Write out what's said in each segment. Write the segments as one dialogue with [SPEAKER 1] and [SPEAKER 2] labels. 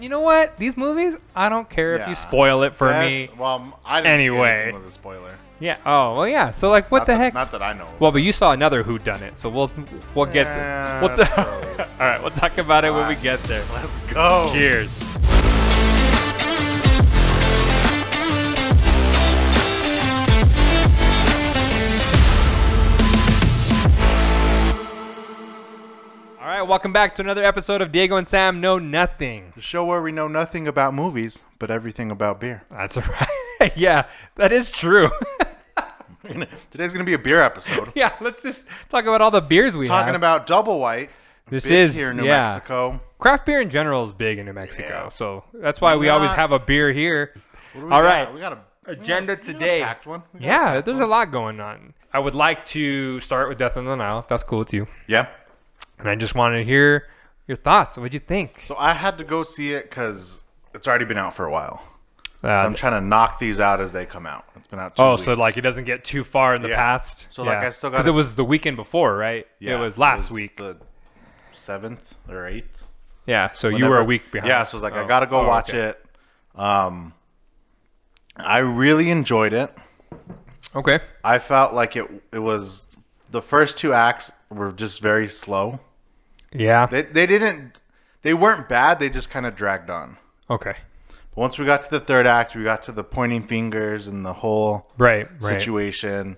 [SPEAKER 1] you know what? These movies, I don't care if
[SPEAKER 2] Yeah.
[SPEAKER 1] you spoil it for
[SPEAKER 2] That's-
[SPEAKER 1] me.
[SPEAKER 2] Well, I didn't
[SPEAKER 1] Anyway.
[SPEAKER 2] see anything with a spoiler.
[SPEAKER 1] Yeah. Oh well, yeah. So like, what
[SPEAKER 2] Not
[SPEAKER 1] the
[SPEAKER 2] that-
[SPEAKER 1] heck?
[SPEAKER 2] Not that I know. of.
[SPEAKER 1] well, but you saw another Who Done It, so we'll we'll get.
[SPEAKER 2] Yeah,
[SPEAKER 1] we'll ta-
[SPEAKER 2] that's so-
[SPEAKER 1] All right, we'll talk about it when we
[SPEAKER 2] Fine.
[SPEAKER 1] get there.
[SPEAKER 2] let's go.
[SPEAKER 1] Cheers. All right, welcome back to another episode of Diego and Sam Know Nothing.
[SPEAKER 2] The show where we know nothing about movies, but everything about beer.
[SPEAKER 1] That's right. yeah, that is true.
[SPEAKER 2] Today's gonna be a beer episode.
[SPEAKER 1] yeah, let's just talk about all the beers we
[SPEAKER 2] Talking
[SPEAKER 1] have.
[SPEAKER 2] about double white.
[SPEAKER 1] This
[SPEAKER 2] big
[SPEAKER 1] is-
[SPEAKER 2] here in New
[SPEAKER 1] yeah.
[SPEAKER 2] Mexico.
[SPEAKER 1] Craft beer in general is big in New Mexico,
[SPEAKER 2] Yeah.
[SPEAKER 1] so that's why we always
[SPEAKER 2] Not-
[SPEAKER 1] have a beer here.
[SPEAKER 2] What do
[SPEAKER 1] All
[SPEAKER 2] we
[SPEAKER 1] right.
[SPEAKER 2] got? We got a we got a-
[SPEAKER 1] Agenda
[SPEAKER 2] we got a
[SPEAKER 1] today.
[SPEAKER 2] packed one. We got a
[SPEAKER 1] Yeah,
[SPEAKER 2] packed
[SPEAKER 1] there's a
[SPEAKER 2] one.
[SPEAKER 1] lot going on. I would like to start with Death on the Nile, if that's cool with you.
[SPEAKER 2] Yeah.
[SPEAKER 1] And I just want to hear your thoughts. What'd you think?
[SPEAKER 2] So I had to go see it because it's already been out for a while. So I'm
[SPEAKER 1] Um,
[SPEAKER 2] trying to knock these out as they come out. It's been out. Two
[SPEAKER 1] oh, so
[SPEAKER 2] weeks.
[SPEAKER 1] like it doesn't get too far in the
[SPEAKER 2] Yeah.
[SPEAKER 1] past.
[SPEAKER 2] So, like, I still
[SPEAKER 1] because
[SPEAKER 2] gotta-
[SPEAKER 1] it was the weekend before, right?
[SPEAKER 2] Yeah,
[SPEAKER 1] it was last
[SPEAKER 2] was
[SPEAKER 1] week.
[SPEAKER 2] The seventh or eighth.
[SPEAKER 1] yeah, so you were a
[SPEAKER 2] Whenever-
[SPEAKER 1] week behind.
[SPEAKER 2] Yeah, so it's like I
[SPEAKER 1] Oh.
[SPEAKER 2] gotta go
[SPEAKER 1] Oh,
[SPEAKER 2] watch
[SPEAKER 1] okay.
[SPEAKER 2] it. Um, I really enjoyed it.
[SPEAKER 1] Okay.
[SPEAKER 2] I felt like it. It was the first two acts were just very slow.
[SPEAKER 1] Yeah.
[SPEAKER 2] They they didn't. They weren't bad. They just kind of dragged on.
[SPEAKER 1] Okay.
[SPEAKER 2] But once we got to the third act, we got to the pointing fingers and the whole
[SPEAKER 1] Right. Right.
[SPEAKER 2] situation.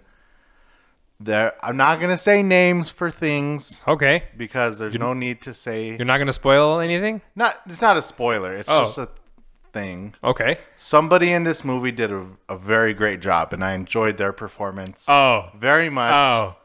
[SPEAKER 2] There, I'm not gonna say names for things
[SPEAKER 1] okay.
[SPEAKER 2] because there's no need to say.
[SPEAKER 1] You're not gonna spoil anything.
[SPEAKER 2] Not it's not a spoiler. It's
[SPEAKER 1] Oh.
[SPEAKER 2] just a thing.
[SPEAKER 1] Okay.
[SPEAKER 2] somebody in this movie did a, a very great job and i enjoyed their performance
[SPEAKER 1] Oh.
[SPEAKER 2] very much
[SPEAKER 1] Oh.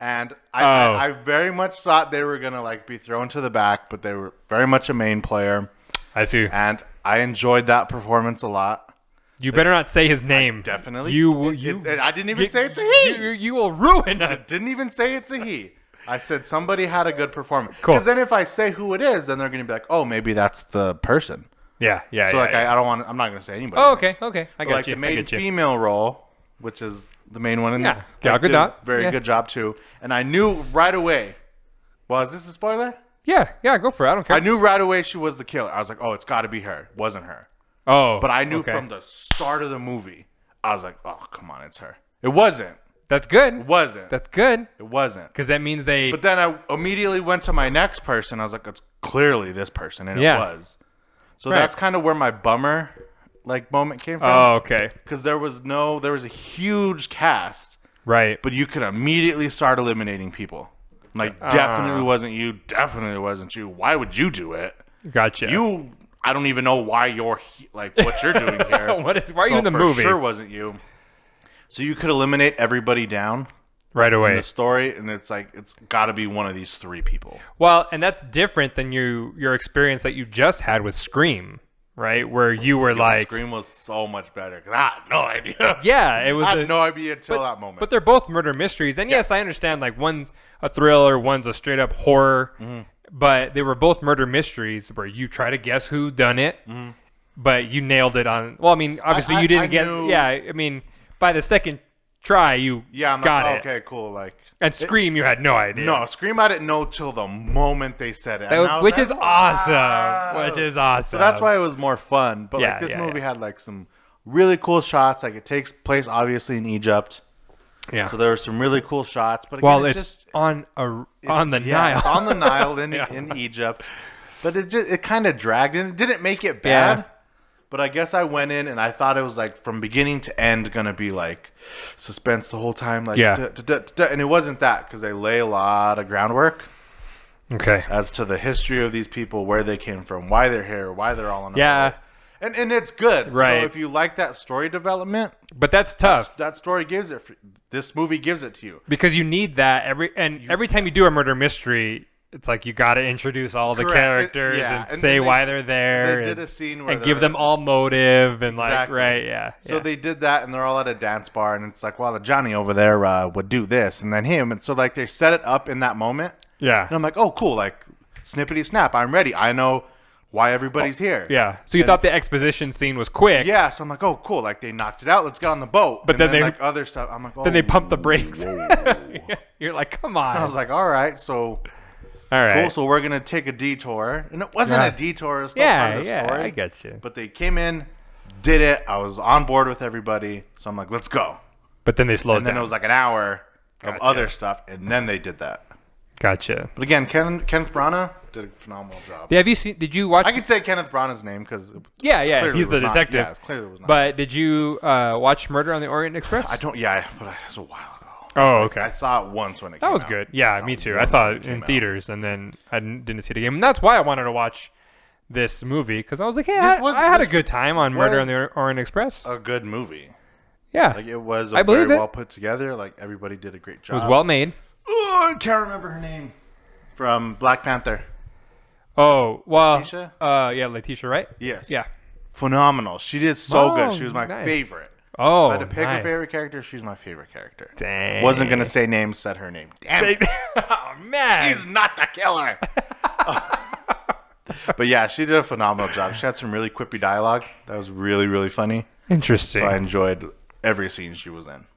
[SPEAKER 2] and I,
[SPEAKER 1] Oh.
[SPEAKER 2] I, I very much thought they were gonna like be thrown to the back but they were very much a main player
[SPEAKER 1] I see.
[SPEAKER 2] and i enjoyed that performance a lot
[SPEAKER 1] You better not say his name.
[SPEAKER 2] definitely
[SPEAKER 1] You will.
[SPEAKER 2] It-
[SPEAKER 1] You.
[SPEAKER 2] it's- and i didn't even
[SPEAKER 1] you-
[SPEAKER 2] say it's a he
[SPEAKER 1] You, you will ruin us.
[SPEAKER 2] didn't even say it's a he i said somebody had a good performance
[SPEAKER 1] Cool.
[SPEAKER 2] then if i say who it is then they're gonna be like oh maybe that's the person
[SPEAKER 1] Yeah. Yeah.
[SPEAKER 2] so
[SPEAKER 1] yeah,
[SPEAKER 2] like
[SPEAKER 1] yeah.
[SPEAKER 2] I, I don't want i'm not gonna say anybody
[SPEAKER 1] Oh, okay. Okay. I got
[SPEAKER 2] like
[SPEAKER 1] you.
[SPEAKER 2] the main
[SPEAKER 1] I get you.
[SPEAKER 2] female role, which is the main one in
[SPEAKER 1] Yeah,
[SPEAKER 2] there.
[SPEAKER 1] Gal
[SPEAKER 2] like, did
[SPEAKER 1] Gadot,
[SPEAKER 2] a Very
[SPEAKER 1] yeah.
[SPEAKER 2] good job too. And I knew right away. Well, is this a spoiler?
[SPEAKER 1] Yeah, yeah, go for it. I don't care.
[SPEAKER 2] I knew right away she was the killer. I was like, oh, it's got to be her. Wasn't her.
[SPEAKER 1] oh,
[SPEAKER 2] But I knew
[SPEAKER 1] okay.
[SPEAKER 2] from the start of the movie. I was like, oh, come on, it's her. It wasn't.
[SPEAKER 1] that's
[SPEAKER 2] It
[SPEAKER 1] good.
[SPEAKER 2] wasn't.
[SPEAKER 1] That's good
[SPEAKER 2] it wasn't.
[SPEAKER 1] because that means they.
[SPEAKER 2] But then I immediately went to my next person. I was like, it's clearly this person, and
[SPEAKER 1] Yeah.
[SPEAKER 2] it was. So
[SPEAKER 1] Right.
[SPEAKER 2] that's kind of where my bummer like moment came from.
[SPEAKER 1] oh, okay,
[SPEAKER 2] because there was no there was a huge cast
[SPEAKER 1] right.
[SPEAKER 2] but you could immediately start eliminating people like
[SPEAKER 1] Ah.
[SPEAKER 2] definitely wasn't you definitely wasn't you why would you do it
[SPEAKER 1] Gotcha.
[SPEAKER 2] you i don't even know why you're he- like what you're doing here
[SPEAKER 1] What is- why are you
[SPEAKER 2] So
[SPEAKER 1] in the
[SPEAKER 2] for
[SPEAKER 1] movie?
[SPEAKER 2] sure wasn't you so you could eliminate everybody down
[SPEAKER 1] right
[SPEAKER 2] in
[SPEAKER 1] away.
[SPEAKER 2] the story and it's like it's got to be one of these three people
[SPEAKER 1] Well, and that's different than you your experience that you just had with Scream, right? Where you were like,
[SPEAKER 2] scream was so much better 'cause i had no idea
[SPEAKER 1] yeah, it was.
[SPEAKER 2] i
[SPEAKER 1] a-
[SPEAKER 2] had no idea until that moment
[SPEAKER 1] but they're both murder mysteries, and yes, I understand. Like one's a thriller, one's a straight up horror,
[SPEAKER 2] Mm-hmm.
[SPEAKER 1] but they were both murder mysteries where you try to guess who done it, but you nailed it on. Well, I mean, obviously
[SPEAKER 2] Mm-hmm. I-
[SPEAKER 1] you didn't
[SPEAKER 2] I
[SPEAKER 1] get.
[SPEAKER 2] knew-
[SPEAKER 1] Yeah, I mean, by the second try, you
[SPEAKER 2] yeah i'm
[SPEAKER 1] got
[SPEAKER 2] like oh,
[SPEAKER 1] it.
[SPEAKER 2] okay cool like
[SPEAKER 1] And Scream, you had no idea.
[SPEAKER 2] No, Scream I didn't know till the moment they said it,
[SPEAKER 1] That
[SPEAKER 2] and
[SPEAKER 1] was-
[SPEAKER 2] I was
[SPEAKER 1] which
[SPEAKER 2] like, oh,
[SPEAKER 1] is awesome.
[SPEAKER 2] "Wow."
[SPEAKER 1] Which is awesome.
[SPEAKER 2] So that's why it was more fun. But
[SPEAKER 1] Uh, Yeah,
[SPEAKER 2] like this
[SPEAKER 1] yeah,
[SPEAKER 2] movie had like some really cool shots. Like it takes place obviously in Egypt,
[SPEAKER 1] Yeah.
[SPEAKER 2] so there were some really cool shots. But again,
[SPEAKER 1] well,
[SPEAKER 2] it
[SPEAKER 1] it's
[SPEAKER 2] just
[SPEAKER 1] on a on the
[SPEAKER 2] it's- yeah,
[SPEAKER 1] Nile.
[SPEAKER 2] it's on the Nile in
[SPEAKER 1] Yeah.
[SPEAKER 2] in Egypt. But it just it kind of dragged and it didn't make it
[SPEAKER 1] Yeah.
[SPEAKER 2] bad. But I guess I went in and I thought it was like from beginning to end gonna be like suspense the whole time, like
[SPEAKER 1] Yeah.
[SPEAKER 2] duh, duh, duh, duh, duh. and it wasn't that because they lay a lot of groundwork
[SPEAKER 1] okay.
[SPEAKER 2] as to the history of these people, where they came from, why they're here, why they're all in. a
[SPEAKER 1] Yeah.
[SPEAKER 2] row. and and it's good.
[SPEAKER 1] Right.
[SPEAKER 2] So if you like that story development,
[SPEAKER 1] But that's tough
[SPEAKER 2] that story gives it. For, this movie gives it to you.
[SPEAKER 1] because you need that every and every time you do a murder mystery, it's like you got to introduce all the
[SPEAKER 2] Correct. It-
[SPEAKER 1] characters
[SPEAKER 2] yeah,
[SPEAKER 1] and,
[SPEAKER 2] and
[SPEAKER 1] say
[SPEAKER 2] they-
[SPEAKER 1] why they're there
[SPEAKER 2] They
[SPEAKER 1] and,
[SPEAKER 2] did a scene where
[SPEAKER 1] and give
[SPEAKER 2] they're-
[SPEAKER 1] them all motive and like
[SPEAKER 2] Exactly.
[SPEAKER 1] right, yeah.
[SPEAKER 2] So
[SPEAKER 1] yeah.
[SPEAKER 2] they did that, and they're all at a dance bar, and it's like, well, the Johnny over there uh, would do this, and then him, and so like they set it up in that moment,
[SPEAKER 1] yeah.
[SPEAKER 2] and I'm like, oh, cool, like snippety snap, I'm ready, I know why everybody's here,
[SPEAKER 1] Oh, yeah. So you thought the exposition scene was quick.
[SPEAKER 2] yeah. So I'm like, oh, cool, like they knocked it out, let's get on the boat,
[SPEAKER 1] But
[SPEAKER 2] And
[SPEAKER 1] then they-
[SPEAKER 2] like other stuff, I'm like, oh.
[SPEAKER 1] Then they pumped the brakes. You're like, come on.
[SPEAKER 2] I was like, all right, so
[SPEAKER 1] All right.
[SPEAKER 2] Cool. So we're gonna take a detour, and it wasn't
[SPEAKER 1] Yeah.
[SPEAKER 2] a detour. It's still part
[SPEAKER 1] yeah,
[SPEAKER 2] of the
[SPEAKER 1] yeah,
[SPEAKER 2] story.
[SPEAKER 1] I got you.
[SPEAKER 2] But they came in, did it. I was on board with everybody, so I'm like, let's go.
[SPEAKER 1] But then they slowed
[SPEAKER 2] And then
[SPEAKER 1] down.
[SPEAKER 2] it was like an hour of
[SPEAKER 1] Gotcha.
[SPEAKER 2] other stuff, and then they did that.
[SPEAKER 1] gotcha.
[SPEAKER 2] But again, Ken, Kenneth Branagh did a phenomenal job.
[SPEAKER 1] Yeah, have you seen? Did you watch?
[SPEAKER 2] I could say Kenneth Branagh's name because
[SPEAKER 1] yeah, yeah,
[SPEAKER 2] clearly
[SPEAKER 1] he's the
[SPEAKER 2] was not-
[SPEAKER 1] detective.
[SPEAKER 2] yeah, it clearly was not.
[SPEAKER 1] But did you uh, watch Murder on the Orient Express?
[SPEAKER 2] I don't. Yeah, I- but it was a while ago.
[SPEAKER 1] oh,
[SPEAKER 2] I
[SPEAKER 1] okay.
[SPEAKER 2] saw it once when it.
[SPEAKER 1] That was good. Yeah, me too. I saw it in theaters, and then I didn't didn't see it again. And that's why I wanted to watch this movie because I was like, hey, I,
[SPEAKER 2] This was-
[SPEAKER 1] I had a
[SPEAKER 2] this
[SPEAKER 1] good time on Murder on
[SPEAKER 2] was-
[SPEAKER 1] the Orient Express.
[SPEAKER 2] A good movie.
[SPEAKER 1] yeah,
[SPEAKER 2] Like uh, it was
[SPEAKER 1] I
[SPEAKER 2] a
[SPEAKER 1] believe
[SPEAKER 2] very
[SPEAKER 1] it.
[SPEAKER 2] well put together. Like everybody did a great
[SPEAKER 1] it
[SPEAKER 2] job.
[SPEAKER 1] was well made.
[SPEAKER 2] Oh, I can't remember her name. From Black Panther.
[SPEAKER 1] Oh, well,
[SPEAKER 2] Letitia?
[SPEAKER 1] uh, yeah, Letitia, right?
[SPEAKER 2] Yes.
[SPEAKER 1] Yeah.
[SPEAKER 2] Phenomenal. She did so
[SPEAKER 1] Oh,
[SPEAKER 2] good. She was my
[SPEAKER 1] nice.
[SPEAKER 2] favorite.
[SPEAKER 1] Oh,
[SPEAKER 2] I had to pick
[SPEAKER 1] nice.
[SPEAKER 2] her favorite character. She's my favorite character.
[SPEAKER 1] Dang.
[SPEAKER 2] Wasn't gonna say names. Said her name. Damn. it.
[SPEAKER 1] oh man.
[SPEAKER 2] He's not the killer. but yeah, she did a phenomenal job. She had some really quippy dialogue. That was really, really funny.
[SPEAKER 1] Interesting.
[SPEAKER 2] So I enjoyed every scene she was in.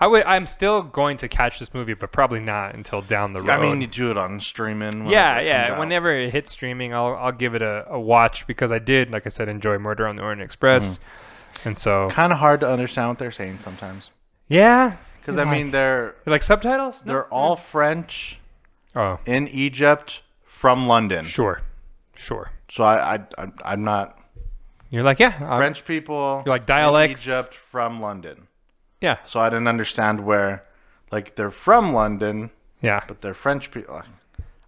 [SPEAKER 1] I would. I'm still going to catch this movie, but probably not until down the road.
[SPEAKER 2] I mean, you do it on streaming.
[SPEAKER 1] yeah,
[SPEAKER 2] whenever it comes
[SPEAKER 1] yeah.
[SPEAKER 2] out.
[SPEAKER 1] Whenever it hits streaming, I'll I'll give it a, a watch because I did, like I said, enjoy Murder on the Orient Express,
[SPEAKER 2] Mm-hmm.
[SPEAKER 1] and so
[SPEAKER 2] Kind of hard to understand what they're saying sometimes.
[SPEAKER 1] yeah.
[SPEAKER 2] Because I mean, they're
[SPEAKER 1] like subtitles. No.
[SPEAKER 2] they're all French
[SPEAKER 1] Oh,
[SPEAKER 2] in Egypt from London.
[SPEAKER 1] sure, sure.
[SPEAKER 2] So I, I, I I'm not
[SPEAKER 1] You're like yeah, uh,
[SPEAKER 2] French people.
[SPEAKER 1] You're like dialects.
[SPEAKER 2] In Egypt from London.
[SPEAKER 1] yeah,
[SPEAKER 2] So I didn't understand where, like, they're from London,
[SPEAKER 1] yeah,
[SPEAKER 2] but they're French people.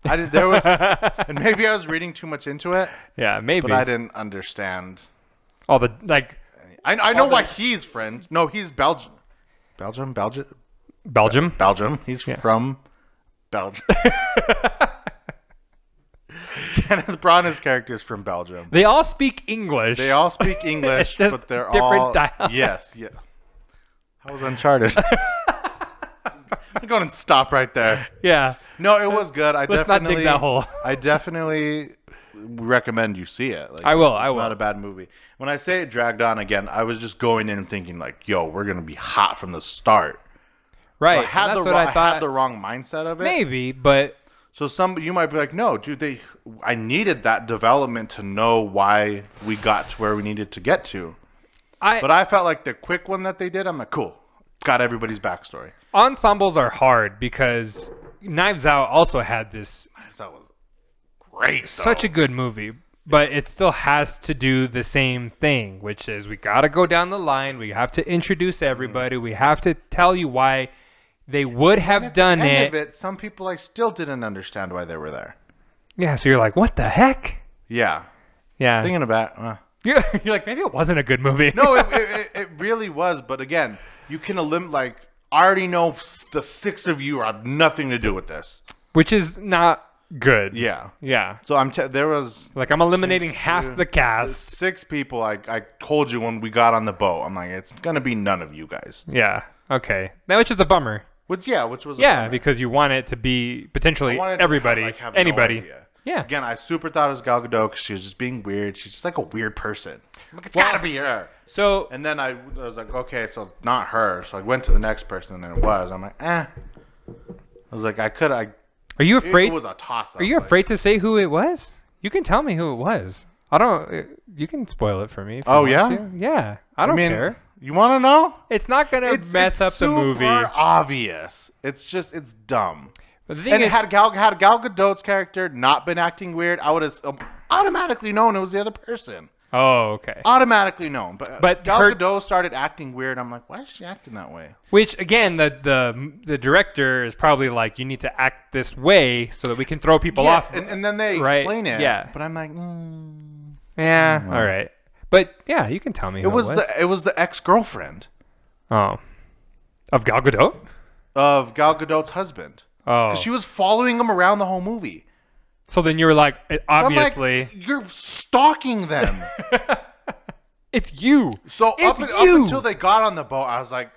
[SPEAKER 2] I did, there was, and maybe I was reading too much into it,
[SPEAKER 1] yeah. Maybe
[SPEAKER 2] but I didn't understand.
[SPEAKER 1] all the like
[SPEAKER 2] I, I know why he's French. No, he's Belgian. Belgium, Belgium,
[SPEAKER 1] Belgium.
[SPEAKER 2] Belgium. He's from Belgium. Kenneth Branagh's character is from Belgium.
[SPEAKER 1] They all speak English.
[SPEAKER 2] They all speak English,
[SPEAKER 1] just
[SPEAKER 2] but they're
[SPEAKER 1] different
[SPEAKER 2] all
[SPEAKER 1] dialects.
[SPEAKER 2] yes, yes. How was Uncharted? I'm going to stop right there.
[SPEAKER 1] yeah.
[SPEAKER 2] No, it was good. I
[SPEAKER 1] Let's not dig
[SPEAKER 2] definitely
[SPEAKER 1] that hole.
[SPEAKER 2] I definitely recommend you see it. Like,
[SPEAKER 1] I will,
[SPEAKER 2] it's-
[SPEAKER 1] I
[SPEAKER 2] it's
[SPEAKER 1] will.
[SPEAKER 2] Not a bad movie. When I say it dragged on again, I was just going in thinking like, "Yo, we're gonna be hot from the start."
[SPEAKER 1] Right.
[SPEAKER 2] I had
[SPEAKER 1] that's
[SPEAKER 2] the
[SPEAKER 1] what
[SPEAKER 2] wrong,
[SPEAKER 1] I thought.
[SPEAKER 2] had the wrong mindset of it.
[SPEAKER 1] Maybe, but
[SPEAKER 2] So some you might be like, "No, dude, they I needed that development to know why we got to where we needed to get to."
[SPEAKER 1] I
[SPEAKER 2] But I felt like the quick one that they did, I'm like, cool. Got everybody's backstory.
[SPEAKER 1] ensembles are hard because Knives Out also had this
[SPEAKER 2] That was great. Though.
[SPEAKER 1] such a good movie, but it still has to do the same thing, which is we got to go down the line, we have to introduce
[SPEAKER 2] Mm-hmm.
[SPEAKER 1] everybody, we have to tell you why they would have done
[SPEAKER 2] end
[SPEAKER 1] it.
[SPEAKER 2] of it. Some people I still didn't understand why they were there.
[SPEAKER 1] Yeah, so you're like, what the heck?
[SPEAKER 2] Yeah,
[SPEAKER 1] Yeah.
[SPEAKER 2] thinking about. Uh,
[SPEAKER 1] You're, you're like, maybe it wasn't a good movie.
[SPEAKER 2] no, it, it, it, it really was. But again, you can eliminate. Like, I already know s- the six of you have nothing to do with this.
[SPEAKER 1] Which is not good.
[SPEAKER 2] Yeah.
[SPEAKER 1] Yeah.
[SPEAKER 2] So I'm. T- there was
[SPEAKER 1] Like, I'm eliminating half the cast.
[SPEAKER 2] six people. I I told you when we got on the boat. I'm like, it's gonna be none of you guys.
[SPEAKER 1] Yeah. Okay. That which is a bummer.
[SPEAKER 2] Which yeah, which was a
[SPEAKER 1] Yeah,
[SPEAKER 2] bummer.
[SPEAKER 1] because you want it to be potentially
[SPEAKER 2] wanted to have,
[SPEAKER 1] everybody,
[SPEAKER 2] like, have no
[SPEAKER 1] anybody.
[SPEAKER 2] idea.
[SPEAKER 1] yeah.
[SPEAKER 2] Again, I super thought it was Gal Gadot because she was just being weird. She's just like a weird person. I'm like, it's gotta be her.
[SPEAKER 1] So
[SPEAKER 2] And then I, I was like, okay, so it's not her. So I went to the next person, and it was. I'm like, eh. I was like, I could. I.
[SPEAKER 1] Are you
[SPEAKER 2] It,
[SPEAKER 1] afraid?
[SPEAKER 2] was a toss up.
[SPEAKER 1] are you afraid to say who it was? You can tell me who it was. I don't. uh, You can spoil it for me. if you
[SPEAKER 2] Oh,
[SPEAKER 1] want
[SPEAKER 2] yeah?
[SPEAKER 1] to. Yeah. I
[SPEAKER 2] I
[SPEAKER 1] don't
[SPEAKER 2] mean,
[SPEAKER 1] care.
[SPEAKER 2] you want to know?
[SPEAKER 1] It's not gonna mess
[SPEAKER 2] it's
[SPEAKER 1] up the
[SPEAKER 2] super
[SPEAKER 1] movie.
[SPEAKER 2] Obvious. It's just it's dumb.
[SPEAKER 1] But the thing
[SPEAKER 2] And
[SPEAKER 1] is,
[SPEAKER 2] it had Gal had Gal Gadot's character not been acting weird, I would have automatically known it was the other person.
[SPEAKER 1] oh, okay.
[SPEAKER 2] Uh, automatically known. But,
[SPEAKER 1] But
[SPEAKER 2] but Gal
[SPEAKER 1] her-
[SPEAKER 2] Gadot started acting weird. I'm like, why is she acting that way?
[SPEAKER 1] Which again, the the the director is probably like, you need to act this way so that we can throw people off.
[SPEAKER 2] and, and then they
[SPEAKER 1] Right,
[SPEAKER 2] explain it.
[SPEAKER 1] yeah.
[SPEAKER 2] But I'm like, mm.
[SPEAKER 1] yeah. All right. But yeah, you can tell me.
[SPEAKER 2] it was the it was the ex girlfriend
[SPEAKER 1] oh of Gal Gadot.
[SPEAKER 2] of Gal Gadot's husband.
[SPEAKER 1] Oh,
[SPEAKER 2] 'Cause She was following him around the whole movie.
[SPEAKER 1] so then you were like, "It-
[SPEAKER 2] I'm
[SPEAKER 1] obviously,
[SPEAKER 2] like, you're stalking them.
[SPEAKER 1] it's you.
[SPEAKER 2] So
[SPEAKER 1] It's
[SPEAKER 2] up, and,
[SPEAKER 1] you.
[SPEAKER 2] up until they got on the boat, I was like,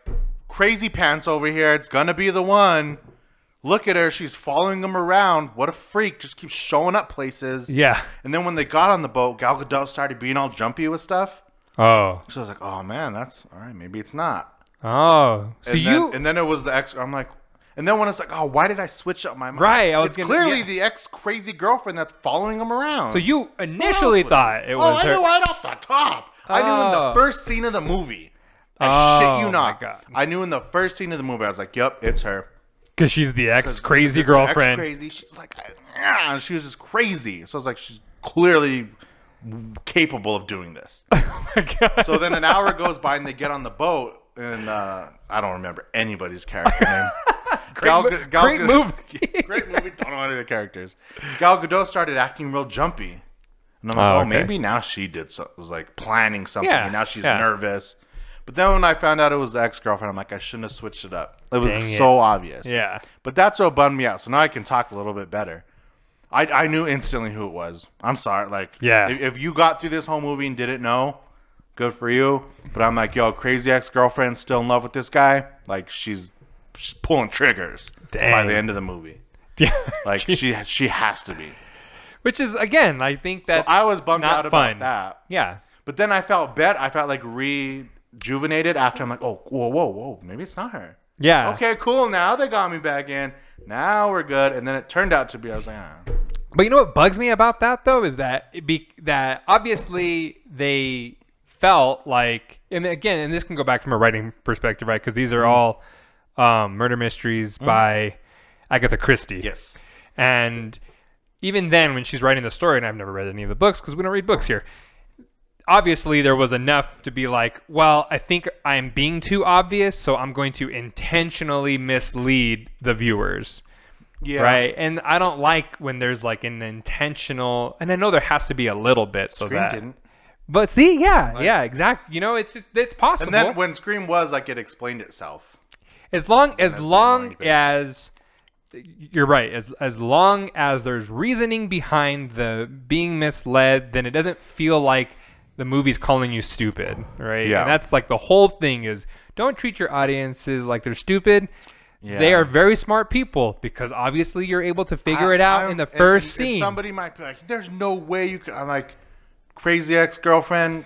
[SPEAKER 2] crazy pants over here. It's gonna be the one. Look at her. She's following him around. What a freak! Just keeps showing up places.
[SPEAKER 1] Yeah.
[SPEAKER 2] And then when they got on the boat, Gal Gadot started being all jumpy with stuff.
[SPEAKER 1] Oh.
[SPEAKER 2] So I was like, oh man, that's all right. Maybe it's not.
[SPEAKER 1] Oh. So
[SPEAKER 2] and
[SPEAKER 1] you.
[SPEAKER 2] then, and then it was the ex. I'm like, And then when it's like, oh, why did I switch up my mind?
[SPEAKER 1] Right, I was
[SPEAKER 2] it's
[SPEAKER 1] gonna-
[SPEAKER 2] clearly
[SPEAKER 1] yeah.
[SPEAKER 2] the ex crazy girlfriend that's following him around.
[SPEAKER 1] So you initially thought it was
[SPEAKER 2] oh,
[SPEAKER 1] her.
[SPEAKER 2] I knew right off the top. I knew in
[SPEAKER 1] Oh.
[SPEAKER 2] the first scene of the movie. I
[SPEAKER 1] Oh,
[SPEAKER 2] shit you
[SPEAKER 1] my
[SPEAKER 2] not.
[SPEAKER 1] God.
[SPEAKER 2] I knew in the first scene of the movie. I was like, "Yep, it's her."
[SPEAKER 1] Because she's the ex crazy
[SPEAKER 2] It's her
[SPEAKER 1] girlfriend.
[SPEAKER 2] Ex-crazy. She's like, ah, she was just crazy. So I was like, she's clearly capable of doing this.
[SPEAKER 1] oh my god.
[SPEAKER 2] So then an hour goes by and they get on the boat, and uh, I don't remember anybody's character name. Gal,
[SPEAKER 1] mo-
[SPEAKER 2] Ga- Gal
[SPEAKER 1] great
[SPEAKER 2] Ga-
[SPEAKER 1] movie.
[SPEAKER 2] great movie. Don't know any of the characters. Gal Gadot started acting real jumpy, and I'm like,
[SPEAKER 1] Oh,
[SPEAKER 2] oh,
[SPEAKER 1] okay.
[SPEAKER 2] maybe now she did so- was like planning something,
[SPEAKER 1] Yeah,
[SPEAKER 2] and now she's
[SPEAKER 1] yeah.
[SPEAKER 2] nervous. But then when I found out it was the ex girlfriend, I'm like, I shouldn't have switched it up. It was
[SPEAKER 1] Dang it.
[SPEAKER 2] so obvious.
[SPEAKER 1] yeah.
[SPEAKER 2] But that's what bummed me out. So now I can talk a little bit better. I, I knew instantly who it was. I'm sorry. Like,
[SPEAKER 1] Yeah.
[SPEAKER 2] If, if you got through this whole movie and didn't know, good for you. But I'm like, yo, crazy ex girlfriend still in love with this guy. Like, she's, she's pulling triggers by
[SPEAKER 1] Dang.
[SPEAKER 2] the end of the movie.
[SPEAKER 1] Yeah.
[SPEAKER 2] Like, she she has to be.
[SPEAKER 1] Which is again, I think
[SPEAKER 2] So
[SPEAKER 1] that
[SPEAKER 2] I was bummed
[SPEAKER 1] not
[SPEAKER 2] out about
[SPEAKER 1] fun.
[SPEAKER 2] that.
[SPEAKER 1] Yeah.
[SPEAKER 2] But then I felt bet. I felt like rejuvenated after. I'm like, oh, whoa, whoa, whoa. Maybe it's not her.
[SPEAKER 1] Yeah.
[SPEAKER 2] Okay, cool. Now they got me back in. Now we're good. And then it turned out to be. I was like, ah.
[SPEAKER 1] But you know what bugs me about that though is that it be that obviously they felt like, and again, and this can go back from a writing perspective, right? Because these are
[SPEAKER 2] Mm.
[SPEAKER 1] all um, murder mysteries by Agatha Christie.
[SPEAKER 2] Yes.
[SPEAKER 1] And even then, when she's writing the story, and I've never read any of the books because we don't read books here, obviously there was enough to be like, well, I think I'm being too obvious, so I'm going to intentionally mislead the viewers.
[SPEAKER 2] Yeah.
[SPEAKER 1] Right. And I don't like when there's like an intentional, and I know there has to be a little bit so
[SPEAKER 2] Scream
[SPEAKER 1] that.
[SPEAKER 2] didn't.
[SPEAKER 1] But see, yeah, yeah, exactly. You know, it's just, it's possible.
[SPEAKER 2] And then when Scream was like, it explained itself.
[SPEAKER 1] As long as
[SPEAKER 2] the annoying
[SPEAKER 1] long
[SPEAKER 2] thing.
[SPEAKER 1] as you're right, as as long as there's reasoning behind the being misled, then it doesn't feel like the movie's calling you stupid, right?
[SPEAKER 2] Yeah.
[SPEAKER 1] And that's like the whole thing is don't treat your audiences like they're stupid. They
[SPEAKER 2] Yeah.
[SPEAKER 1] are very smart people because obviously you're able to figure it out
[SPEAKER 2] I-
[SPEAKER 1] in the
[SPEAKER 2] and-
[SPEAKER 1] first
[SPEAKER 2] and
[SPEAKER 1] scene.
[SPEAKER 2] somebody might be like, "There's no way you could." I'm like, "Crazy ex-girlfriend."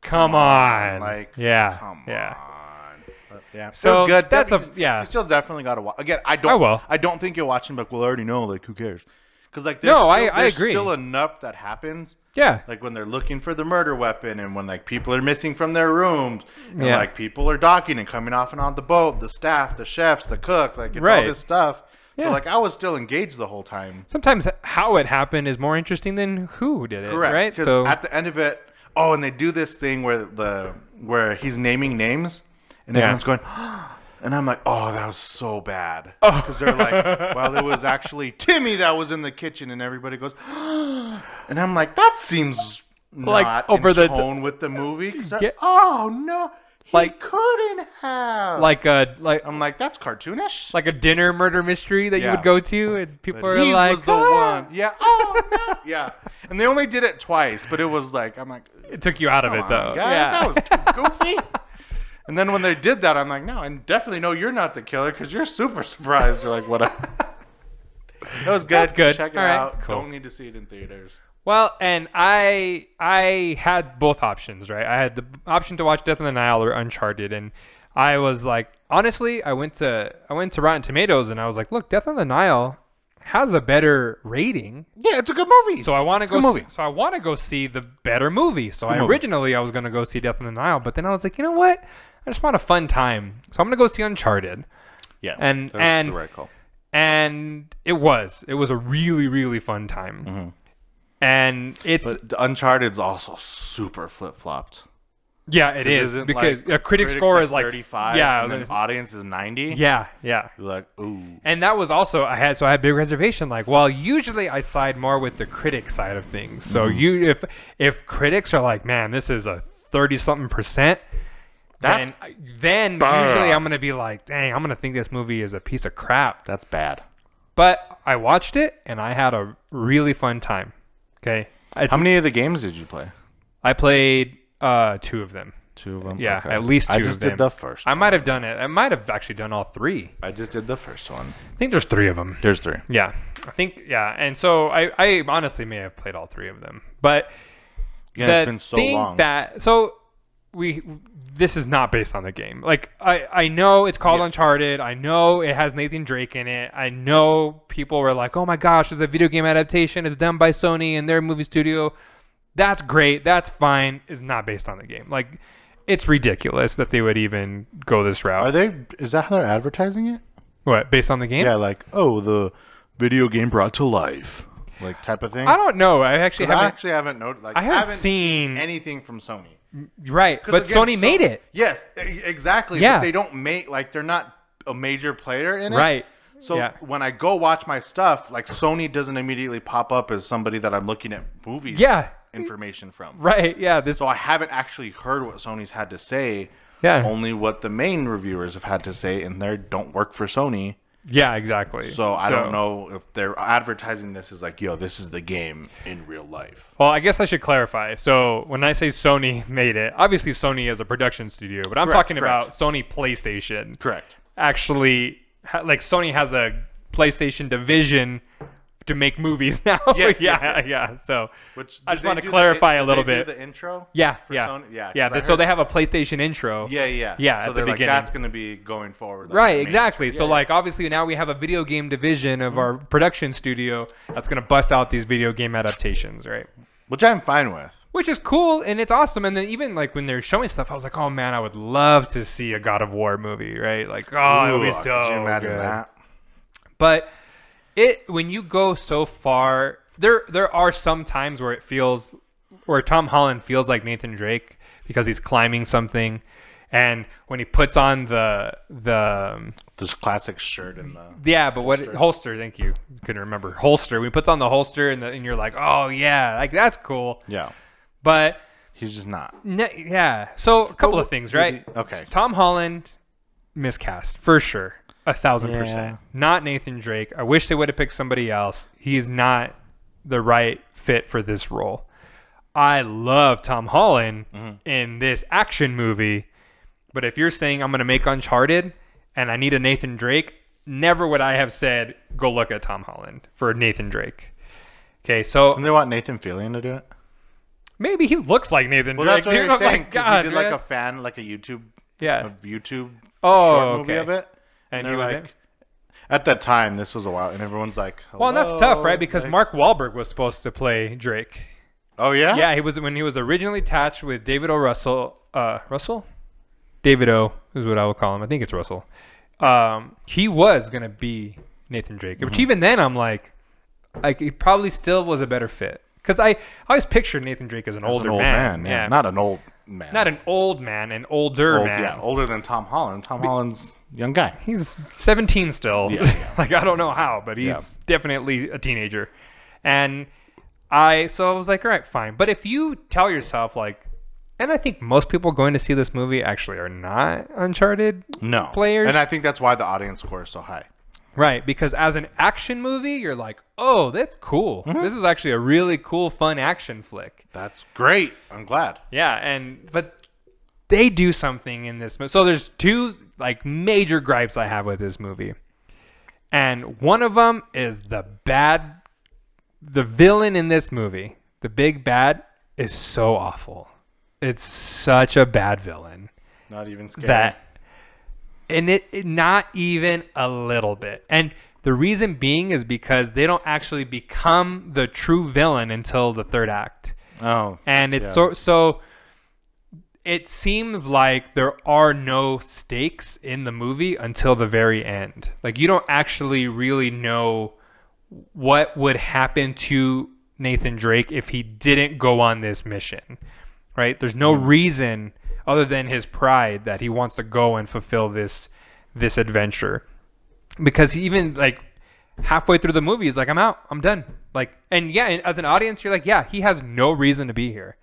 [SPEAKER 1] come on.
[SPEAKER 2] Like,
[SPEAKER 1] yeah.
[SPEAKER 2] Come
[SPEAKER 1] yeah.
[SPEAKER 2] on. But, yeah.
[SPEAKER 1] So
[SPEAKER 2] it was good.
[SPEAKER 1] that's a-
[SPEAKER 2] Definitely-
[SPEAKER 1] yeah.
[SPEAKER 2] You still definitely got to watch. Again, I don't.
[SPEAKER 1] I will.
[SPEAKER 2] I don't think you're watching, but we'll already know. Like, who cares? Because like,
[SPEAKER 1] No,
[SPEAKER 2] there's still,
[SPEAKER 1] I- I
[SPEAKER 2] there's
[SPEAKER 1] agree.
[SPEAKER 2] Still enough that happens.
[SPEAKER 1] Yeah.
[SPEAKER 2] like when they're looking for the murder weapon and when like people are missing from their rooms and
[SPEAKER 1] Yeah.
[SPEAKER 2] like people are docking and coming off and on the boat the staff the chefs the cook like it's
[SPEAKER 1] Right.
[SPEAKER 2] all this stuff
[SPEAKER 1] Yeah.
[SPEAKER 2] so like i was still engaged the whole time
[SPEAKER 1] Sometimes how it happened is more interesting than who did it,
[SPEAKER 2] correct
[SPEAKER 1] right?
[SPEAKER 2] 'Cause
[SPEAKER 1] So
[SPEAKER 2] at the end of it oh and they do this thing where the where he's naming names and
[SPEAKER 1] Yeah.
[SPEAKER 2] everyone's going and i'm like oh that was so bad
[SPEAKER 1] Oh.
[SPEAKER 2] because they're like well it was actually timmy that was in the kitchen and everybody goes and i'm like that seems
[SPEAKER 1] Like,
[SPEAKER 2] not
[SPEAKER 1] over
[SPEAKER 2] in
[SPEAKER 1] the t-
[SPEAKER 2] tone with the movie 'Cause I-
[SPEAKER 1] Yeah.
[SPEAKER 2] oh no he
[SPEAKER 1] Like-
[SPEAKER 2] couldn't have
[SPEAKER 1] like a like
[SPEAKER 2] i'm like that's cartoonish
[SPEAKER 1] like a dinner murder mystery that you
[SPEAKER 2] Yeah.
[SPEAKER 1] would go to, and people
[SPEAKER 2] But
[SPEAKER 1] are like,
[SPEAKER 2] was the
[SPEAKER 1] "Ah!"
[SPEAKER 2] one yeah oh no yeah and they only did it twice but it was like i'm like
[SPEAKER 1] It took you out of it
[SPEAKER 2] Come on,
[SPEAKER 1] though.
[SPEAKER 2] guys, that was too goofy. and then when they did that, I'm like, no, I definitely know you're not the killer because you're super surprised. You're like, whatever. That was good.
[SPEAKER 1] That's good.
[SPEAKER 2] Check it
[SPEAKER 1] All right,
[SPEAKER 2] out.
[SPEAKER 1] cool.
[SPEAKER 2] Don't need to see it in theaters.
[SPEAKER 1] well, and I I had both options, right? I had the option to watch Death in the Nile or Uncharted, and I was like, honestly, I went to I went to Rotten Tomatoes and I was like, look, Death on the Nile has a better rating,
[SPEAKER 2] Yeah, it's a good movie.
[SPEAKER 1] so I want to
[SPEAKER 2] a
[SPEAKER 1] go.
[SPEAKER 2] good
[SPEAKER 1] See,
[SPEAKER 2] movie.
[SPEAKER 1] so I want to go see the better movie. So I
[SPEAKER 2] movie.
[SPEAKER 1] originally I was gonna go see Death on the Nile, but then I was like, you know what? I just want a fun time, so I'm gonna go see Uncharted.
[SPEAKER 2] yeah,
[SPEAKER 1] and-
[SPEAKER 2] that was
[SPEAKER 1] and-
[SPEAKER 2] the right call.
[SPEAKER 1] and it was it was a really really fun time and it's
[SPEAKER 2] Mm-hmm. But Uncharted's also super flip flopped.
[SPEAKER 1] yeah it is
[SPEAKER 2] isn't,
[SPEAKER 1] because
[SPEAKER 2] like,
[SPEAKER 1] a critic score is like
[SPEAKER 2] 35.
[SPEAKER 1] yeah I
[SPEAKER 2] and
[SPEAKER 1] was
[SPEAKER 2] then
[SPEAKER 1] gonna say-
[SPEAKER 2] audience is 90.
[SPEAKER 1] yeah yeah
[SPEAKER 2] You're like, ooh,
[SPEAKER 1] and that was also i had so i had big reservation like well usually i side more with the critic side of things so
[SPEAKER 2] Mm-hmm.
[SPEAKER 1] you if if critics are like man this is a 30 something percent
[SPEAKER 2] That's
[SPEAKER 1] then, then usually i'm gonna be like dang i'm gonna think this movie is a piece of crap
[SPEAKER 2] that's bad.
[SPEAKER 1] but i watched it and i had a really fun time okay it's
[SPEAKER 2] How many of the games did you play?
[SPEAKER 1] I played uh, two of them.
[SPEAKER 2] Two of them.
[SPEAKER 1] Yeah, at least two
[SPEAKER 2] I
[SPEAKER 1] of
[SPEAKER 2] just
[SPEAKER 1] them.
[SPEAKER 2] did the first.
[SPEAKER 1] I
[SPEAKER 2] one.
[SPEAKER 1] might have done it. I might have actually done all three.
[SPEAKER 2] I just did the first one.
[SPEAKER 1] I think there's three of them.
[SPEAKER 2] There's three.
[SPEAKER 1] Yeah, I think yeah. And so I, I honestly may have played all three of them, but
[SPEAKER 2] Yeah,
[SPEAKER 1] the
[SPEAKER 2] it's been so
[SPEAKER 1] thing
[SPEAKER 2] long.
[SPEAKER 1] that so we this is not based on the game. Like I I know it's called
[SPEAKER 2] Yes.
[SPEAKER 1] Uncharted. I know it has Nathan Drake in it. I know people were like, "Oh my gosh, it's a video game adaptation. It's done by Sony and their movie studio." That's great. That's fine. It's not based on the game. Like it's ridiculous that they would even go this route.
[SPEAKER 2] Are they? Is that how they're advertising it?
[SPEAKER 1] what based on the game?
[SPEAKER 2] Yeah, like oh, the video game brought to life, like type of thing.
[SPEAKER 1] I don't know. I actually
[SPEAKER 2] 'Cause I
[SPEAKER 1] haven't.
[SPEAKER 2] actually haven't noted. Like,
[SPEAKER 1] I haven't, seen,
[SPEAKER 2] anything from Sony.
[SPEAKER 1] right,
[SPEAKER 2] 'Cause
[SPEAKER 1] but
[SPEAKER 2] again,
[SPEAKER 1] Sony
[SPEAKER 2] so-
[SPEAKER 1] made it
[SPEAKER 2] Yes, e- exactly.
[SPEAKER 1] Yeah.
[SPEAKER 2] But they don't make like they're not a major player in it.
[SPEAKER 1] right.
[SPEAKER 2] So
[SPEAKER 1] Yeah.
[SPEAKER 2] when I go watch my stuff, like Sony doesn't immediately pop up as somebody that I'm looking at movies
[SPEAKER 1] Yeah.
[SPEAKER 2] information from.
[SPEAKER 1] Right. Yeah. This.
[SPEAKER 2] So I haven't actually heard what Sony's had to say.
[SPEAKER 1] Yeah.
[SPEAKER 2] Only what the main reviewers have had to say, and they don't work for Sony.
[SPEAKER 1] Yeah. Exactly.
[SPEAKER 2] So I don't know if they're advertising this as like, yo, this is the game in real life.
[SPEAKER 1] Well, I guess I should clarify. So when I say Sony made it, obviously Sony is a production studio, but I'm
[SPEAKER 2] Correct,
[SPEAKER 1] talking
[SPEAKER 2] correct.
[SPEAKER 1] about Sony PlayStation.
[SPEAKER 2] Correct.
[SPEAKER 1] Actually, ha- like Sony has a PlayStation division to make movies now.
[SPEAKER 2] Yes, yes,
[SPEAKER 1] yeah,
[SPEAKER 2] yes.
[SPEAKER 1] yeah. So
[SPEAKER 2] Which
[SPEAKER 1] I
[SPEAKER 2] did
[SPEAKER 1] just
[SPEAKER 2] they
[SPEAKER 1] wanna
[SPEAKER 2] do the-
[SPEAKER 1] clarify a
[SPEAKER 2] did
[SPEAKER 1] little
[SPEAKER 2] they do
[SPEAKER 1] bit.
[SPEAKER 2] The intro.
[SPEAKER 1] yeah,
[SPEAKER 2] For
[SPEAKER 1] yeah,
[SPEAKER 2] Sony? Yeah,
[SPEAKER 1] yeah.
[SPEAKER 2] 'cause I
[SPEAKER 1] so they
[SPEAKER 2] heard-
[SPEAKER 1] have a PlayStation intro.
[SPEAKER 2] Yeah, yeah,
[SPEAKER 1] Yeah,
[SPEAKER 2] So
[SPEAKER 1] at the
[SPEAKER 2] they're like,
[SPEAKER 1] beginning.
[SPEAKER 2] that's gonna be going forward. like, the
[SPEAKER 1] Right,
[SPEAKER 2] main-
[SPEAKER 1] exactly. so, like, obviously, now we have a video game division of our production studio that's going to bust out these video game adaptations, right?
[SPEAKER 2] which I'm fine with.
[SPEAKER 1] which is cool and it's awesome. And then even like when they're showing stuff, I was like, oh man, I would love to see a God of War movie, right? Like, oh, it would be
[SPEAKER 2] Ooh,
[SPEAKER 1] so
[SPEAKER 2] could you imagine
[SPEAKER 1] good.
[SPEAKER 2] that?
[SPEAKER 1] But it when you go so far, there there are some times where it feels where Tom Holland feels like Nathan Drake because he's climbing something. And when he puts on the the um,
[SPEAKER 2] This classic shirt and the
[SPEAKER 1] yeah, but what holster? Thank you. Couldn't remember holster. When he puts on the holster and, the, and you're like, oh yeah, like that's cool.
[SPEAKER 2] yeah,
[SPEAKER 1] But
[SPEAKER 2] he's just not.
[SPEAKER 1] Ne- yeah. So a
[SPEAKER 2] Oh,
[SPEAKER 1] couple of things, right?
[SPEAKER 2] Okay,
[SPEAKER 1] Tom Holland miscast for sure, a thousand
[SPEAKER 2] Yeah.
[SPEAKER 1] percent. Not Nathan Drake. I wish they would have picked somebody else. He is not the right fit for this role. I love Tom Holland
[SPEAKER 2] Mm-hmm.
[SPEAKER 1] in this action movie, but if you're saying I'm going to make Uncharted and I need a Nathan Drake, never would I have said go look at Tom Holland for Nathan Drake. Okay, so
[SPEAKER 2] and they want Nathan Fillion to do it.
[SPEAKER 1] maybe he looks like Nathan
[SPEAKER 2] Well,
[SPEAKER 1] Drake.
[SPEAKER 2] that's what
[SPEAKER 1] dude.
[SPEAKER 2] you're
[SPEAKER 1] I'm like,
[SPEAKER 2] saying. 'cause
[SPEAKER 1] oh God,
[SPEAKER 2] he did like
[SPEAKER 1] man."
[SPEAKER 2] a fan, like a YouTube,
[SPEAKER 1] yeah.
[SPEAKER 2] a YouTube
[SPEAKER 1] Oh,
[SPEAKER 2] short movie
[SPEAKER 1] okay.
[SPEAKER 2] of it,
[SPEAKER 1] And
[SPEAKER 2] they're
[SPEAKER 1] he was in?
[SPEAKER 2] At that time, this was a while, and everyone's like,
[SPEAKER 1] Well, and that's tough,
[SPEAKER 2] "Hello?"
[SPEAKER 1] right? Because
[SPEAKER 2] Like-
[SPEAKER 1] Mark Wahlberg was supposed to play Drake.
[SPEAKER 2] Oh yeah,
[SPEAKER 1] Yeah, he was when he was originally attached with David O. Russell. Uh, Russell, David O. is what I would call him. I think it's Russell. Um, he was gonna be Nathan Drake,
[SPEAKER 2] Mm-hmm.
[SPEAKER 1] which even then I'm like, like he probably still was a better fit because I, I always pictured Nathan Drake as an
[SPEAKER 2] He's
[SPEAKER 1] older
[SPEAKER 2] an old
[SPEAKER 1] man.
[SPEAKER 2] man. yeah. not an old man.
[SPEAKER 1] not an old man, an older
[SPEAKER 2] old,
[SPEAKER 1] man.
[SPEAKER 2] yeah, older than Tom Holland. Tom Holland's young guy.
[SPEAKER 1] he's 17 still.
[SPEAKER 2] Yeah, yeah.
[SPEAKER 1] like I don't know how, but he's
[SPEAKER 2] Yeah.
[SPEAKER 1] definitely a teenager. And I so I was like, all right, fine. But if you tell yourself like, and I think most people going to see this movie actually are not Uncharted,
[SPEAKER 2] No
[SPEAKER 1] Players-
[SPEAKER 2] and I think that's why the audience score is so high.
[SPEAKER 1] right? Because as an action movie, you're like, oh, that's cool.
[SPEAKER 2] Mm-hmm.
[SPEAKER 1] This is actually a really cool, fun action flick.
[SPEAKER 2] That's great. I'm glad.
[SPEAKER 1] Yeah, and but they do something in this movie. So there's two like major gripes I have with this movie, and one of them is the bad, the villain in this movie, the big bad, is so awful. It's such a bad villain
[SPEAKER 2] Not even scared.
[SPEAKER 1] that and it, it- not even a little bit and the reason being is because they don't actually become the true villain until the third act
[SPEAKER 2] Oh,
[SPEAKER 1] and it's
[SPEAKER 2] Yeah.
[SPEAKER 1] so so it seems like there are no stakes in the movie until the very end like you don't actually really know what would happen to Nathan Drake if he didn't go on this mission right there's no reason other than his pride that he wants to go and fulfill this this adventure because he even like halfway through the movie he's like i'm out i'm done like and yeah and as an audience you're like yeah he has no reason to be here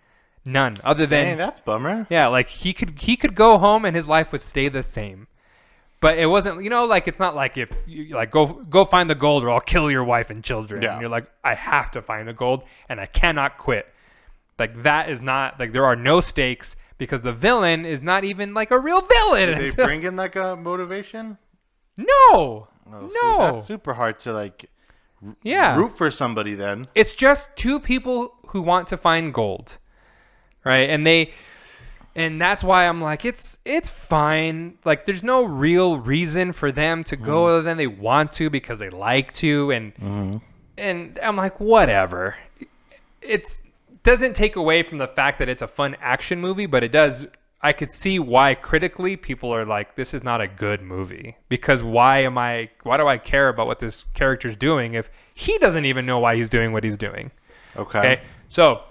[SPEAKER 1] none other than
[SPEAKER 2] hey, that's bummer.
[SPEAKER 1] yeah like he could he could go home and his life would stay the same but it wasn't you know like it's not like if you like go go find the gold or i'll kill your wife and children
[SPEAKER 2] Yeah.
[SPEAKER 1] and you're like i have to find the gold and i cannot quit like that is not like there are no stakes because the villain is not even like a real villain
[SPEAKER 2] They bring in like a motivation.
[SPEAKER 1] no
[SPEAKER 2] Oh,
[SPEAKER 1] no
[SPEAKER 2] see, that's super hard to like
[SPEAKER 1] yeah
[SPEAKER 2] root for somebody. Then
[SPEAKER 1] it's just two people who want to find gold right and they and that's why I'm like, it's it's fine. Like, there's no real reason for them to go other than they want to because they like to, and and I'm like, whatever. It's doesn't take away from the fact that it's a fun action movie, but it does. I could see why critically people are like, this is not a good movie because why am I? Why do I care about what this character's doing if he doesn't even know why he's doing what he's doing?
[SPEAKER 2] Okay.
[SPEAKER 1] Okay. So,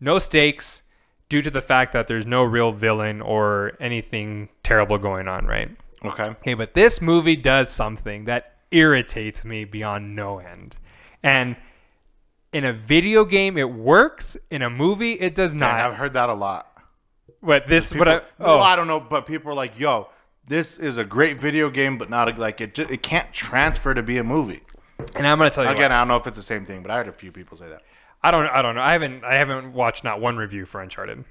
[SPEAKER 1] no stakes due to the fact that there's no real villain or anything terrible going on, right?
[SPEAKER 2] Okay.
[SPEAKER 1] Okay, but this movie does something that irritates me beyond no end. And in a video game, it works. In a movie, it does
[SPEAKER 2] And I've
[SPEAKER 1] not.
[SPEAKER 2] heard that a lot.
[SPEAKER 1] But this, what I,
[SPEAKER 2] People-
[SPEAKER 1] oh,
[SPEAKER 2] Well, I don't know, but people are like, "Yo, this is a great video game, but not a, like it. Just, it can't transfer to be a movie."
[SPEAKER 1] and I'm gonna tell you why.
[SPEAKER 2] Again, I don't know if it's the same thing, but I heard a few people say that.
[SPEAKER 1] I don't I don't know. I haven't I haven't watched not one review for Uncharted.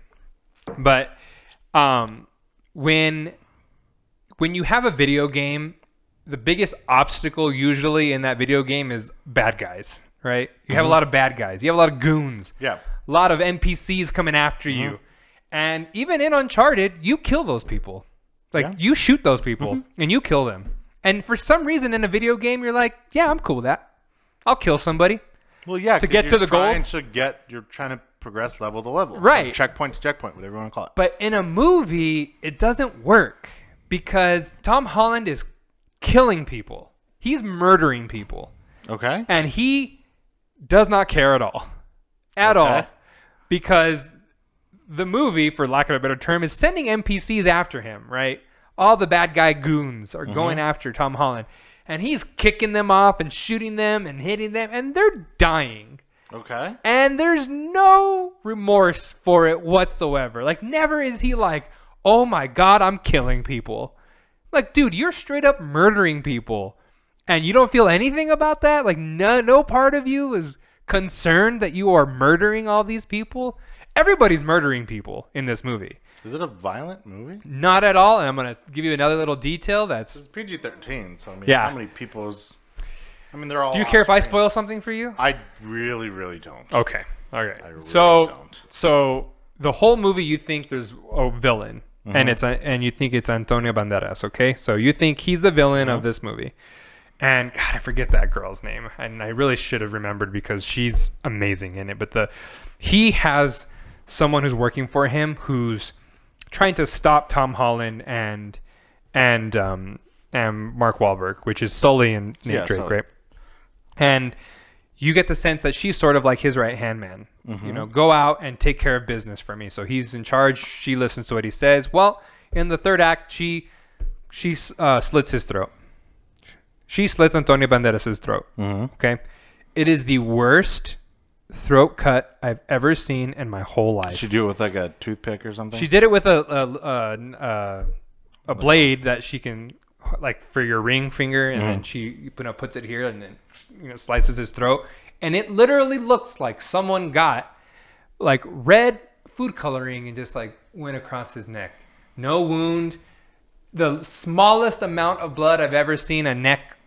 [SPEAKER 1] But um when when you have a video game, the biggest obstacle usually in that video game is bad guys, right? You have a lot of bad guys. You have a lot of goons.
[SPEAKER 2] Mm-hmm. Yeah.
[SPEAKER 1] A
[SPEAKER 2] Mm-hmm.
[SPEAKER 1] lot of NPCs coming after you. And even in Uncharted, you kill those people. Like
[SPEAKER 2] Yeah. Mm-hmm.
[SPEAKER 1] you shoot those people and you kill them. And for some reason in a video game you're like, "Yeah, I'm cool with that. I'll kill somebody."
[SPEAKER 2] Well, yeah. To
[SPEAKER 1] get to the goal?
[SPEAKER 2] trying to get you're trying to progress level to level,
[SPEAKER 1] Right.
[SPEAKER 2] Or checkpoint to checkpoint, whatever you want to call it.
[SPEAKER 1] But in a movie, it doesn't work because Tom Holland is killing people. He's murdering people.
[SPEAKER 2] Okay.
[SPEAKER 1] And he does not care at all. At all.
[SPEAKER 2] Okay.
[SPEAKER 1] Because the movie, for lack of a better term, is sending NPCs after him, right? All the bad guy goons are going after Tom Holland. And he's kicking them off and shooting them and hitting them, and they're dying
[SPEAKER 2] Okay.
[SPEAKER 1] and there's no remorse for it whatsoever. Like, never is he like, oh my god, I'm killing people. Like, dude, you're straight up murdering people, and you don't feel anything about that. Like, no, no part of you is concerned that you are murdering all these people. Everybody's murdering people in this movie.
[SPEAKER 2] Is it a violent movie?
[SPEAKER 1] Not at all. And I'm gonna give you another little detail. That's.
[SPEAKER 2] It's PG thirteen, so I mean,
[SPEAKER 1] Yeah.
[SPEAKER 2] how many people's? I mean, they're all.
[SPEAKER 1] Do you care if I spoil something for you?
[SPEAKER 2] I really, really don't.
[SPEAKER 1] Okay. All right.
[SPEAKER 2] really
[SPEAKER 1] so
[SPEAKER 2] don't.
[SPEAKER 1] so the whole movie you think there's a villain
[SPEAKER 2] Mm-hmm.
[SPEAKER 1] and it's and you think it's Antonio Banderas, okay? So you think he's the villain
[SPEAKER 2] Mm-hmm.
[SPEAKER 1] of this movie. And god, I forget that girl's name. And I really should have remembered because she's amazing in it, but the he has someone who's working for him who's trying to stop Tom Holland and and um and Mark Wahlberg, which is Sully and Nate
[SPEAKER 2] Yeah,
[SPEAKER 1] Drake,
[SPEAKER 2] Sully.
[SPEAKER 1] right? And you get the sense that she's sort of like his right hand man. You know, go out and take care of business for me. So he's in charge. She listens to what he says. Well, in the third act, she she uh, slits his throat. She slits Antonio Banderas' throat. Okay, it is the worst throat cut I've ever seen in my whole life.
[SPEAKER 2] Should you do it with like a toothpick or something?
[SPEAKER 1] She did it with a a, a, a, a blade that she can like for your ring finger, and then she you know, puts it here, and then you know slices his throat, and it literally looks like someone got like red food coloring and just like went across his neck. No wound, the smallest amount of blood I've ever seen a neck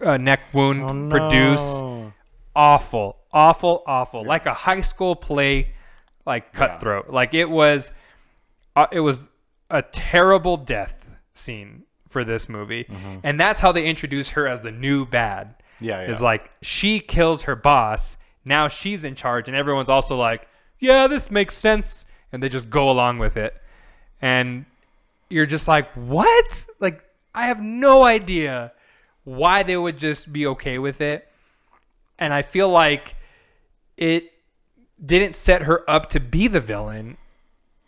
[SPEAKER 1] a neck wound
[SPEAKER 2] Oh,
[SPEAKER 1] produce
[SPEAKER 2] No.
[SPEAKER 1] awful, awful, awful. Like a high school play, like cutthroat. Like it was, uh, it was a terrible death scene for this movie, and that's how they introduce her as the new bad.
[SPEAKER 2] Yeah, yeah.
[SPEAKER 1] Is like she kills her boss. Now she's in charge, and everyone's also like, "Yeah, this makes sense," and they just go along with it. And you're just like, "What?" Like I have no idea why they would just be okay with it and I feel like it didn't set her up to be the villain.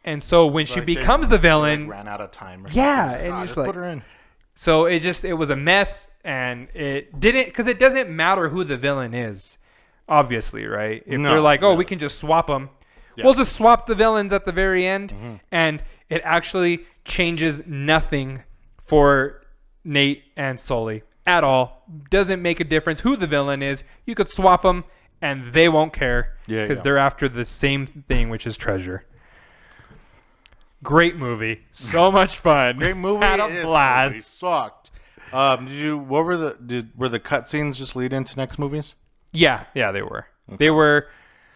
[SPEAKER 1] And so when she
[SPEAKER 2] Like they-
[SPEAKER 1] becomes the
[SPEAKER 2] they, like,
[SPEAKER 1] villain,
[SPEAKER 2] ran out of time. Or
[SPEAKER 1] Yeah,
[SPEAKER 2] something.
[SPEAKER 1] and
[SPEAKER 2] "Ah,
[SPEAKER 1] it's
[SPEAKER 2] just
[SPEAKER 1] like-
[SPEAKER 2] put her in.
[SPEAKER 1] so it just it was a mess and it didn't because it doesn't matter who the villain is, obviously, right? If
[SPEAKER 2] No,
[SPEAKER 1] they're like, oh,
[SPEAKER 2] no.
[SPEAKER 1] we can just swap them, we'll just swap the villains at the very end,
[SPEAKER 2] Mm-hmm.
[SPEAKER 1] and it actually changes nothing for Nate and Sully at all. Doesn't make a difference who the villain is. You could swap them and they won't care
[SPEAKER 2] Yeah, yeah.
[SPEAKER 1] they're after the same thing, which is treasure. Great movie, so much fun.
[SPEAKER 2] Great movie.
[SPEAKER 1] had
[SPEAKER 2] This
[SPEAKER 1] a
[SPEAKER 2] movie
[SPEAKER 1] blast.
[SPEAKER 2] sucked. Um, did you? What were the? Did were the cutscenes just lead into next movies?
[SPEAKER 1] Yeah, yeah, they were. They were.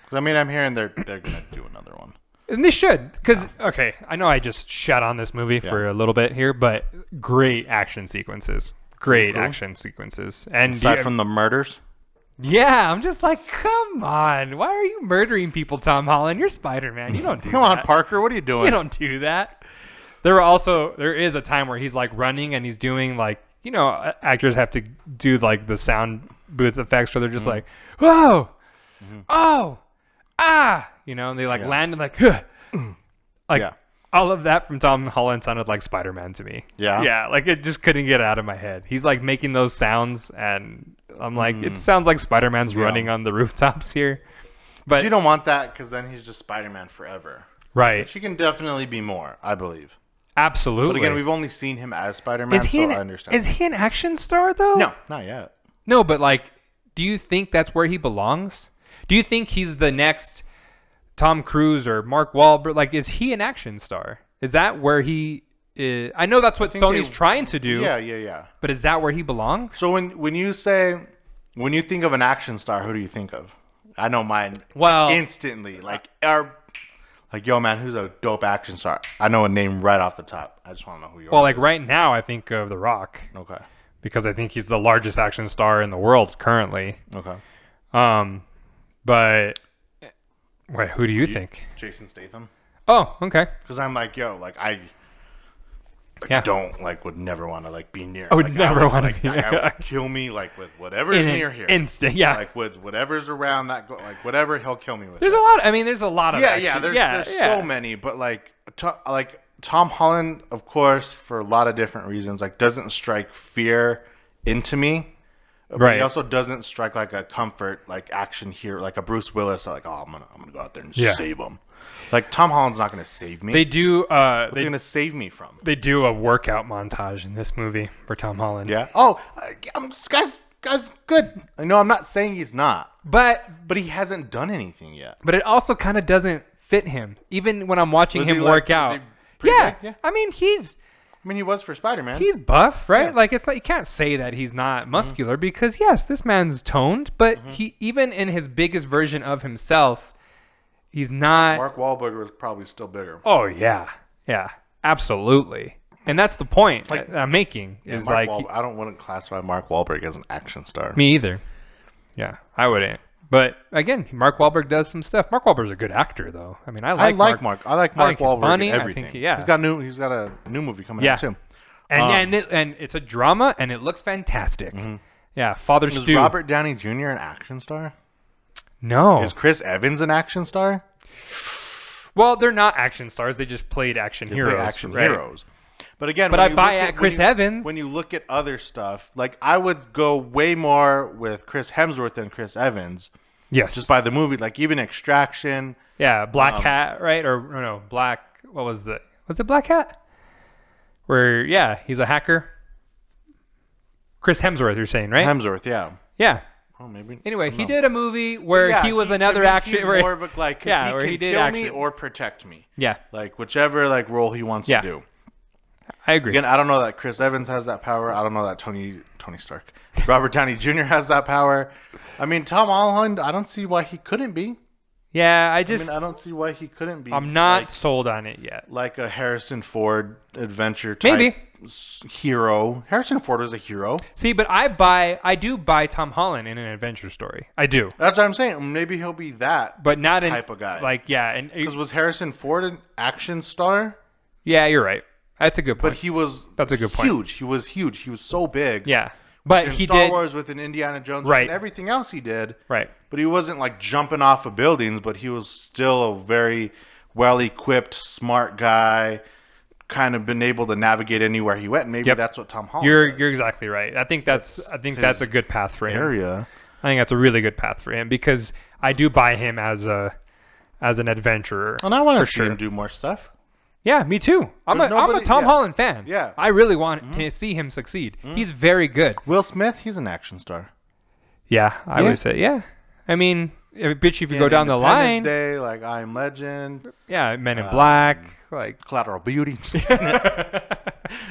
[SPEAKER 2] 'Cause, I mean, I'm hearing they're they're gonna do another one.
[SPEAKER 1] And they should, because okay, I know I just shat on this movie for a little bit here, but great action sequences, great action sequences, and
[SPEAKER 2] Aside
[SPEAKER 1] yeah,
[SPEAKER 2] from the murders,
[SPEAKER 1] yeah, I'm just like, come on, why are you murdering people, Tom Holland? You're Spider Man, you don't do
[SPEAKER 2] come
[SPEAKER 1] that.
[SPEAKER 2] on, Parker, what are you doing?
[SPEAKER 1] you don't do that. There were also there is a time where he's like running and he's doing like you know a- actors have to do like the sound booth effects where they're
[SPEAKER 2] Mm-hmm.
[SPEAKER 1] just like whoa, oh, ah, you know, and they like land and like huh. like
[SPEAKER 2] Yeah.
[SPEAKER 1] all of that from Tom Holland sounded like Spider Man to me.
[SPEAKER 2] Yeah?
[SPEAKER 1] yeah, like it just couldn't get out of my head. He's like making those sounds and I'm like
[SPEAKER 2] Mm.
[SPEAKER 1] it sounds like Spider Man's running on the rooftops here. But
[SPEAKER 2] you don't want that because then he's just Spider-Man forever.
[SPEAKER 1] right,
[SPEAKER 2] She can definitely be more, I believe.
[SPEAKER 1] absolutely.
[SPEAKER 2] But again, we've only seen him as Spider-Man,
[SPEAKER 1] is he
[SPEAKER 2] so
[SPEAKER 1] an,
[SPEAKER 2] I understand.
[SPEAKER 1] Is he an action star though?
[SPEAKER 2] no, not yet.
[SPEAKER 1] No, but like, do you think that's where he belongs? Do you think he's the next Tom Cruise or Mark Wahlberg? Like, is he an action star? Is that where he? Is? I know that's what Sony's
[SPEAKER 2] they-
[SPEAKER 1] trying to do,
[SPEAKER 2] Yeah, yeah, yeah.
[SPEAKER 1] but is that where he belongs?
[SPEAKER 2] So when when you say when you think of an action star, who do you think of? I know mine
[SPEAKER 1] Well,
[SPEAKER 2] instantly. Like our like yo man, who's a dope action star? I know a name right off the top. I just want to know who you
[SPEAKER 1] well,
[SPEAKER 2] are.
[SPEAKER 1] like right now, I think of The Rock
[SPEAKER 2] okay,
[SPEAKER 1] because I think he's the largest action star in the world currently.
[SPEAKER 2] okay.
[SPEAKER 1] Um, but wait, who do you think?
[SPEAKER 2] Jason Statham.
[SPEAKER 1] Oh, okay.
[SPEAKER 2] Because I'm like yo, like I
[SPEAKER 1] Yeah.
[SPEAKER 2] don't like would never want to like be near.
[SPEAKER 1] I would
[SPEAKER 2] like,
[SPEAKER 1] never wanna
[SPEAKER 2] like,
[SPEAKER 1] be
[SPEAKER 2] like,
[SPEAKER 1] near.
[SPEAKER 2] I would kill me like with whatever's
[SPEAKER 1] In an
[SPEAKER 2] near here.
[SPEAKER 1] Instant, yeah.
[SPEAKER 2] like with whatever's around that, gl- like whatever he'll kill me with.
[SPEAKER 1] There's a
[SPEAKER 2] it.
[SPEAKER 1] lot. I mean, there's a lot of
[SPEAKER 2] yeah,
[SPEAKER 1] action.
[SPEAKER 2] yeah. There's there's
[SPEAKER 1] yeah.
[SPEAKER 2] so many, but like to, like Tom Holland, of course, for a lot of different reasons, like doesn't strike fear into me. But
[SPEAKER 1] Right.
[SPEAKER 2] he also doesn't strike like a comfort, like action hero, like a Bruce Willis. Like, oh, I'm gonna I'm gonna go out there and
[SPEAKER 1] Yeah.
[SPEAKER 2] save him. Like Tom Holland's not gonna save me.
[SPEAKER 1] they do. Uh,
[SPEAKER 2] He's
[SPEAKER 1] they
[SPEAKER 2] gonna save me from.
[SPEAKER 1] they do a workout montage in this movie for Tom Holland.
[SPEAKER 2] Yeah. Oh, I- I'm guys, guys, good. I know I'm not saying he's not,
[SPEAKER 1] But
[SPEAKER 2] but he hasn't done anything yet.
[SPEAKER 1] but it also kind of doesn't fit him. Even when I'm watching
[SPEAKER 2] Was
[SPEAKER 1] him
[SPEAKER 2] he, like-
[SPEAKER 1] work
[SPEAKER 2] was
[SPEAKER 1] out.
[SPEAKER 2] he pretty
[SPEAKER 1] Yeah.
[SPEAKER 2] big? Yeah.
[SPEAKER 1] I mean he's
[SPEAKER 2] I mean, he was for Spider Man.
[SPEAKER 1] he's buff, right? Like it's not you can't say that he's
[SPEAKER 2] Mm-hmm.
[SPEAKER 1] not muscular because yes, this man's toned, but he even in his biggest version of himself, he's not
[SPEAKER 2] Mark Wahlberg was probably still bigger.
[SPEAKER 1] Oh yeah. Yeah. Absolutely. And that's the point that I'm making is
[SPEAKER 2] Mark
[SPEAKER 1] like
[SPEAKER 2] Wahl- I don't want to classify Mark Wahlberg as an action star.
[SPEAKER 1] Me either. Yeah, I wouldn't. But again, Mark Wahlberg does some stuff. Mark Wahlberg's a good actor, though. I mean, I
[SPEAKER 2] I
[SPEAKER 1] like,
[SPEAKER 2] like Mark. I like Mark
[SPEAKER 1] think he's
[SPEAKER 2] Wahlberg.
[SPEAKER 1] funny.
[SPEAKER 2] in
[SPEAKER 1] I
[SPEAKER 2] everything.
[SPEAKER 1] think- yeah.
[SPEAKER 2] he's got new. He's got a new movie coming
[SPEAKER 1] Yeah.
[SPEAKER 2] out too.
[SPEAKER 1] and
[SPEAKER 2] Um,
[SPEAKER 1] and, it, and it's a drama, and it looks fantastic. Yeah, Father
[SPEAKER 2] Mm-hmm. Is
[SPEAKER 1] Stew.
[SPEAKER 2] Robert Downey Jr. an action star?
[SPEAKER 1] no,
[SPEAKER 2] Is Chris Evans an action star?
[SPEAKER 1] well, they're not action stars. They just played action
[SPEAKER 2] They're
[SPEAKER 1] heroes.
[SPEAKER 2] action
[SPEAKER 1] right?
[SPEAKER 2] heroes. But again,
[SPEAKER 1] But
[SPEAKER 2] when
[SPEAKER 1] I
[SPEAKER 2] you
[SPEAKER 1] buy
[SPEAKER 2] look
[SPEAKER 1] at
[SPEAKER 2] when
[SPEAKER 1] Chris
[SPEAKER 2] you-
[SPEAKER 1] Evans.
[SPEAKER 2] When you look at other stuff, like I would go way more with Chris Hemsworth than Chris Evans
[SPEAKER 1] Yes.
[SPEAKER 2] just Um, by the movie. Like even Extraction,
[SPEAKER 1] yeah, Black Hat, right? Or no, no, Black. What was the? Was it Black Hat? Where yeah, he's a hacker. Chris Hemsworth, you're saying, right?
[SPEAKER 2] Hemsworth, yeah.
[SPEAKER 1] yeah.
[SPEAKER 2] Oh, maybe.
[SPEAKER 1] Eh? Anyway, he did a movie where
[SPEAKER 2] Yeah,
[SPEAKER 1] he was
[SPEAKER 2] to
[SPEAKER 1] another
[SPEAKER 2] me,
[SPEAKER 1] action.
[SPEAKER 2] He's
[SPEAKER 1] where-
[SPEAKER 2] more of a, like, 'cause
[SPEAKER 1] Yeah,
[SPEAKER 2] he
[SPEAKER 1] where
[SPEAKER 2] can
[SPEAKER 1] he did
[SPEAKER 2] kill me
[SPEAKER 1] action.
[SPEAKER 2] or protect me.
[SPEAKER 1] yeah,
[SPEAKER 2] like whichever like role he wants
[SPEAKER 1] Yeah.
[SPEAKER 2] to do.
[SPEAKER 1] I agree.
[SPEAKER 2] Again, I don't know that Chris Evans has that power. I don't know that Tony Tony Stark, Robert Downey Jr. has that power. I mean, Tom Holland. I don't see why he couldn't be.
[SPEAKER 1] Yeah, I
[SPEAKER 2] I
[SPEAKER 1] just
[SPEAKER 2] mean, I don't see why he couldn't be.
[SPEAKER 1] I am not
[SPEAKER 2] like,
[SPEAKER 1] sold on it yet.
[SPEAKER 2] like a Harrison Ford adventure type
[SPEAKER 1] Maybe.
[SPEAKER 2] s- hero. Harrison Ford is a hero.
[SPEAKER 1] See, but I buy I do buy Tom Holland in an adventure story. I do.
[SPEAKER 2] That's what I'm saying. Maybe he'll be that.
[SPEAKER 1] But not in
[SPEAKER 2] Type of guy.
[SPEAKER 1] Like yeah, and
[SPEAKER 2] Because was Harrison Ford an action star?
[SPEAKER 1] yeah, you're right. That's a good
[SPEAKER 2] But
[SPEAKER 1] point.
[SPEAKER 2] he was.
[SPEAKER 1] That's a good point.
[SPEAKER 2] Huge. He was huge. He was so big.
[SPEAKER 1] yeah. But
[SPEAKER 2] In
[SPEAKER 1] he
[SPEAKER 2] Star
[SPEAKER 1] did
[SPEAKER 2] Wars with an Indiana Jones
[SPEAKER 1] Right.
[SPEAKER 2] and everything else he did.
[SPEAKER 1] right.
[SPEAKER 2] But he wasn't like jumping off of buildings, but he was still a very well equipped, smart guy, kind of been able to navigate anywhere he went. Maybe
[SPEAKER 1] Yep.
[SPEAKER 2] that's what Tom Holland
[SPEAKER 1] You're
[SPEAKER 2] does.
[SPEAKER 1] you're exactly right. I think that's, I think that's a good path for him.
[SPEAKER 2] area.
[SPEAKER 1] I think that's a really good path for him because I do buy him as a as an adventurer.
[SPEAKER 2] And I want to
[SPEAKER 1] For
[SPEAKER 2] see
[SPEAKER 1] sure.
[SPEAKER 2] him do more stuff.
[SPEAKER 1] Yeah, me too. I'm a,
[SPEAKER 2] Um, There's
[SPEAKER 1] I'm a
[SPEAKER 2] nobody-
[SPEAKER 1] Tom
[SPEAKER 2] yeah.
[SPEAKER 1] Holland fan.
[SPEAKER 2] Yeah. Mm-hmm.
[SPEAKER 1] I really want to see him succeed. He's very good.
[SPEAKER 2] Will Smith, he's an action star.
[SPEAKER 1] Yeah, I
[SPEAKER 2] Yeah.
[SPEAKER 1] would say yeah. I mean, if, bitch, if you go
[SPEAKER 2] And
[SPEAKER 1] down the line,
[SPEAKER 2] Independence Day, like I Am Legend,
[SPEAKER 1] yeah, Men in Black, like
[SPEAKER 2] Collateral Beauty.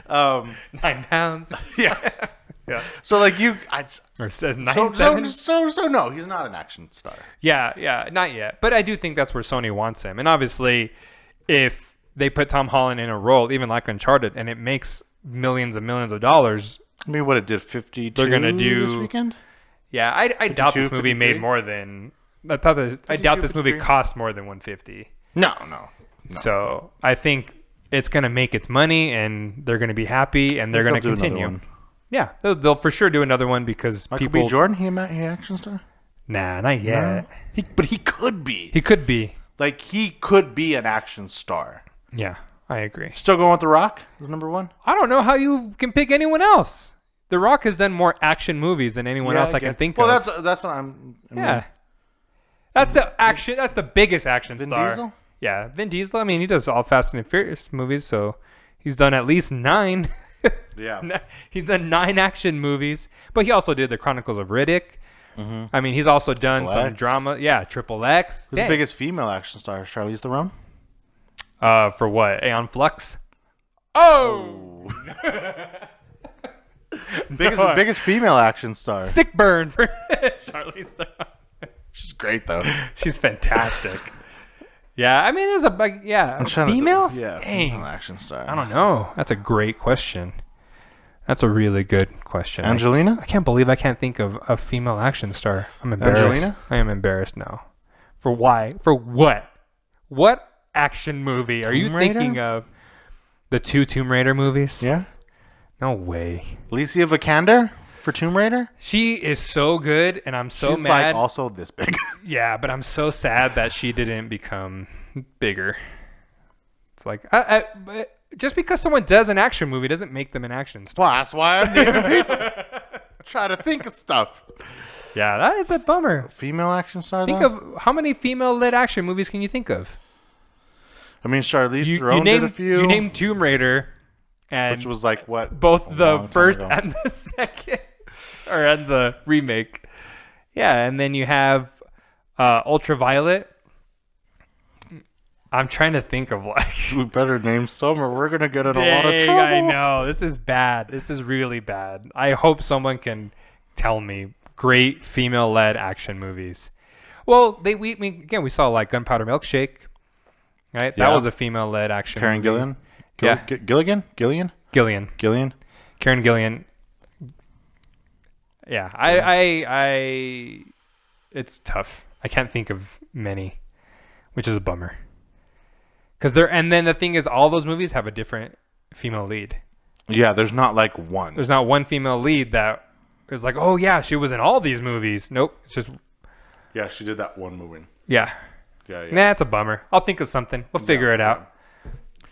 [SPEAKER 2] um,
[SPEAKER 1] Nine Pounds.
[SPEAKER 2] yeah.
[SPEAKER 1] Yeah.
[SPEAKER 2] So like you, I,
[SPEAKER 1] Or says nine
[SPEAKER 2] so, so
[SPEAKER 1] seven?
[SPEAKER 2] so so no, he's not an action star.
[SPEAKER 1] Yeah, yeah, not yet. But I do think that's where Sony wants him. And obviously, if they put Tom Holland in a role, even like Uncharted, and it makes millions and millions of dollars,
[SPEAKER 2] I mean, what it did fifty.
[SPEAKER 1] They're gonna do-
[SPEAKER 2] this weekend.
[SPEAKER 1] yeah, I, I doubt this
[SPEAKER 2] 52,
[SPEAKER 1] movie
[SPEAKER 2] 53?
[SPEAKER 1] made more than. I thought this, I doubt this movie
[SPEAKER 2] 53.
[SPEAKER 1] cost more than 150.
[SPEAKER 2] No, no.
[SPEAKER 1] So I think it's gonna make its money, and they're gonna be happy, and they're
[SPEAKER 2] they'll
[SPEAKER 1] gonna
[SPEAKER 2] do another
[SPEAKER 1] continue.
[SPEAKER 2] one.
[SPEAKER 1] Yeah, they'll, they'll for sure do another one because
[SPEAKER 2] Michael
[SPEAKER 1] people.
[SPEAKER 2] B. Jordan, he a ma- he an action star?
[SPEAKER 1] Nah, not yet.
[SPEAKER 2] He, but he could be.
[SPEAKER 1] He could be.
[SPEAKER 2] Like he could be an action star.
[SPEAKER 1] Yeah, I agree.
[SPEAKER 2] Still going with The Rock is number one.
[SPEAKER 1] I don't know how you can pick anyone else. The Rock has done more action movies than anyone
[SPEAKER 2] Yeah,
[SPEAKER 1] else I, can
[SPEAKER 2] guess.
[SPEAKER 1] think
[SPEAKER 2] well,
[SPEAKER 1] of.
[SPEAKER 2] that's that's what I'm. I mean,
[SPEAKER 1] yeah, that's the action. That's the biggest action
[SPEAKER 2] Vin
[SPEAKER 1] star.
[SPEAKER 2] Diesel?
[SPEAKER 1] Yeah, Vin Diesel. I mean, he does all Fast and Furious movies, so he's done at least nine.
[SPEAKER 2] Yeah.
[SPEAKER 1] N- he's done nine action movies, but he also did the Chronicles of Riddick. I mean, he's also done
[SPEAKER 2] Mm-hmm. Triple
[SPEAKER 1] some
[SPEAKER 2] X.
[SPEAKER 1] drama. Yeah, Triple X.
[SPEAKER 2] Who's
[SPEAKER 1] Dang.
[SPEAKER 2] the biggest female action star? Charlize Theron.
[SPEAKER 1] Uh, for what? Aeon Flux. Oh,
[SPEAKER 2] Biggest
[SPEAKER 1] No.
[SPEAKER 2] biggest female action star.
[SPEAKER 1] sick burn for Charlize Theron.
[SPEAKER 2] She's great though.
[SPEAKER 1] She's fantastic. yeah, I mean, there's a bug- yeah a
[SPEAKER 2] Trying to-
[SPEAKER 1] female.
[SPEAKER 2] yeah,
[SPEAKER 1] Dang.
[SPEAKER 2] female action star.
[SPEAKER 1] I don't know. That's a great question. That's a really good question. I- I
[SPEAKER 2] Angelina.
[SPEAKER 1] can't believe I can't think of a female action star. I'm embarrassed.
[SPEAKER 2] Angelina?
[SPEAKER 1] I am embarrassed now. For why? For what? What action movie are you
[SPEAKER 2] Tomb Raider?
[SPEAKER 1] thinking of? The two Tomb Raider movies?
[SPEAKER 2] Yeah.
[SPEAKER 1] No way.
[SPEAKER 2] Alicia Vikander for Tomb Raider.
[SPEAKER 1] She is so good, and I'm so
[SPEAKER 2] She's
[SPEAKER 1] mad.
[SPEAKER 2] like also this big.
[SPEAKER 1] yeah, but I'm so sad that she didn't become bigger. It's like I, I, but just because someone does an action movie doesn't make them an action star.
[SPEAKER 2] well, that's why I'm naming people. Try to think of stuff.
[SPEAKER 1] Yeah, that is a bummer.
[SPEAKER 2] Female action star.
[SPEAKER 1] Think
[SPEAKER 2] though?
[SPEAKER 1] of how many female-led action movies can you think of?
[SPEAKER 2] I mean, Charlize
[SPEAKER 1] you,
[SPEAKER 2] Theron
[SPEAKER 1] you named
[SPEAKER 2] did a few,
[SPEAKER 1] you named Tomb Raider, and
[SPEAKER 2] which was like what
[SPEAKER 1] both
[SPEAKER 2] a long
[SPEAKER 1] the
[SPEAKER 2] time
[SPEAKER 1] first
[SPEAKER 2] ago.
[SPEAKER 1] and the second, or and the remake. Yeah, and then you have uh, Ultraviolet. I'm trying to think of like.
[SPEAKER 2] We better name some, or we're gonna get in a lot of
[SPEAKER 1] Dang,
[SPEAKER 2] trouble.
[SPEAKER 1] I know this is bad. This is really bad. I hope someone can tell me great female-led action movies. Well, they we, we again we saw like Gunpowder Milkshake, right? That
[SPEAKER 2] Yeah.
[SPEAKER 1] was a female-led action.
[SPEAKER 2] Karen
[SPEAKER 1] movie.
[SPEAKER 2] Gillian.
[SPEAKER 1] Yeah.
[SPEAKER 2] Gi- Gilligan. Gillian.
[SPEAKER 1] Gillian.
[SPEAKER 2] Gillian.
[SPEAKER 1] Karen Gillian. Yeah, I, I, I, it's tough. I can't think of many, which is a bummer. Cause they're, and then the thing is, all those movies have a different female lead.
[SPEAKER 2] Yeah, there's not like one.
[SPEAKER 1] There's not one female lead that is like, oh yeah, she was in all these movies. Nope, it's just
[SPEAKER 2] yeah, she did that one movie.
[SPEAKER 1] yeah.
[SPEAKER 2] Yeah, yeah.
[SPEAKER 1] Nah, it's a bummer. I'll think of something. We'll figure it out.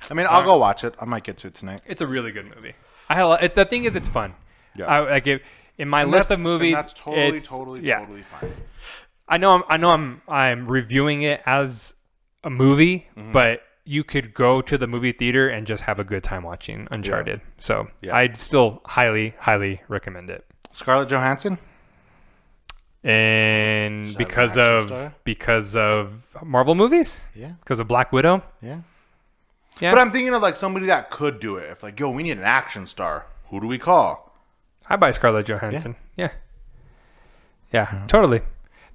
[SPEAKER 2] I mean, I'll go watch it. I might get to it tonight.
[SPEAKER 1] It's a really good movie. I li- it, the thing is, it's fun.
[SPEAKER 2] Yeah.
[SPEAKER 1] I, like if in my list of
[SPEAKER 2] and
[SPEAKER 1] movies,
[SPEAKER 2] that's totally,
[SPEAKER 1] it's-
[SPEAKER 2] totally,
[SPEAKER 1] yeah.
[SPEAKER 2] totally fine.
[SPEAKER 1] I know I'm, I know I'm I'm reviewing it as a movie,
[SPEAKER 2] Mm-hmm.
[SPEAKER 1] but you could go to the movie theater and just have a good time watching Uncharted. So
[SPEAKER 2] Yeah.
[SPEAKER 1] I'd still highly highly recommend it.
[SPEAKER 2] Scarlett Johansson.
[SPEAKER 1] And
[SPEAKER 2] an
[SPEAKER 1] because
[SPEAKER 2] action
[SPEAKER 1] of
[SPEAKER 2] star?
[SPEAKER 1] because of Marvel movies,
[SPEAKER 2] Yeah,
[SPEAKER 1] because of Black Widow,
[SPEAKER 2] yeah.
[SPEAKER 1] yeah,
[SPEAKER 2] But I'm thinking of like somebody that could do it. If like, yo, we need an action star. Who do we call?
[SPEAKER 1] I buy Scarlett Johansson. Yeah, yeah, totally.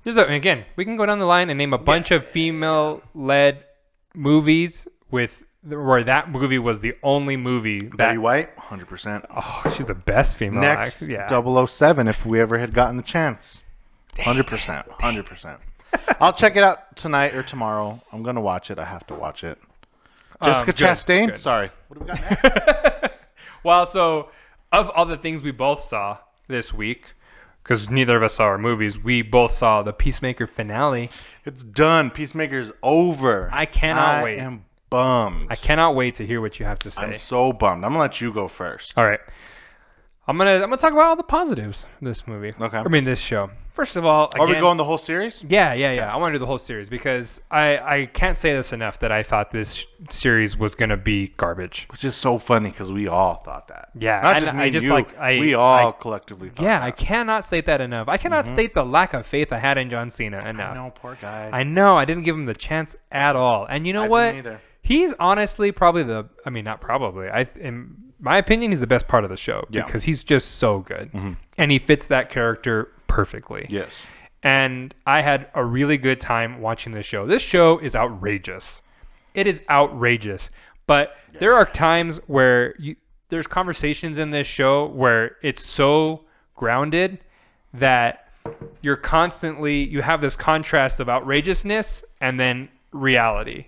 [SPEAKER 1] There's a, again, we can go down the line and name a bunch of female-led movies with where that movie was the only movie that
[SPEAKER 2] Betty White, 100. percent
[SPEAKER 1] Oh, she's the best female.
[SPEAKER 2] Next,
[SPEAKER 1] act- yeah.
[SPEAKER 2] 007 if we ever had gotten the chance. 100%. 100%. I'll check it out tonight or tomorrow. I'm going to watch it. I have to watch it. Jessica
[SPEAKER 1] Um, good,
[SPEAKER 2] Chastain?
[SPEAKER 1] good.
[SPEAKER 2] Sorry. What do we got next?
[SPEAKER 1] Well, so of all the things we both saw this week, because neither of us saw our movies, we both saw the Peacemaker finale.
[SPEAKER 2] it's done. Peacemaker's over.
[SPEAKER 1] I cannot
[SPEAKER 2] I
[SPEAKER 1] wait.
[SPEAKER 2] am bummed.
[SPEAKER 1] I cannot wait to hear what you have to say.
[SPEAKER 2] I'm so bummed. I'm going to let you go first.
[SPEAKER 1] all right, I'm gonna I'm gonna talk about all the positives of this movie.
[SPEAKER 2] Okay.
[SPEAKER 1] I mean this show. First of all,
[SPEAKER 2] Are we
[SPEAKER 1] again-
[SPEAKER 2] going the whole series?
[SPEAKER 1] Yeah, yeah, yeah. I want to do the whole series because I I can't say this enough that I thought this series was gonna be garbage.
[SPEAKER 2] Which is so funny because we all thought that.
[SPEAKER 1] Yeah,
[SPEAKER 2] Not
[SPEAKER 1] and
[SPEAKER 2] just me
[SPEAKER 1] I
[SPEAKER 2] and
[SPEAKER 1] just,
[SPEAKER 2] you.
[SPEAKER 1] like, I-
[SPEAKER 2] we all collectively thought
[SPEAKER 1] Yeah, I
[SPEAKER 2] that.
[SPEAKER 1] cannot state that enough. I
[SPEAKER 2] Mm-hmm.
[SPEAKER 1] cannot state the lack of faith I had in John Cena enough.
[SPEAKER 2] no, poor guy.
[SPEAKER 1] I know. I didn't give him the chance at all. And you know
[SPEAKER 2] I
[SPEAKER 1] what?
[SPEAKER 2] didn't either.
[SPEAKER 1] He's honestly probably the. I mean, not probably. I in my opinion, he's the best part of the show
[SPEAKER 2] Yeah. Mm-hmm.
[SPEAKER 1] because he's just so good, and he fits that character perfectly.
[SPEAKER 2] Yes.
[SPEAKER 1] And I had a really good time watching this show. This show is outrageous. It is outrageous. But there are times where you, there's conversations in this show where it's so grounded that you're constantly you have this contrast of outrageousness and then reality.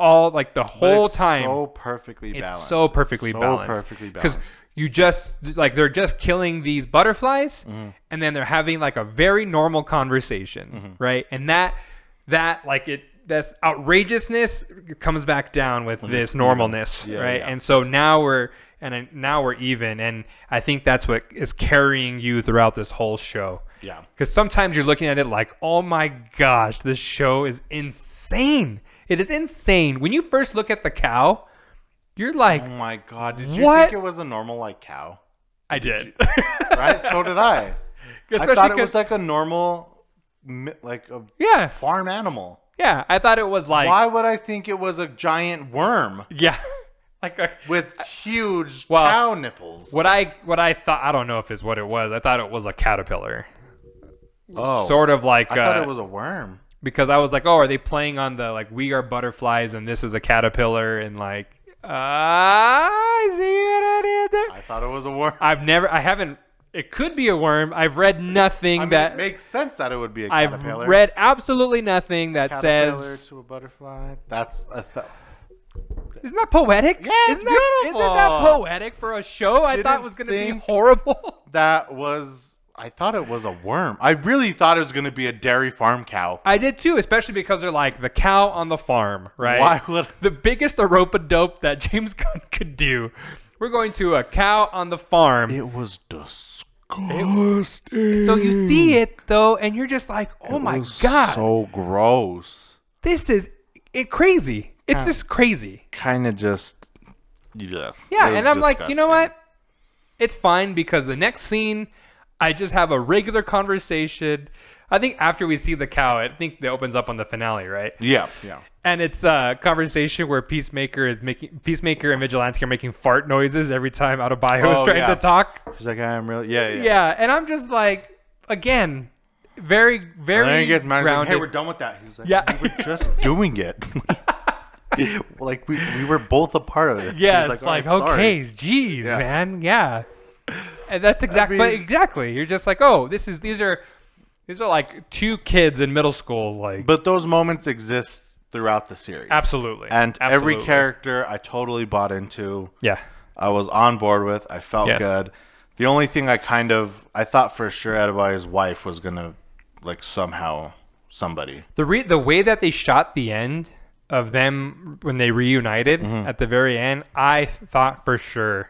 [SPEAKER 1] All like the
[SPEAKER 2] But
[SPEAKER 1] whole
[SPEAKER 2] it's
[SPEAKER 1] time
[SPEAKER 2] So perfectly balanced.
[SPEAKER 1] it's so perfectly
[SPEAKER 2] so
[SPEAKER 1] balanced.
[SPEAKER 2] perfectly
[SPEAKER 1] Because
[SPEAKER 2] balanced.
[SPEAKER 1] you just like they're just killing these butterflies,
[SPEAKER 2] Mm-hmm.
[SPEAKER 1] and then they're having like a very normal conversation,
[SPEAKER 2] Mm-hmm.
[SPEAKER 1] right? And that that like it this outrageousness comes back down with this normalness,
[SPEAKER 2] Yeah,
[SPEAKER 1] right?
[SPEAKER 2] yeah.
[SPEAKER 1] And so now we're and I- now we're even, and I think that's what is carrying you throughout this whole show.
[SPEAKER 2] Yeah.
[SPEAKER 1] Because sometimes you're looking at it like, oh my gosh, this show is insane. It is insane. When you first look at the cow, you're like,
[SPEAKER 2] Oh my god! Did you
[SPEAKER 1] What?
[SPEAKER 2] think it was a normal like cow?
[SPEAKER 1] I did.
[SPEAKER 2] Right? so did I.
[SPEAKER 1] Especially
[SPEAKER 2] I thought it
[SPEAKER 1] 'cause-
[SPEAKER 2] was like a normal, mi- like a
[SPEAKER 1] yeah,
[SPEAKER 2] farm animal.
[SPEAKER 1] yeah. I thought it was like,
[SPEAKER 2] Why would I think it was a giant worm
[SPEAKER 1] yeah, like a,
[SPEAKER 2] with huge
[SPEAKER 1] Well,
[SPEAKER 2] cow nipples?
[SPEAKER 1] what I what I thought. I don't know if is what it was. I thought it was a caterpillar.
[SPEAKER 2] Oh,
[SPEAKER 1] Sort of like
[SPEAKER 2] I thought
[SPEAKER 1] uh,
[SPEAKER 2] it was a worm.
[SPEAKER 1] because I was like, oh, are they playing on the like we are butterflies and this is a caterpillar and like ah, I see what I did there.
[SPEAKER 2] I thought it was a worm. I,
[SPEAKER 1] I've never, I haven't. It could be a worm. I've read nothing
[SPEAKER 2] mean,
[SPEAKER 1] that
[SPEAKER 2] it makes sense that it would be a
[SPEAKER 1] I've
[SPEAKER 2] caterpillar.
[SPEAKER 1] read absolutely nothing that
[SPEAKER 2] caterpillar
[SPEAKER 1] says
[SPEAKER 2] to a butterfly. That's a. Th-
[SPEAKER 1] isn't that poetic?
[SPEAKER 2] Yeah, it's
[SPEAKER 1] isn't that, Isn't that
[SPEAKER 2] beautiful.
[SPEAKER 1] poetic for a show? I thought
[SPEAKER 2] Didn't
[SPEAKER 1] was going to be
[SPEAKER 2] think-
[SPEAKER 1] horrible.
[SPEAKER 2] that was. I thought it was a worm. I really thought it was going to be a dairy farm cow.
[SPEAKER 1] I did too, especially because they're like the cow on the farm, right?
[SPEAKER 2] Why would?
[SPEAKER 1] The biggest aropa dope that James Gunn could do. We're going to a cow on the farm.
[SPEAKER 2] It was disgusting.
[SPEAKER 1] so you see it though, and you're just like, oh my god,
[SPEAKER 2] So gross.
[SPEAKER 1] this is it crazy. It's just crazy.
[SPEAKER 2] Kind of just. Yeah.
[SPEAKER 1] Yeah,
[SPEAKER 2] It
[SPEAKER 1] and I'm
[SPEAKER 2] was
[SPEAKER 1] like, you know
[SPEAKER 2] disgusting.
[SPEAKER 1] what? It's fine because the next scene, I just have a regular conversation. I think after we see the cow, I think that opens up on the finale, right?
[SPEAKER 2] Yeah. Yeah.
[SPEAKER 1] And it's a conversation where Peacemaker is making Peacemaker and Vigilante are making fart noises every time Autobio is
[SPEAKER 2] Oh,
[SPEAKER 1] trying
[SPEAKER 2] yeah.
[SPEAKER 1] to talk.
[SPEAKER 2] She's like, I'm really. Yeah. Yeah.
[SPEAKER 1] Yeah. and I'm just like, again, very, very
[SPEAKER 2] And then he gets mad. He's like, hey,
[SPEAKER 1] grounded.
[SPEAKER 2] we're done with that. He's like,
[SPEAKER 1] Yeah.
[SPEAKER 2] we were just doing it. like we, we were both a part of it.
[SPEAKER 1] yeah,
[SPEAKER 2] He's
[SPEAKER 1] it's
[SPEAKER 2] "All
[SPEAKER 1] like,
[SPEAKER 2] right, sorry."
[SPEAKER 1] okay, geez,
[SPEAKER 2] Yeah.
[SPEAKER 1] man, yeah. And that's exactly, but
[SPEAKER 2] mean-
[SPEAKER 1] exactly. You're just like, oh, this is these are these are like two kids in middle school, like
[SPEAKER 2] But those moments exist throughout the series.
[SPEAKER 1] absolutely,
[SPEAKER 2] And every
[SPEAKER 1] Absolutely.
[SPEAKER 2] character I totally bought into.
[SPEAKER 1] yeah,
[SPEAKER 2] I was on board with. I felt
[SPEAKER 1] Yes.
[SPEAKER 2] good. The only thing I kind of I thought for sure Adebayo's wife was gonna like somehow somebody.
[SPEAKER 1] the re- the way that they shot the end of them when they reunited
[SPEAKER 2] Mm-hmm.
[SPEAKER 1] at the very end, I thought for sure,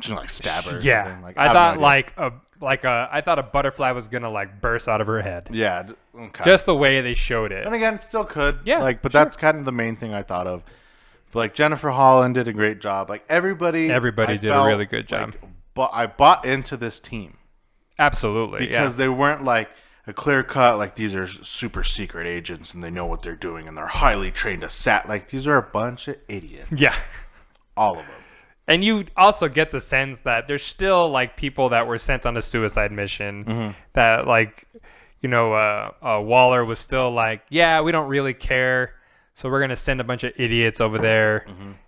[SPEAKER 2] Just like stab her. or
[SPEAKER 1] yeah,
[SPEAKER 2] something.
[SPEAKER 1] I,
[SPEAKER 2] have no
[SPEAKER 1] thought
[SPEAKER 2] idea.
[SPEAKER 1] like a like a I thought a butterfly was gonna like burst out of her head,
[SPEAKER 2] yeah. d- Okay.
[SPEAKER 1] just the way they showed it.
[SPEAKER 2] and again, still could.
[SPEAKER 1] Yeah,
[SPEAKER 2] Like, but
[SPEAKER 1] sure.
[SPEAKER 2] that's kind of the main thing I thought of. But, like Jennifer Holland did a great job. Like everybody,
[SPEAKER 1] Everybody
[SPEAKER 2] I
[SPEAKER 1] did a
[SPEAKER 2] felt
[SPEAKER 1] really good job.
[SPEAKER 2] Like, but I bought into this team
[SPEAKER 1] Absolutely, yeah.
[SPEAKER 2] because they weren't like a clear cut. Like these are super secret agents and they know what they're doing and they're highly trained to sat. Like these are a bunch of idiots,
[SPEAKER 1] Yeah.
[SPEAKER 2] all of them.
[SPEAKER 1] And you also get the sense that there's still like people that were sent on a suicide mission that like you know uh, uh Waller was still like, "Yeah, we don't really care. So we're going to send a bunch of idiots over there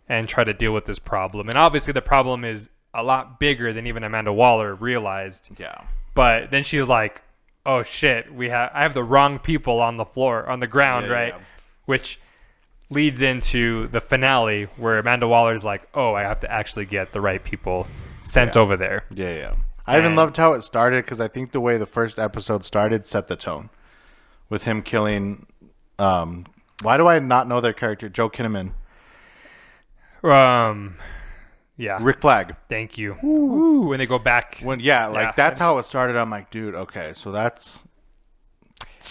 [SPEAKER 1] and try to deal with this problem." And obviously the problem is a lot bigger than even Amanda Waller realized.
[SPEAKER 2] Yeah.
[SPEAKER 1] But then she's like, "Oh shit, we have I have the wrong people on the floor on the ground,
[SPEAKER 2] Yeah,
[SPEAKER 1] right?"
[SPEAKER 2] yeah.
[SPEAKER 1] Which leads into the finale where Amanda Waller's like, "Oh, I have to actually get the right people sent over there."
[SPEAKER 2] Yeah, yeah. I even loved how it started because I think the way the first episode started set the tone with him killing. Um, why do I not know their character? Joe Kinnaman,
[SPEAKER 1] Um, yeah.
[SPEAKER 2] Rick Flag.
[SPEAKER 1] Thank you. Ooh, when they go back,
[SPEAKER 2] When yeah, like
[SPEAKER 1] Yeah.
[SPEAKER 2] that's how it started. I'm like, dude, okay, so that's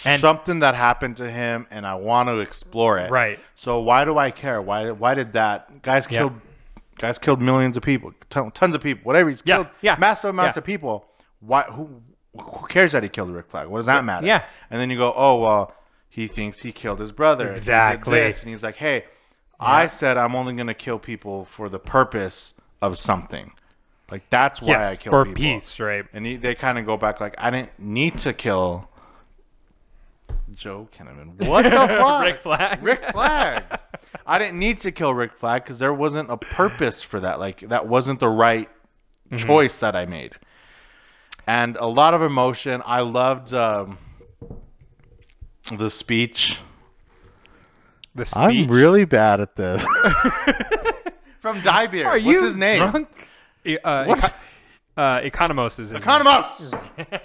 [SPEAKER 1] And-
[SPEAKER 2] something that happened to him, and I want to explore it.
[SPEAKER 1] right?
[SPEAKER 2] So why do I care? Why why did that guys
[SPEAKER 1] Yeah.
[SPEAKER 2] killed guys killed millions of people, ton, tons of people, whatever he's
[SPEAKER 1] Yeah,
[SPEAKER 2] killed,
[SPEAKER 1] yeah,
[SPEAKER 2] massive amounts
[SPEAKER 1] yeah.
[SPEAKER 2] of people. Why who who cares that he killed Rick Flag? What does that matter?
[SPEAKER 1] yeah.
[SPEAKER 2] And then you go, oh well, he thinks he killed his brother. and he did
[SPEAKER 1] Exactly.
[SPEAKER 2] this, and he's like, hey, I said I'm only going to kill people for the purpose of something. Like that's why I
[SPEAKER 1] yes,
[SPEAKER 2] kill
[SPEAKER 1] for
[SPEAKER 2] people.
[SPEAKER 1] peace, right?
[SPEAKER 2] And he, they kind of go back like, I didn't need to kill Joe Kinnaman. What the fuck?
[SPEAKER 1] Rick Flag.
[SPEAKER 2] Rick Flag. I didn't need to kill Rick Flag because there wasn't a purpose for that. Like that wasn't the right
[SPEAKER 1] Mm-hmm.
[SPEAKER 2] choice that I made. And a lot of emotion. I loved um, the speech.
[SPEAKER 1] The speech.
[SPEAKER 2] I'm really bad at this. From Diebeer.
[SPEAKER 1] Are
[SPEAKER 2] What's
[SPEAKER 1] you
[SPEAKER 2] his name?
[SPEAKER 1] Drunk? E- Uh,
[SPEAKER 2] What?
[SPEAKER 1] Eco- uh, Economos is his
[SPEAKER 2] Economos.
[SPEAKER 1] name.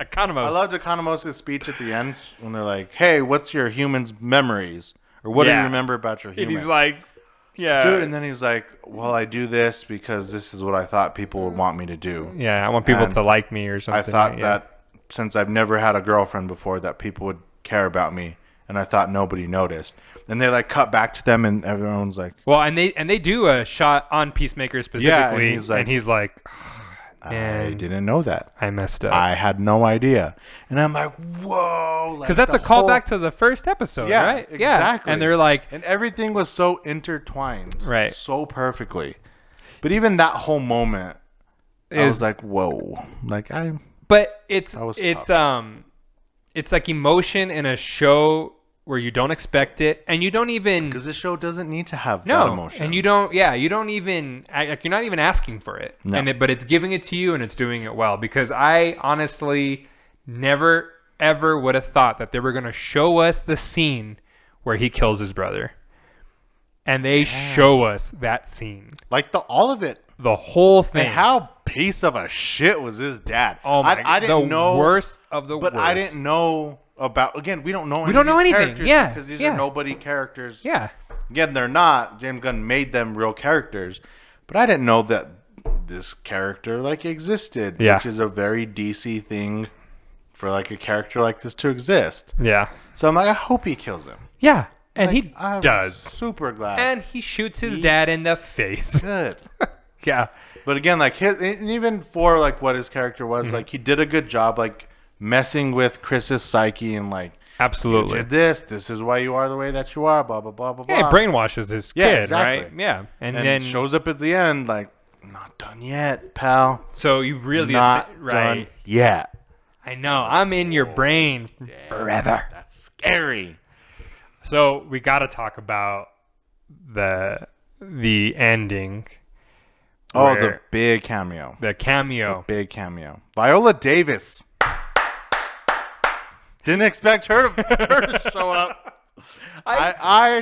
[SPEAKER 1] Economos.
[SPEAKER 2] I loved Economos' speech at the end when they're like, "Hey, what's your human's memories, or what do you
[SPEAKER 1] Yeah.
[SPEAKER 2] remember about your
[SPEAKER 1] And
[SPEAKER 2] human?"
[SPEAKER 1] he's like, yeah,
[SPEAKER 2] Dude, and then he's like, "Well, I do this because this is what I thought people would want me to do.
[SPEAKER 1] yeah. I want people
[SPEAKER 2] and
[SPEAKER 1] to like me or something.
[SPEAKER 2] I thought
[SPEAKER 1] yeah.
[SPEAKER 2] that since I've never had a girlfriend before, that people would care about me, and I thought nobody noticed." And they like cut back to them, and everyone's like,
[SPEAKER 1] Well, and they and they do a shot on Peacemaker specifically,
[SPEAKER 2] he's like-
[SPEAKER 1] and he's like,
[SPEAKER 2] "I
[SPEAKER 1] Man.
[SPEAKER 2] didn't know that.
[SPEAKER 1] I messed up.
[SPEAKER 2] I had no idea." And I'm like, "Whoa!"
[SPEAKER 1] because that's a callback to the first episode,
[SPEAKER 2] Yeah,
[SPEAKER 1] right?
[SPEAKER 2] exactly.
[SPEAKER 1] And they're like,
[SPEAKER 2] and everything was so intertwined
[SPEAKER 1] Right.
[SPEAKER 2] so perfectly but even that whole moment i was
[SPEAKER 1] is-
[SPEAKER 2] like whoa like i
[SPEAKER 1] but it's
[SPEAKER 2] was
[SPEAKER 1] it's um, it's like emotion in a show where you don't expect it, and you don't even
[SPEAKER 2] because this show doesn't need to have
[SPEAKER 1] no,
[SPEAKER 2] that emotion
[SPEAKER 1] and you don't. Yeah, you don't even I- like you're not even asking for it, and it, but it's giving it to you, and it's doing it well. Because I honestly never ever would have thought that they were going to show us the scene where he kills his brother, and they show us that scene,
[SPEAKER 2] like the all of it
[SPEAKER 1] the whole thing.
[SPEAKER 2] and how piece of a shit was his dad
[SPEAKER 1] Oh my!
[SPEAKER 2] i, I didn't
[SPEAKER 1] the
[SPEAKER 2] know
[SPEAKER 1] worst of the
[SPEAKER 2] but
[SPEAKER 1] worst.
[SPEAKER 2] i didn't know about again we don't know we
[SPEAKER 1] don't know anything, yeah,
[SPEAKER 2] because these
[SPEAKER 1] yeah.
[SPEAKER 2] are nobody characters
[SPEAKER 1] Yeah,
[SPEAKER 2] again they're not james gunn made them real characters but i didn't know that this character like existed
[SPEAKER 1] Yeah.
[SPEAKER 2] which is a very dc thing for like a character like this to exist
[SPEAKER 1] yeah,
[SPEAKER 2] so i'm like i hope he kills him
[SPEAKER 1] yeah, and he
[SPEAKER 2] i'm
[SPEAKER 1] does,
[SPEAKER 2] super glad
[SPEAKER 1] and he shoots his dad in the face.
[SPEAKER 2] good
[SPEAKER 1] yeah,
[SPEAKER 2] but again like his, and even for like what his character was
[SPEAKER 1] Mm-hmm.
[SPEAKER 2] like he did a good job like messing with chris's psyche and like
[SPEAKER 1] absolutely.
[SPEAKER 2] did this this is why you are the way that you are blah blah blah blah
[SPEAKER 1] Yeah,
[SPEAKER 2] blah
[SPEAKER 1] he brainwashes his
[SPEAKER 2] Yeah,
[SPEAKER 1] kid,
[SPEAKER 2] exactly.
[SPEAKER 1] right? Yeah, and,
[SPEAKER 2] and
[SPEAKER 1] then
[SPEAKER 2] shows up at the end like not done yet pal
[SPEAKER 1] so you really
[SPEAKER 2] not
[SPEAKER 1] right.
[SPEAKER 2] done yet.
[SPEAKER 1] I know I'm in your brain forever.
[SPEAKER 2] That's scary.
[SPEAKER 1] So we got to talk about the the ending,
[SPEAKER 2] Oh, the
[SPEAKER 1] Where-
[SPEAKER 2] big cameo.
[SPEAKER 1] the cameo.
[SPEAKER 2] Big cameo. Viola Davis. Didn't expect her to, her to show up. I,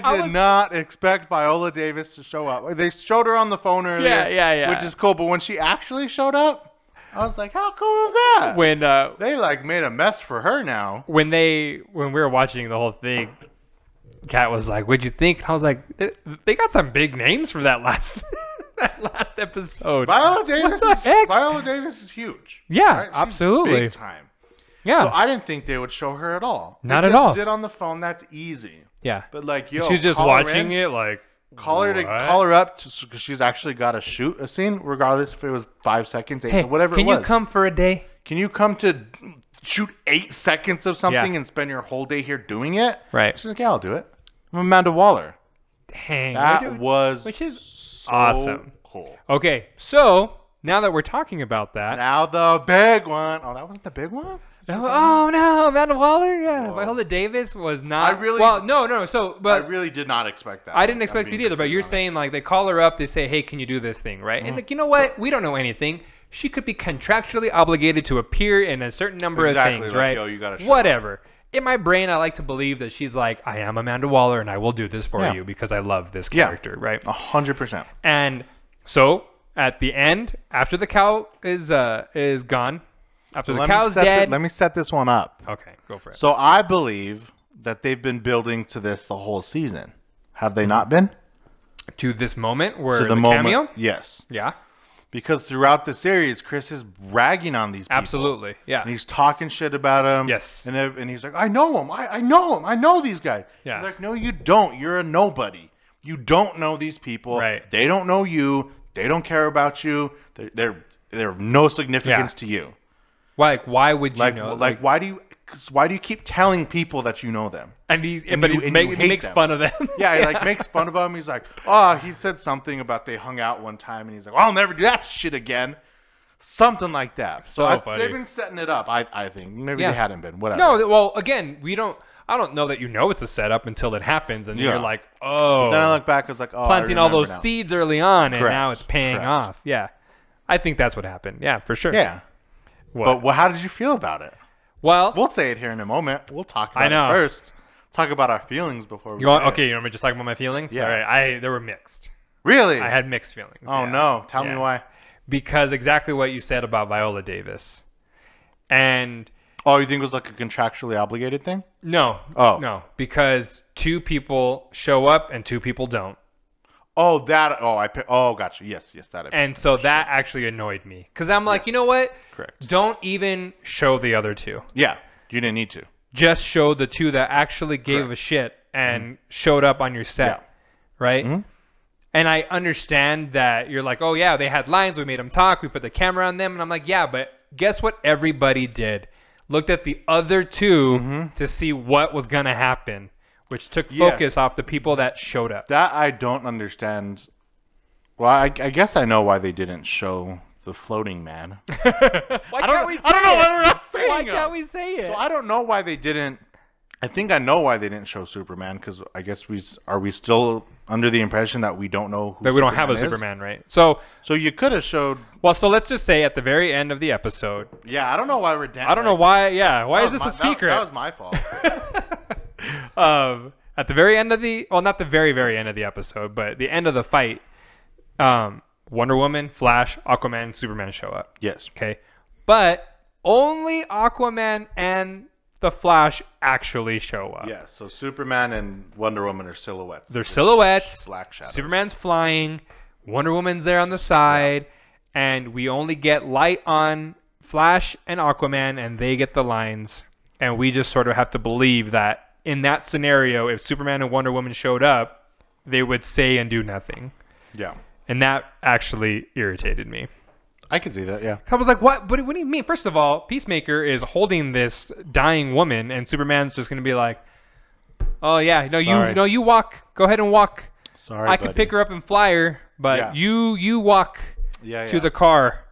[SPEAKER 2] I did
[SPEAKER 1] was-
[SPEAKER 2] not expect Viola Davis to show up. They showed her on the phone earlier.
[SPEAKER 1] Yeah, yeah, yeah.
[SPEAKER 2] Which is cool. But when she actually showed up, I was like, how cool is that?
[SPEAKER 1] when uh,
[SPEAKER 2] They like made a mess for her now.
[SPEAKER 1] when they when we were watching the whole thing, Kat was like, "What'd you think?" And I was like, "They- "They got some big names for that last that last episode."
[SPEAKER 2] Viola Davis
[SPEAKER 1] the
[SPEAKER 2] is
[SPEAKER 1] heck?
[SPEAKER 2] Viola Davis is huge.
[SPEAKER 1] Yeah,
[SPEAKER 2] She's
[SPEAKER 1] absolutely.
[SPEAKER 2] Big time.
[SPEAKER 1] yeah,
[SPEAKER 2] So I didn't think they would show her at all. They
[SPEAKER 1] Not at
[SPEAKER 2] did-
[SPEAKER 1] all.
[SPEAKER 2] Did on the phone. That's easy.
[SPEAKER 1] yeah.
[SPEAKER 2] But like, yo,
[SPEAKER 1] She's just
[SPEAKER 2] call
[SPEAKER 1] watching
[SPEAKER 2] her
[SPEAKER 1] it
[SPEAKER 2] in,
[SPEAKER 1] like.
[SPEAKER 2] Call her to
[SPEAKER 1] What?
[SPEAKER 2] call her up because she's actually got to shoot a scene, regardless if it was five seconds, eight,
[SPEAKER 1] Hey,
[SPEAKER 2] whatever
[SPEAKER 1] can
[SPEAKER 2] it was.
[SPEAKER 1] you come for a day?
[SPEAKER 2] Can you come to shoot eight seconds of something
[SPEAKER 1] Yeah.
[SPEAKER 2] and spend your whole day here doing it?
[SPEAKER 1] Right.
[SPEAKER 2] She's like, yeah, I'll do it. I'm Amanda Waller.
[SPEAKER 1] Dang.
[SPEAKER 2] That
[SPEAKER 1] where'd-
[SPEAKER 2] was
[SPEAKER 1] which is
[SPEAKER 2] so
[SPEAKER 1] awesome.
[SPEAKER 2] Cool.
[SPEAKER 1] Okay, so now that we're talking about that,
[SPEAKER 2] Now the big one. Oh, that wasn't the big one.
[SPEAKER 1] oh no, Amanda Waller, yeah, Viola Davis was not.
[SPEAKER 2] I really-
[SPEAKER 1] well, no, no. So,
[SPEAKER 2] I
[SPEAKER 1] but I,
[SPEAKER 2] really did not expect that.
[SPEAKER 1] didn't
[SPEAKER 2] Like, I'm
[SPEAKER 1] expect it
[SPEAKER 2] being
[SPEAKER 1] either. But
[SPEAKER 2] completely
[SPEAKER 1] you're
[SPEAKER 2] honest. Uh-huh.
[SPEAKER 1] saying like they call her up, they say, "Hey, can you do this thing?" Right? And like, you know what? We don't know anything. She could be contractually obligated to appear in a certain number
[SPEAKER 2] Exactly,
[SPEAKER 1] of things,
[SPEAKER 2] like,
[SPEAKER 1] right?
[SPEAKER 2] yo, you gotta show
[SPEAKER 1] Whatever. In my brain, I like to believe that she's like, "I am Amanda Waller, and I will do this for
[SPEAKER 2] Yeah.
[SPEAKER 1] you because I love this
[SPEAKER 2] Yeah.
[SPEAKER 1] character," right?
[SPEAKER 2] a hundred percent.
[SPEAKER 1] And so at the end, after the cow is uh is gone, after the
[SPEAKER 2] Let me
[SPEAKER 1] cow's
[SPEAKER 2] set
[SPEAKER 1] dead.
[SPEAKER 2] thi- let me set this one up.
[SPEAKER 1] okay, go for it.
[SPEAKER 2] So I believe that they've been building to this the whole season. Have they not been?
[SPEAKER 1] to this moment where
[SPEAKER 2] To
[SPEAKER 1] the, cameo.
[SPEAKER 2] yes.
[SPEAKER 1] Yeah,
[SPEAKER 2] Because throughout the series, Chris is ragging on these people.
[SPEAKER 1] absolutely. Yeah,
[SPEAKER 2] And he's talking shit about him.
[SPEAKER 1] Yes.
[SPEAKER 2] And, ev- and he's like, I know him. I, I know him. I know these guys.
[SPEAKER 1] Yeah.
[SPEAKER 2] He's like, no, you don't. You're a nobody. You don't know these people.
[SPEAKER 1] Right.
[SPEAKER 2] They don't know you. They don't care about you. They're, they're, they're of no significance to you.
[SPEAKER 1] Why- like why would you
[SPEAKER 2] Like,
[SPEAKER 1] know?
[SPEAKER 2] like, why do you 'cause why do you keep telling people that you know them?
[SPEAKER 1] And he,
[SPEAKER 2] And
[SPEAKER 1] but
[SPEAKER 2] you-
[SPEAKER 1] he's
[SPEAKER 2] and
[SPEAKER 1] make,
[SPEAKER 2] you
[SPEAKER 1] he
[SPEAKER 2] hate
[SPEAKER 1] makes
[SPEAKER 2] them.
[SPEAKER 1] fun of them.
[SPEAKER 2] Yeah, he like makes fun of him. He's like, oh, he said something about they hung out one time, and he's like, I'll never do that shit again. Something like that. So,
[SPEAKER 1] So
[SPEAKER 2] I-
[SPEAKER 1] funny.
[SPEAKER 2] they've been setting it up. I, I think maybe
[SPEAKER 1] Yeah.
[SPEAKER 2] they hadn't been. Whatever.
[SPEAKER 1] No, th- well, again, we don't. I don't know that you know it's a setup until it happens, and then
[SPEAKER 2] Yeah.
[SPEAKER 1] you're like, oh,
[SPEAKER 2] Then I look back. I was like, oh, I
[SPEAKER 1] planting all
[SPEAKER 2] remember
[SPEAKER 1] those
[SPEAKER 2] now.
[SPEAKER 1] seeds early on, and
[SPEAKER 2] Correct.
[SPEAKER 1] now it's paying
[SPEAKER 2] Correct.
[SPEAKER 1] off. Yeah, I think that's what happened. Yeah, for sure.
[SPEAKER 2] Yeah.
[SPEAKER 1] What?
[SPEAKER 2] But well, how did you feel about it?
[SPEAKER 1] well,
[SPEAKER 2] We'll say it here in a moment. We'll talk about
[SPEAKER 1] I know.
[SPEAKER 2] it first. Talk about our feelings before we.
[SPEAKER 1] you want,
[SPEAKER 2] say it.
[SPEAKER 1] okay, you want me to just talk about my feelings?
[SPEAKER 2] Yeah.
[SPEAKER 1] All right, I they were mixed.
[SPEAKER 2] Really?
[SPEAKER 1] I had mixed feelings.
[SPEAKER 2] oh
[SPEAKER 1] yeah.
[SPEAKER 2] no! Tell
[SPEAKER 1] Yeah.
[SPEAKER 2] me why.
[SPEAKER 1] Because exactly what you said about Viola Davis, and
[SPEAKER 2] Oh, you think it was like a contractually obligated thing?
[SPEAKER 1] no,
[SPEAKER 2] Oh.
[SPEAKER 1] no, because two people show up and two people don't.
[SPEAKER 2] Oh, that. Oh, I. pi- Oh, gotcha. Yes, yes, that. I
[SPEAKER 1] And so that actually annoyed me because I'm like, you
[SPEAKER 2] Yes.
[SPEAKER 1] know what?
[SPEAKER 2] Correct.
[SPEAKER 1] Don't even show the other two.
[SPEAKER 2] Yeah, you didn't need to.
[SPEAKER 1] Just show the two that actually gave a shit and showed up on your set,
[SPEAKER 2] Mm-hmm. Yeah. Mm-hmm.
[SPEAKER 1] right? And I understand that you're like, oh yeah, they had lines. We made them talk. We put the camera on them, and I'm like, yeah, but guess what? Everybody did looked at the other 2 to see what was gonna happen, which took
[SPEAKER 2] Mm-hmm. Yes.
[SPEAKER 1] focus off the people that showed up.
[SPEAKER 2] That I don't understand. Well, I, I guess I know why they didn't show the floating man.
[SPEAKER 1] Why
[SPEAKER 2] I don't.
[SPEAKER 1] can't we say
[SPEAKER 2] I don't know
[SPEAKER 1] it?
[SPEAKER 2] why we're not saying
[SPEAKER 1] Why
[SPEAKER 2] it.
[SPEAKER 1] can't we say it?
[SPEAKER 2] So I don't know why they didn't. I think I know why they didn't show Superman because I guess we s- are we still under the impression that we don't know who
[SPEAKER 1] that we don't have a
[SPEAKER 2] is?
[SPEAKER 1] Superman, right? So
[SPEAKER 2] So you could have showed.
[SPEAKER 1] Well, so let's just say at the very end of the episode,
[SPEAKER 2] Yeah, I don't know why we're. Dan-
[SPEAKER 1] I don't know why. Yeah, why is this a secret?
[SPEAKER 2] That, was my fault.
[SPEAKER 1] um, at the very end of the, well, not the very very end of the episode, but the end of the fight, um, Wonder Woman, Flash, Aquaman, Superman show up.
[SPEAKER 2] yes.
[SPEAKER 1] Okay, but only Aquaman and the Flash actually show up.
[SPEAKER 2] Yeah. So Superman and Wonder Woman are silhouettes.
[SPEAKER 1] They're silhouettes.
[SPEAKER 2] black shadows.
[SPEAKER 1] Superman's flying. Wonder Woman's there on the side, and we only get light on Flash and Aquaman, and they get the lines, and we just sort of have to believe that in that scenario, if Superman and Wonder Woman showed up, they would say and do nothing,
[SPEAKER 2] Yeah.
[SPEAKER 1] and that actually irritated me.
[SPEAKER 2] I could see that. Yeah.
[SPEAKER 1] I was like, what? What, what do you mean? First of all, Peacemaker is holding this dying woman, and Superman's just gonna be like, "Oh yeah, no, you,
[SPEAKER 2] Sorry.
[SPEAKER 1] no, you walk. Go ahead and walk."
[SPEAKER 2] Sorry.
[SPEAKER 1] I could pick her up and fly her, but
[SPEAKER 2] Yeah.
[SPEAKER 1] you you walk
[SPEAKER 2] yeah,
[SPEAKER 1] to the car,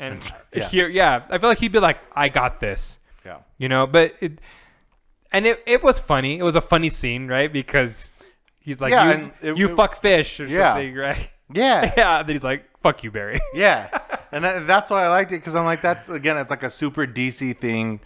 [SPEAKER 1] and
[SPEAKER 2] Yeah.
[SPEAKER 1] here, yeah, I feel like he'd be like, "I got this,"
[SPEAKER 2] Yeah.
[SPEAKER 1] you know. But it, and it, it was funny. It was a funny scene, right? Because he's like,
[SPEAKER 2] Yeah,
[SPEAKER 1] "You,
[SPEAKER 2] and it-
[SPEAKER 1] you
[SPEAKER 2] it-
[SPEAKER 1] fuck fish" or
[SPEAKER 2] Yeah.
[SPEAKER 1] something, right?
[SPEAKER 2] Yeah.
[SPEAKER 1] Yeah, and he's like, "Fuck you, Barry."
[SPEAKER 2] Yeah, and that, that's why I liked it because I'm like, that's again, it's like a super DC thing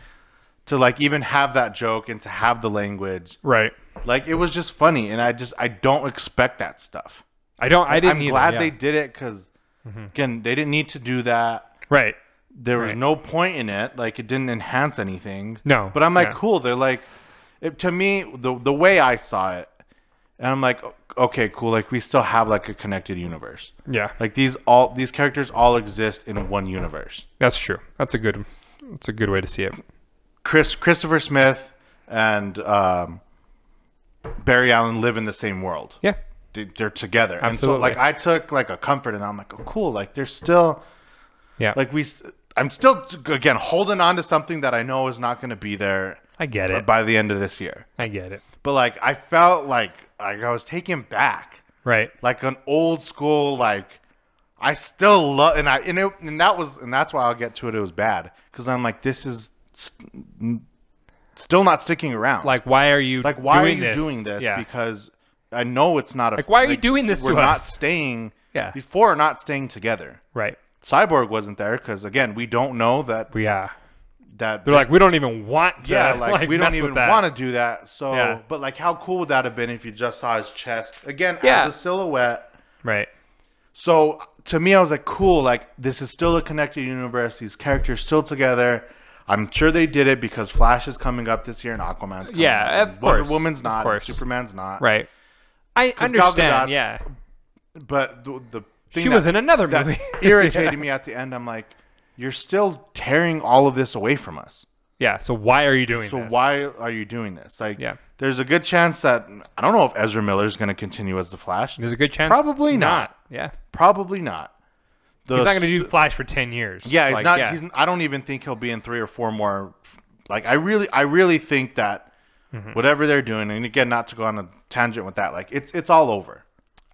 [SPEAKER 2] to like even have that joke and to have the language.
[SPEAKER 1] right.
[SPEAKER 2] Like it was just funny, and I just I don't expect that stuff.
[SPEAKER 1] I don't. I didn't.
[SPEAKER 2] I'm
[SPEAKER 1] either,
[SPEAKER 2] glad
[SPEAKER 1] yeah.
[SPEAKER 2] they did it because again, they didn't need to do that.
[SPEAKER 1] Right.
[SPEAKER 2] There was
[SPEAKER 1] Right.
[SPEAKER 2] no point in it. Like it didn't enhance anything.
[SPEAKER 1] No,
[SPEAKER 2] but I'm like,
[SPEAKER 1] yeah.
[SPEAKER 2] cool. They're like, it, to me, the the way I saw it, and I'm like, okay, cool. Like we still have like a connected universe.
[SPEAKER 1] Yeah.
[SPEAKER 2] Like these all these characters all exist in one universe.
[SPEAKER 1] That's true. That's a good. That's a good way to see it.
[SPEAKER 2] Chris Christopher Smith and um, Barry Allen live in the same world.
[SPEAKER 1] Yeah.
[SPEAKER 2] They- They're together.
[SPEAKER 1] Absolutely.
[SPEAKER 2] And so like I took like a comfort and I'm like, oh cool, like they're still
[SPEAKER 1] Yeah.
[SPEAKER 2] like we s- I'm still again holding on to something that I know is not going to be there
[SPEAKER 1] I get it.
[SPEAKER 2] by the end of this year.
[SPEAKER 1] I get it.
[SPEAKER 2] But like I felt like like I was taken back.
[SPEAKER 1] Right.
[SPEAKER 2] like an old school like I still love and I and it and that was and that's why I'll get to it. It was bad because I'm like this is st- n- still not sticking around.
[SPEAKER 1] Like, why are you?
[SPEAKER 2] like why are
[SPEAKER 1] doing
[SPEAKER 2] you
[SPEAKER 1] this?
[SPEAKER 2] doing this?
[SPEAKER 1] Yeah.
[SPEAKER 2] Because I know it's not a
[SPEAKER 1] Like, why are you doing this
[SPEAKER 2] We're
[SPEAKER 1] to
[SPEAKER 2] not
[SPEAKER 1] us?
[SPEAKER 2] staying.
[SPEAKER 1] Yeah.
[SPEAKER 2] Before not staying together.
[SPEAKER 1] Right.
[SPEAKER 2] Cyborg wasn't there because again we don't know that
[SPEAKER 1] Yeah.
[SPEAKER 2] that
[SPEAKER 1] They're like, we don't even want to.
[SPEAKER 2] yeah like, we don't even want to do that. So
[SPEAKER 1] Yeah.
[SPEAKER 2] but like how cool would that have been if you just saw his chest again
[SPEAKER 1] Yeah.
[SPEAKER 2] as a silhouette.
[SPEAKER 1] to. Right.
[SPEAKER 2] So to me, I was like, cool. Like this is still a connected universe. These characters still together. I'm sure they did it because Flash is coming up this year and Aquaman's coming
[SPEAKER 1] Yeah,
[SPEAKER 2] up.
[SPEAKER 1] of
[SPEAKER 2] and Wonder
[SPEAKER 1] course,
[SPEAKER 2] Woman's
[SPEAKER 1] of
[SPEAKER 2] not. and
[SPEAKER 1] course.
[SPEAKER 2] Superman's not.
[SPEAKER 1] Right. I
[SPEAKER 2] Gal
[SPEAKER 1] understand.
[SPEAKER 2] Gadot's
[SPEAKER 1] Yeah.
[SPEAKER 2] But the, the thing
[SPEAKER 1] She
[SPEAKER 2] that,
[SPEAKER 1] was in another
[SPEAKER 2] that
[SPEAKER 1] movie.
[SPEAKER 2] irritated me at the end. I'm like, you're still tearing all of this away from us.
[SPEAKER 1] Yeah. So why are you doing
[SPEAKER 2] So
[SPEAKER 1] this?
[SPEAKER 2] why are you doing this? Like,
[SPEAKER 1] Yeah.
[SPEAKER 2] there's a good chance that I don't know if Ezra Miller's going to continue as the Flash.
[SPEAKER 1] There's a good chance.
[SPEAKER 2] Probably not.
[SPEAKER 1] Yeah.
[SPEAKER 2] Probably not. The
[SPEAKER 1] He's not going to do Flash for 10 years.
[SPEAKER 2] Yeah, he's
[SPEAKER 1] Like,
[SPEAKER 2] not. He's. I don't even think he'll be in three or four more f- Like I really, I really think that
[SPEAKER 1] Mm-hmm.
[SPEAKER 2] whatever they're doing, and again, not to go on a tangent with that, like it's it's all over.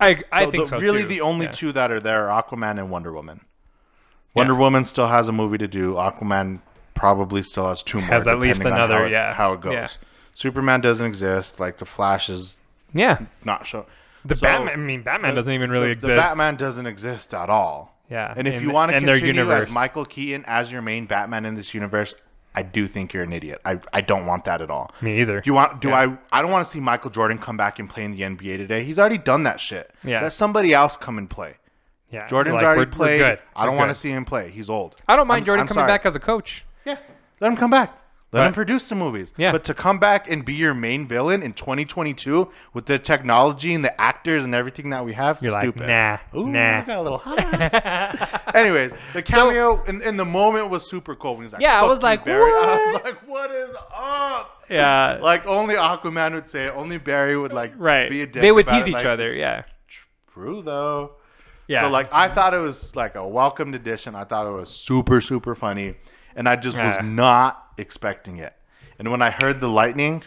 [SPEAKER 1] I, I
[SPEAKER 2] The-
[SPEAKER 1] think
[SPEAKER 2] the-
[SPEAKER 1] so.
[SPEAKER 2] Really,
[SPEAKER 1] too.
[SPEAKER 2] the only
[SPEAKER 1] Yeah.
[SPEAKER 2] two that are there are Aquaman and Wonder Woman. Wonder Woman still has a movie to do. Aquaman probably still has two more.
[SPEAKER 1] Has at least
[SPEAKER 2] depending on
[SPEAKER 1] another,
[SPEAKER 2] How it,
[SPEAKER 1] yeah.
[SPEAKER 2] how it goes.
[SPEAKER 1] Yeah.
[SPEAKER 2] Superman doesn't exist. Like the Flash is
[SPEAKER 1] Yeah.
[SPEAKER 2] not shown.
[SPEAKER 1] The
[SPEAKER 2] So,
[SPEAKER 1] Batman. I mean, Batman doesn't even really
[SPEAKER 2] the,
[SPEAKER 1] exist.
[SPEAKER 2] The Batman doesn't exist at all.
[SPEAKER 1] Yeah,
[SPEAKER 2] And if
[SPEAKER 1] in-
[SPEAKER 2] you want to
[SPEAKER 1] in their
[SPEAKER 2] continue
[SPEAKER 1] universe.
[SPEAKER 2] as Michael Keaton as your main Batman in this universe, I do think you're an idiot. I, I don't want that at all.
[SPEAKER 1] Me either.
[SPEAKER 2] Do you want? Do I? I don't want to see Michael Jordan come back and play in the NBA today. He's already done that shit.
[SPEAKER 1] Yeah.
[SPEAKER 2] Let somebody else come and play.
[SPEAKER 1] yeah.
[SPEAKER 2] Jordan's
[SPEAKER 1] Like,
[SPEAKER 2] already
[SPEAKER 1] we're- we're
[SPEAKER 2] played.
[SPEAKER 1] good.
[SPEAKER 2] I don't
[SPEAKER 1] We're
[SPEAKER 2] want to
[SPEAKER 1] good.
[SPEAKER 2] see him play. He's old.
[SPEAKER 1] I don't mind
[SPEAKER 2] I'm-
[SPEAKER 1] Jordan
[SPEAKER 2] I'm
[SPEAKER 1] coming
[SPEAKER 2] sorry.
[SPEAKER 1] back as a coach.
[SPEAKER 2] Yeah, let him come back. Let him
[SPEAKER 1] But-
[SPEAKER 2] produce some movies.
[SPEAKER 1] Yeah.
[SPEAKER 2] But to come back and be your main villain in 2022 with the technology and the actors and everything that we have,
[SPEAKER 1] You're
[SPEAKER 2] stupid.
[SPEAKER 1] like, nah,
[SPEAKER 2] Ooh, I
[SPEAKER 1] nah.
[SPEAKER 2] got a little hot. Anyways, the cameo in, in the moment was super cool. When he's like,
[SPEAKER 1] Yeah, I
[SPEAKER 2] "Fuck
[SPEAKER 1] was
[SPEAKER 2] you,
[SPEAKER 1] like,
[SPEAKER 2] Barry. I was
[SPEAKER 1] "What?"
[SPEAKER 2] like, what is up?
[SPEAKER 1] Yeah.
[SPEAKER 2] Like only Aquaman would say it. Only Barry would like
[SPEAKER 1] right.
[SPEAKER 2] be a dick.
[SPEAKER 1] They would
[SPEAKER 2] about
[SPEAKER 1] tease
[SPEAKER 2] it,
[SPEAKER 1] each
[SPEAKER 2] like,
[SPEAKER 1] other. Yeah.
[SPEAKER 2] True though.
[SPEAKER 1] Yeah.
[SPEAKER 2] So like I thought it was like a welcomed addition. I thought it was super super funny, and I just was
[SPEAKER 1] Yeah.
[SPEAKER 2] not expecting it. And when I heard the lightning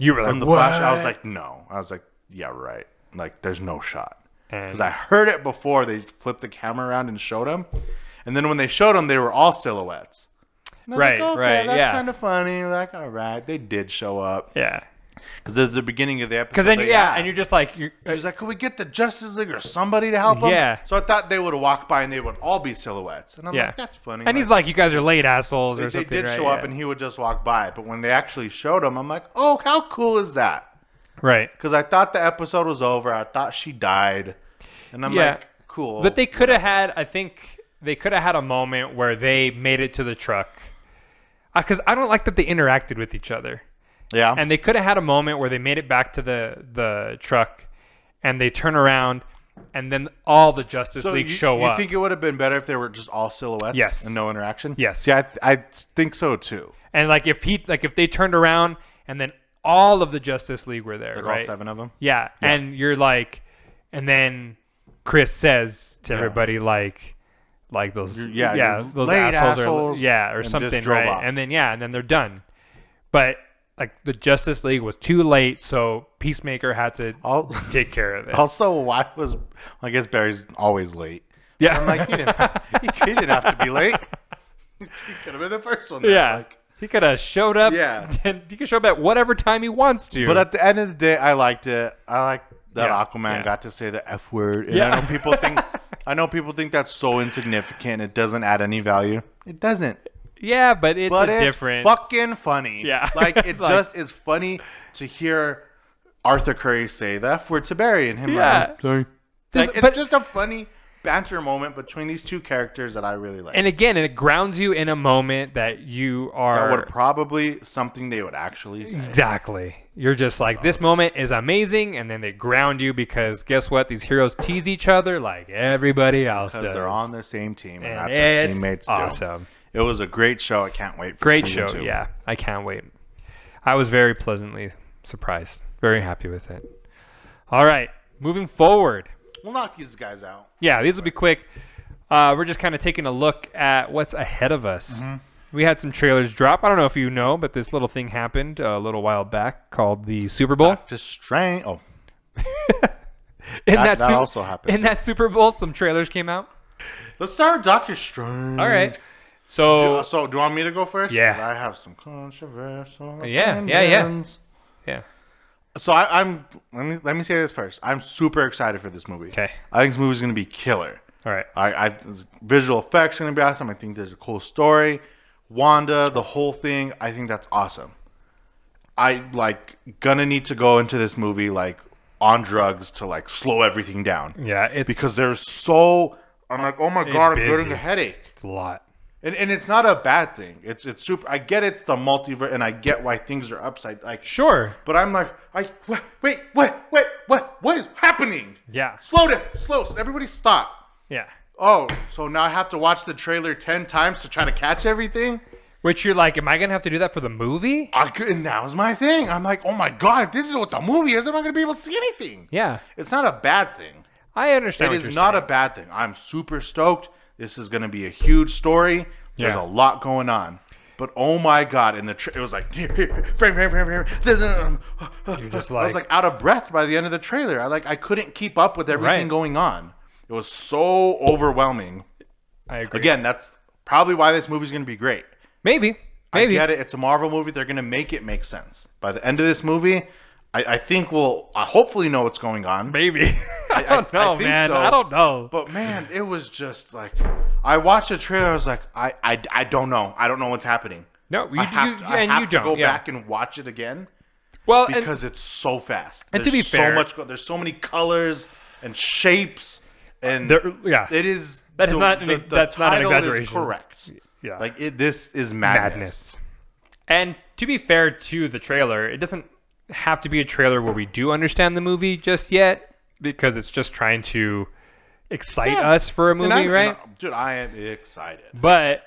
[SPEAKER 1] you were like,
[SPEAKER 2] from the
[SPEAKER 1] what?
[SPEAKER 2] flash, I was like, no. I was like, yeah, right. Like there's no shot because
[SPEAKER 1] And-
[SPEAKER 2] I heard it before they flipped the camera around and showed them, and then when they showed them, they were all silhouettes. And I was
[SPEAKER 1] Right, right,
[SPEAKER 2] That's
[SPEAKER 1] yeah.
[SPEAKER 2] kind of funny. Like, all right, they did show up
[SPEAKER 1] yeah.
[SPEAKER 2] because at the beginning of the episode,
[SPEAKER 1] Because then,
[SPEAKER 2] they
[SPEAKER 1] yeah,
[SPEAKER 2] asked.
[SPEAKER 1] and you're just like, you're,
[SPEAKER 2] She's like, could we get the Justice League or somebody to help him?
[SPEAKER 1] Yeah.
[SPEAKER 2] So I thought they would walk by and they would all be silhouettes. And I'm
[SPEAKER 1] Yeah.
[SPEAKER 2] like, that's funny.
[SPEAKER 1] and he's like, you guys are late assholes or
[SPEAKER 2] they, they
[SPEAKER 1] something.
[SPEAKER 2] did
[SPEAKER 1] right?
[SPEAKER 2] show
[SPEAKER 1] yeah.
[SPEAKER 2] up and he would just walk by. But when they actually showed him, I'm like, oh, how cool is that?
[SPEAKER 1] right.
[SPEAKER 2] Because I thought the episode was over. I thought she died. And I'm
[SPEAKER 1] Yeah.
[SPEAKER 2] like, cool.
[SPEAKER 1] But they could have had, I think, they could have had a moment where they made it to the truck. Because I don't like that they interacted with each other.
[SPEAKER 2] yeah.
[SPEAKER 1] And they could have had a moment where they made it back to the, the truck and they turn around and then all the Justice
[SPEAKER 2] so
[SPEAKER 1] League
[SPEAKER 2] you,
[SPEAKER 1] show
[SPEAKER 2] you
[SPEAKER 1] up.
[SPEAKER 2] think it would have been better if they were just all silhouettes
[SPEAKER 1] Yes.
[SPEAKER 2] and no interaction?
[SPEAKER 1] Yes.
[SPEAKER 2] See, I, I think so too.
[SPEAKER 1] and like if he like if they turned around and then all of the Justice League were there,
[SPEAKER 2] Like all
[SPEAKER 1] right?
[SPEAKER 2] seven of them.
[SPEAKER 1] Yeah. And you're like and then Chris says to everybody like like those
[SPEAKER 2] yeah,
[SPEAKER 1] yeah,
[SPEAKER 2] you're
[SPEAKER 1] those
[SPEAKER 2] late
[SPEAKER 1] assholes,
[SPEAKER 2] assholes,
[SPEAKER 1] are yeah or
[SPEAKER 2] just
[SPEAKER 1] something
[SPEAKER 2] drove
[SPEAKER 1] right
[SPEAKER 2] off.
[SPEAKER 1] and then yeah and then they're done but like the justice league was too late so peacemaker had to
[SPEAKER 2] All,
[SPEAKER 1] take care of it
[SPEAKER 2] also, why was. I guess Barry's always late.
[SPEAKER 1] yeah
[SPEAKER 2] I'm like, he didn't, he, he didn't have to be late. He could have been the first one. there,
[SPEAKER 1] yeah
[SPEAKER 2] like-
[SPEAKER 1] he could have showed up
[SPEAKER 2] Yeah.
[SPEAKER 1] and he could show up at whatever time he wants to
[SPEAKER 2] but at the end of the day, I liked it. I like that
[SPEAKER 1] Yeah,
[SPEAKER 2] Aquaman
[SPEAKER 1] yeah.
[SPEAKER 2] got to say the F word. And I
[SPEAKER 1] Yeah.
[SPEAKER 2] know people think I know people think that's so insignificant. It doesn't add any value. It doesn't.
[SPEAKER 1] yeah but it's
[SPEAKER 2] But
[SPEAKER 1] a
[SPEAKER 2] it's
[SPEAKER 1] difference
[SPEAKER 2] fucking funny.
[SPEAKER 1] Yeah.
[SPEAKER 2] Like it
[SPEAKER 1] Like-
[SPEAKER 2] just is funny to hear Arthur Curry say the F word to Barry and him.
[SPEAKER 1] Yeah.
[SPEAKER 2] like, Sorry.
[SPEAKER 1] Does-
[SPEAKER 2] Like, it's
[SPEAKER 1] but-
[SPEAKER 2] just a funny banter moment between these two characters that I really like.
[SPEAKER 1] and again it grounds you in a moment that you
[SPEAKER 2] that
[SPEAKER 1] are
[SPEAKER 2] would probably something they would actually say.
[SPEAKER 1] Exactly. You're just like, this moment is amazing, and then they ground you because guess what? These heroes tease each other like everybody else does.
[SPEAKER 2] because they're on the same team, and,
[SPEAKER 1] and
[SPEAKER 2] that's what
[SPEAKER 1] it's
[SPEAKER 2] teammates
[SPEAKER 1] awesome.
[SPEAKER 2] do. It was a great show. I can't wait. for
[SPEAKER 1] Great
[SPEAKER 2] season
[SPEAKER 1] show.
[SPEAKER 2] two.
[SPEAKER 1] Yeah, I can't wait. I was very pleasantly surprised. Very happy with it. All right, moving forward.
[SPEAKER 2] we'll knock these guys out.
[SPEAKER 1] Yeah, these will be quick. Uh, we're just kind of taking a look at what's ahead of us.
[SPEAKER 2] Mm-hmm.
[SPEAKER 1] We had some trailers drop. I don't know if you know, but this little thing happened a little while back called the Super Bowl.
[SPEAKER 2] Doctor Strange. Oh,
[SPEAKER 1] In
[SPEAKER 2] That- that
[SPEAKER 1] Sup-
[SPEAKER 2] also happened,
[SPEAKER 1] In
[SPEAKER 2] too.
[SPEAKER 1] that Super Bowl, some trailers came out.
[SPEAKER 2] let's start with Doctor Strange.
[SPEAKER 1] All right.
[SPEAKER 2] Do,
[SPEAKER 1] So
[SPEAKER 2] so, do you want me to go first?
[SPEAKER 1] Yeah.
[SPEAKER 2] 'Cause I have some controversial.
[SPEAKER 1] Yeah, yeah, yeah.
[SPEAKER 2] opinions.
[SPEAKER 1] yeah,
[SPEAKER 2] So I, I'm. Let me let me say this first. I'm super excited for this movie.
[SPEAKER 1] Okay.
[SPEAKER 2] I think this movie's gonna be killer.
[SPEAKER 1] all right,
[SPEAKER 2] I, I visual effects gonna be awesome. I think there's a cool story. Wanda, the whole thing. I think that's awesome. I like gonna need to go into this movie like on drugs to like slow everything down
[SPEAKER 1] yeah, it's,
[SPEAKER 2] because there's so I'm like oh my god I'm getting
[SPEAKER 1] busy.
[SPEAKER 2] a headache
[SPEAKER 1] it's a lot.
[SPEAKER 2] and and it's not a bad thing. It's it's super. I get it's the multiverse and I get why things are upside like
[SPEAKER 1] Sure.
[SPEAKER 2] but I'm like, I wait, wait, wait, wait, what, what is happening?
[SPEAKER 1] Yeah.
[SPEAKER 2] Slow down, slow. Everybody stop.
[SPEAKER 1] Yeah.
[SPEAKER 2] Oh, so now I have to watch the trailer ten times to try to catch everything.
[SPEAKER 1] Which you're like, am I gonna have to do that for the movie?
[SPEAKER 2] I could, and that was my thing. I'm like, oh my god, if this is what the movie is, am I gonna be able to see anything?
[SPEAKER 1] Yeah,
[SPEAKER 2] It's not a bad thing.
[SPEAKER 1] I understand.
[SPEAKER 2] It is not a bad thing. I'm super stoked. This is gonna be a huge story. There's
[SPEAKER 1] Yeah.
[SPEAKER 2] a lot going on. But oh my god! And the tra- it was like here, here, here, frame, frame, frame, frame. This, um,
[SPEAKER 1] You're just
[SPEAKER 2] I
[SPEAKER 1] like-
[SPEAKER 2] was like out of breath by the end of the trailer. I like I couldn't keep up with everything
[SPEAKER 1] Right.
[SPEAKER 2] going on. It was so overwhelming.
[SPEAKER 1] I agree.
[SPEAKER 2] Again, that's probably why this movie's going to be great.
[SPEAKER 1] maybe, maybe.
[SPEAKER 2] I get it. It's a Marvel movie. They're going to make it make sense. By the end of this movie, I, I think we'll I hopefully know what's going on.
[SPEAKER 1] Maybe. I,
[SPEAKER 2] I-
[SPEAKER 1] don't know,
[SPEAKER 2] I think
[SPEAKER 1] man.
[SPEAKER 2] so.
[SPEAKER 1] I don't know.
[SPEAKER 2] But man, it was just like I watched the trailer. I was like, I, I, I don't know. I don't know what's happening.
[SPEAKER 1] no, you,
[SPEAKER 2] I have
[SPEAKER 1] you-
[SPEAKER 2] to,
[SPEAKER 1] yeah,
[SPEAKER 2] I
[SPEAKER 1] and
[SPEAKER 2] have
[SPEAKER 1] you
[SPEAKER 2] to
[SPEAKER 1] don't.
[SPEAKER 2] go
[SPEAKER 1] yeah.
[SPEAKER 2] back and watch it again
[SPEAKER 1] well, and-
[SPEAKER 2] because it's so fast.
[SPEAKER 1] and to
[SPEAKER 2] There's
[SPEAKER 1] be fair-
[SPEAKER 2] so much. go- There's so many colors and shapes, and
[SPEAKER 1] There- yeah.
[SPEAKER 2] it is.
[SPEAKER 1] That is not an ex- that's not an
[SPEAKER 2] title is
[SPEAKER 1] exaggeration.
[SPEAKER 2] correct.
[SPEAKER 1] yeah.
[SPEAKER 2] Like it, this is madness.
[SPEAKER 1] madness. And to be fair to the trailer, it doesn't have to be a trailer where we do understand the movie just yet because it's just trying to excite
[SPEAKER 2] Yeah.
[SPEAKER 1] us for a movie,
[SPEAKER 2] And I'm-
[SPEAKER 1] right?
[SPEAKER 2] and I- dude, I am excited.
[SPEAKER 1] But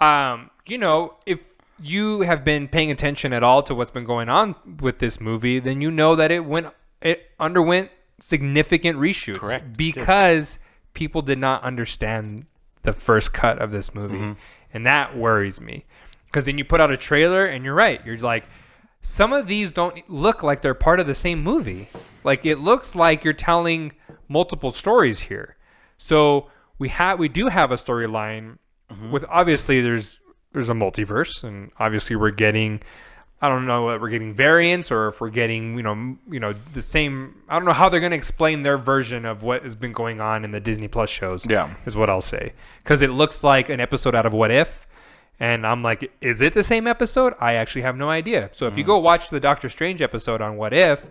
[SPEAKER 1] um, you know, if you have been paying attention at all to what's been going on with this movie, then you know that it went it underwent significant reshoots
[SPEAKER 2] Correct.
[SPEAKER 1] because people did not understand the first cut of this movie. And that worries me. Cuz then you put out a trailer and you're right. You're like some of these don't look like they're part of the same movie. Like it looks like you're telling multiple stories here. So we have we do have a storyline with obviously there's there's a multiverse and obviously we're getting I don't know if we're getting variants or if we're getting you know m- you know the same I don't know how they're going to explain their version of what has been going on in the Disney Plus shows
[SPEAKER 2] Yeah.
[SPEAKER 1] is what I'll say cuz it looks like an episode out of What If and I'm like is it the same episode I actually have no idea so if
[SPEAKER 2] Mm.
[SPEAKER 1] you go watch the Doctor Strange episode on What If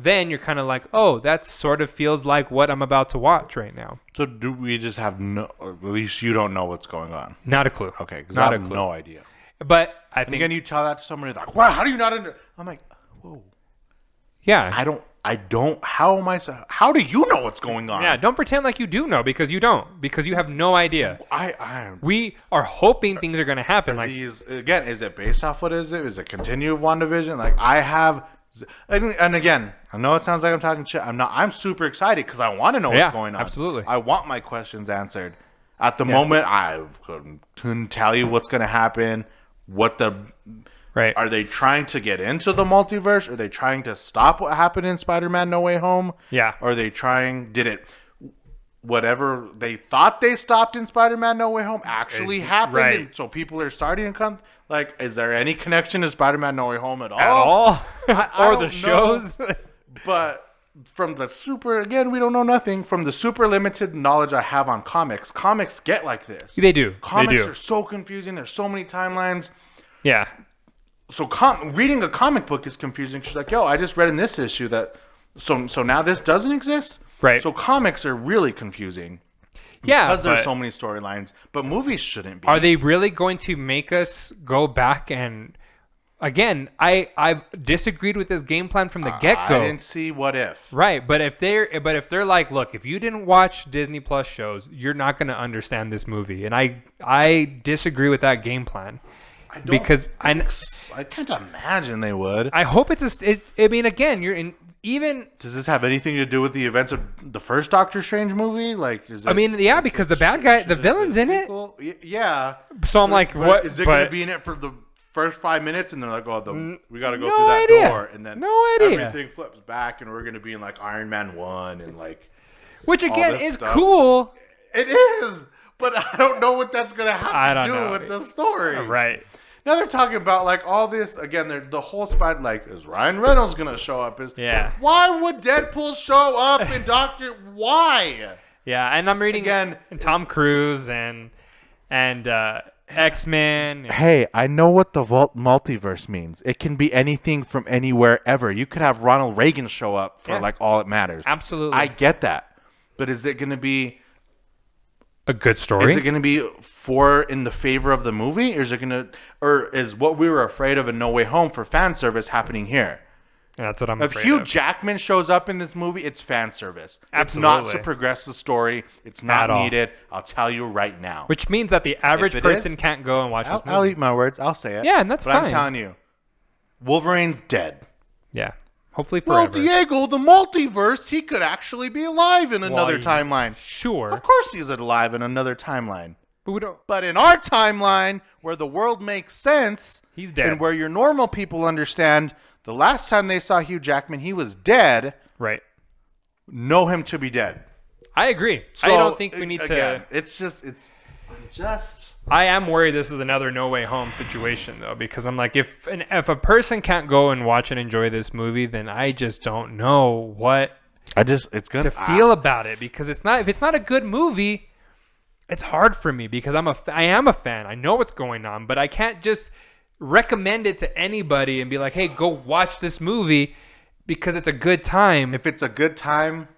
[SPEAKER 1] then you're kind of like oh that sort of feels like what I'm about to watch right now
[SPEAKER 2] So do we just have no? or At least you don't know what's going on.
[SPEAKER 1] not a clue
[SPEAKER 2] Okay, because
[SPEAKER 1] Not
[SPEAKER 2] I
[SPEAKER 1] a
[SPEAKER 2] have
[SPEAKER 1] clue.
[SPEAKER 2] no idea.
[SPEAKER 1] but I think
[SPEAKER 2] Again, you tell that to somebody like, "Wow, how do you not under?" I'm like, "Whoa,
[SPEAKER 1] yeah
[SPEAKER 2] I don't, I don't. How am I? so- How do you know what's going on?"
[SPEAKER 1] Yeah, don't pretend like you do know because you don't because you have no idea.
[SPEAKER 2] I, I am.
[SPEAKER 1] We are hoping things are going to happen. Like
[SPEAKER 2] These again, is it based off what is it? Is it continue of WandaVision? Like I have, z- and, and again, I know it sounds like I'm talking shit. I'm not. I'm super excited because I want to know
[SPEAKER 1] Yeah,
[SPEAKER 2] what's going on.
[SPEAKER 1] absolutely.
[SPEAKER 2] I want my questions answered. At the moment, I couldn't, couldn't tell you what's going to happen. What the
[SPEAKER 1] right,
[SPEAKER 2] Are they trying to get into the multiverse? Are they trying to stop what happened in Spider-Man No Way Home?
[SPEAKER 1] Yeah.
[SPEAKER 2] Are they trying did it whatever they thought they stopped in Spider-Man No Way Home actually
[SPEAKER 1] Is-
[SPEAKER 2] happened
[SPEAKER 1] right.
[SPEAKER 2] and so people are starting to come like is there any connection to Spider-Man No Way Home at all?
[SPEAKER 1] at all
[SPEAKER 2] I- I
[SPEAKER 1] or
[SPEAKER 2] don't
[SPEAKER 1] the
[SPEAKER 2] know.
[SPEAKER 1] shows.
[SPEAKER 2] But from the super again, we don't know nothing from the super limited knowledge I have on comics. Comics get like this.
[SPEAKER 1] they do.
[SPEAKER 2] comics
[SPEAKER 1] they do.
[SPEAKER 2] are so confusing. There's so many timelines.
[SPEAKER 1] yeah.
[SPEAKER 2] so com- reading a comic book is confusing. She's like, "Yo, I just read in this issue that so so now this doesn't exist."
[SPEAKER 1] Right.
[SPEAKER 2] So comics are really confusing
[SPEAKER 1] Yeah.
[SPEAKER 2] because there's
[SPEAKER 1] but
[SPEAKER 2] so many storylines, but movies shouldn't be.
[SPEAKER 1] are they really going to make us go back and again, I I've disagreed with this game plan from the
[SPEAKER 2] Ah, I
[SPEAKER 1] get-go.
[SPEAKER 2] didn't see what if.
[SPEAKER 1] Right, but if they're but if they're like, look, if you didn't watch Disney Plus shows, you're not going to understand this movie, and I I disagree with that game plan
[SPEAKER 2] I don't-
[SPEAKER 1] because I
[SPEAKER 2] I can't imagine they would.
[SPEAKER 1] I hope it's a st- it's I mean, again, you're in even.
[SPEAKER 2] Does this have anything to do with the events of the first Doctor Strange movie? Like, is
[SPEAKER 1] I mean, yeah, because the bad guy, the villain's in it.
[SPEAKER 2] it? Yeah.
[SPEAKER 1] So I'm like,
[SPEAKER 2] But
[SPEAKER 1] what?
[SPEAKER 2] is it
[SPEAKER 1] but-
[SPEAKER 2] going to be in it for the first five minutes? And they're like, oh, the, we got to go
[SPEAKER 1] no
[SPEAKER 2] through that
[SPEAKER 1] idea.
[SPEAKER 2] door, and then
[SPEAKER 1] No idea.
[SPEAKER 2] everything flips back, and we're going to be in like Iron Man one, and like
[SPEAKER 1] which again
[SPEAKER 2] this
[SPEAKER 1] is
[SPEAKER 2] stuff.
[SPEAKER 1] cool,
[SPEAKER 2] it is, but I don't know what that's going to have
[SPEAKER 1] I
[SPEAKER 2] to
[SPEAKER 1] don't
[SPEAKER 2] do
[SPEAKER 1] know.
[SPEAKER 2] with the story.
[SPEAKER 1] right?
[SPEAKER 2] now they're talking about like all this again. They're the whole spot like is Ryan Reynolds going to show up? Is
[SPEAKER 1] Yeah.
[SPEAKER 2] Why would Deadpool show up and Doctor? Why?
[SPEAKER 1] Yeah, and I'm reading
[SPEAKER 2] Again,
[SPEAKER 1] and Tom Cruise and and uh, X Men.
[SPEAKER 2] hey, I know what the vault multiverse means. It can be anything from anywhere ever. You could have Ronald Reagan show up for
[SPEAKER 1] Yeah.
[SPEAKER 2] like all it matters.
[SPEAKER 1] Absolutely,
[SPEAKER 2] I get that. But is it going to be
[SPEAKER 1] a good
[SPEAKER 2] is
[SPEAKER 1] story.
[SPEAKER 2] it going to be for in the favor of the movie or is it going to or is what we were afraid of in No Way Home for fan service happening here?
[SPEAKER 1] That's what I'm
[SPEAKER 2] If
[SPEAKER 1] afraid
[SPEAKER 2] Hugh
[SPEAKER 1] of.
[SPEAKER 2] Jackman shows up in this movie, it's fan service. It's not
[SPEAKER 1] Absolutely.
[SPEAKER 2] to progress the story. It's
[SPEAKER 1] At
[SPEAKER 2] not
[SPEAKER 1] all.
[SPEAKER 2] needed. I'll tell you right now.
[SPEAKER 1] Which means that the average
[SPEAKER 2] it
[SPEAKER 1] person
[SPEAKER 2] is,
[SPEAKER 1] can't go and watch
[SPEAKER 2] I'll,
[SPEAKER 1] this movie.
[SPEAKER 2] I'll eat my words. I'll say it.
[SPEAKER 1] Yeah, and that's
[SPEAKER 2] but
[SPEAKER 1] fine.
[SPEAKER 2] I'm telling you, Wolverine's dead.
[SPEAKER 1] yeah. Hopefully
[SPEAKER 2] Well,
[SPEAKER 1] forever.
[SPEAKER 2] Diego, the multiverse, he could actually be alive in another
[SPEAKER 1] Why,
[SPEAKER 2] timeline.
[SPEAKER 1] Sure.
[SPEAKER 2] Of course he's alive in another timeline.
[SPEAKER 1] But we don't.
[SPEAKER 2] But in our timeline, where the world makes sense,
[SPEAKER 1] He's dead.
[SPEAKER 2] and where your normal people understand, the last time they saw Hugh Jackman, he was dead.
[SPEAKER 1] Right.
[SPEAKER 2] Know him to be dead.
[SPEAKER 1] I agree. I
[SPEAKER 2] So,
[SPEAKER 1] don't think we
[SPEAKER 2] a-
[SPEAKER 1] need
[SPEAKER 2] again,
[SPEAKER 1] to.
[SPEAKER 2] It's just it's I'm just
[SPEAKER 1] I am worried this is another no way home situation though, because I'm like, if an, if a person can't go and watch and enjoy this movie, then I just don't know what
[SPEAKER 2] I just it's gonna
[SPEAKER 1] to feel about it because it's not if it's not a good movie, it's hard for me because I'm a f- I am a fan. I know what's going on, but I can't just recommend it to anybody and be like, hey, go watch this movie because it's a good time. Oh,
[SPEAKER 2] if it's a good time,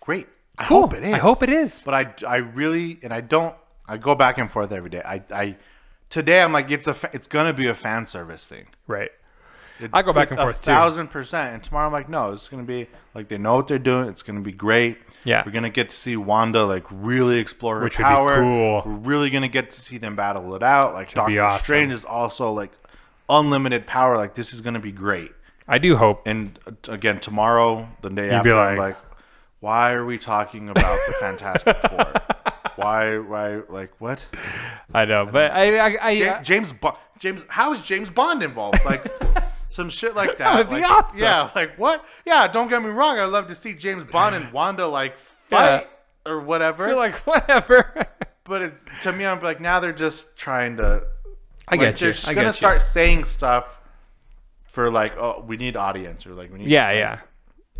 [SPEAKER 2] great. I hope it is.
[SPEAKER 1] I hope it is.
[SPEAKER 2] But I, I really, and I don't. I go back and forth every day. I, I today I'm like it's a, fa- it's gonna be a fan service thing.
[SPEAKER 1] Right.
[SPEAKER 2] It-
[SPEAKER 1] I go back and
[SPEAKER 2] a
[SPEAKER 1] forth, too.
[SPEAKER 2] thousand percent. And tomorrow I'm like, no, it's gonna be like they know what they're doing. It's gonna be great.
[SPEAKER 1] Yeah.
[SPEAKER 2] we're gonna get to see Wanda like really explore her
[SPEAKER 1] Which would be
[SPEAKER 2] power.
[SPEAKER 1] cool.
[SPEAKER 2] We're really gonna get to see them battle it out. Like
[SPEAKER 1] be
[SPEAKER 2] Doctor
[SPEAKER 1] awesome.
[SPEAKER 2] Strange is also like unlimited power. Like this is gonna be great.
[SPEAKER 1] I do hope.
[SPEAKER 2] And uh, t- again, tomorrow, the day after,
[SPEAKER 1] be
[SPEAKER 2] I'm
[SPEAKER 1] like-
[SPEAKER 2] like, why are we talking about the Fantastic Four? Why, why, like, what?
[SPEAKER 1] I know, but I I, I
[SPEAKER 2] Ja- James Bond. James, how is James Bond involved? Like, some shit like that.
[SPEAKER 1] would be
[SPEAKER 2] like,
[SPEAKER 1] awesome.
[SPEAKER 2] Yeah, like what? Yeah, don't get me wrong. I love to see James Bond and Wanda like fight or whatever.
[SPEAKER 1] feel like whatever.
[SPEAKER 2] but it's to me, I'm like, now they're just trying to.
[SPEAKER 1] I
[SPEAKER 2] like,
[SPEAKER 1] get
[SPEAKER 2] They're
[SPEAKER 1] you.
[SPEAKER 2] just
[SPEAKER 1] I
[SPEAKER 2] gonna
[SPEAKER 1] get
[SPEAKER 2] start
[SPEAKER 1] you.
[SPEAKER 2] saying stuff for like, oh, we need audience or like, we need
[SPEAKER 1] Yeah, yeah.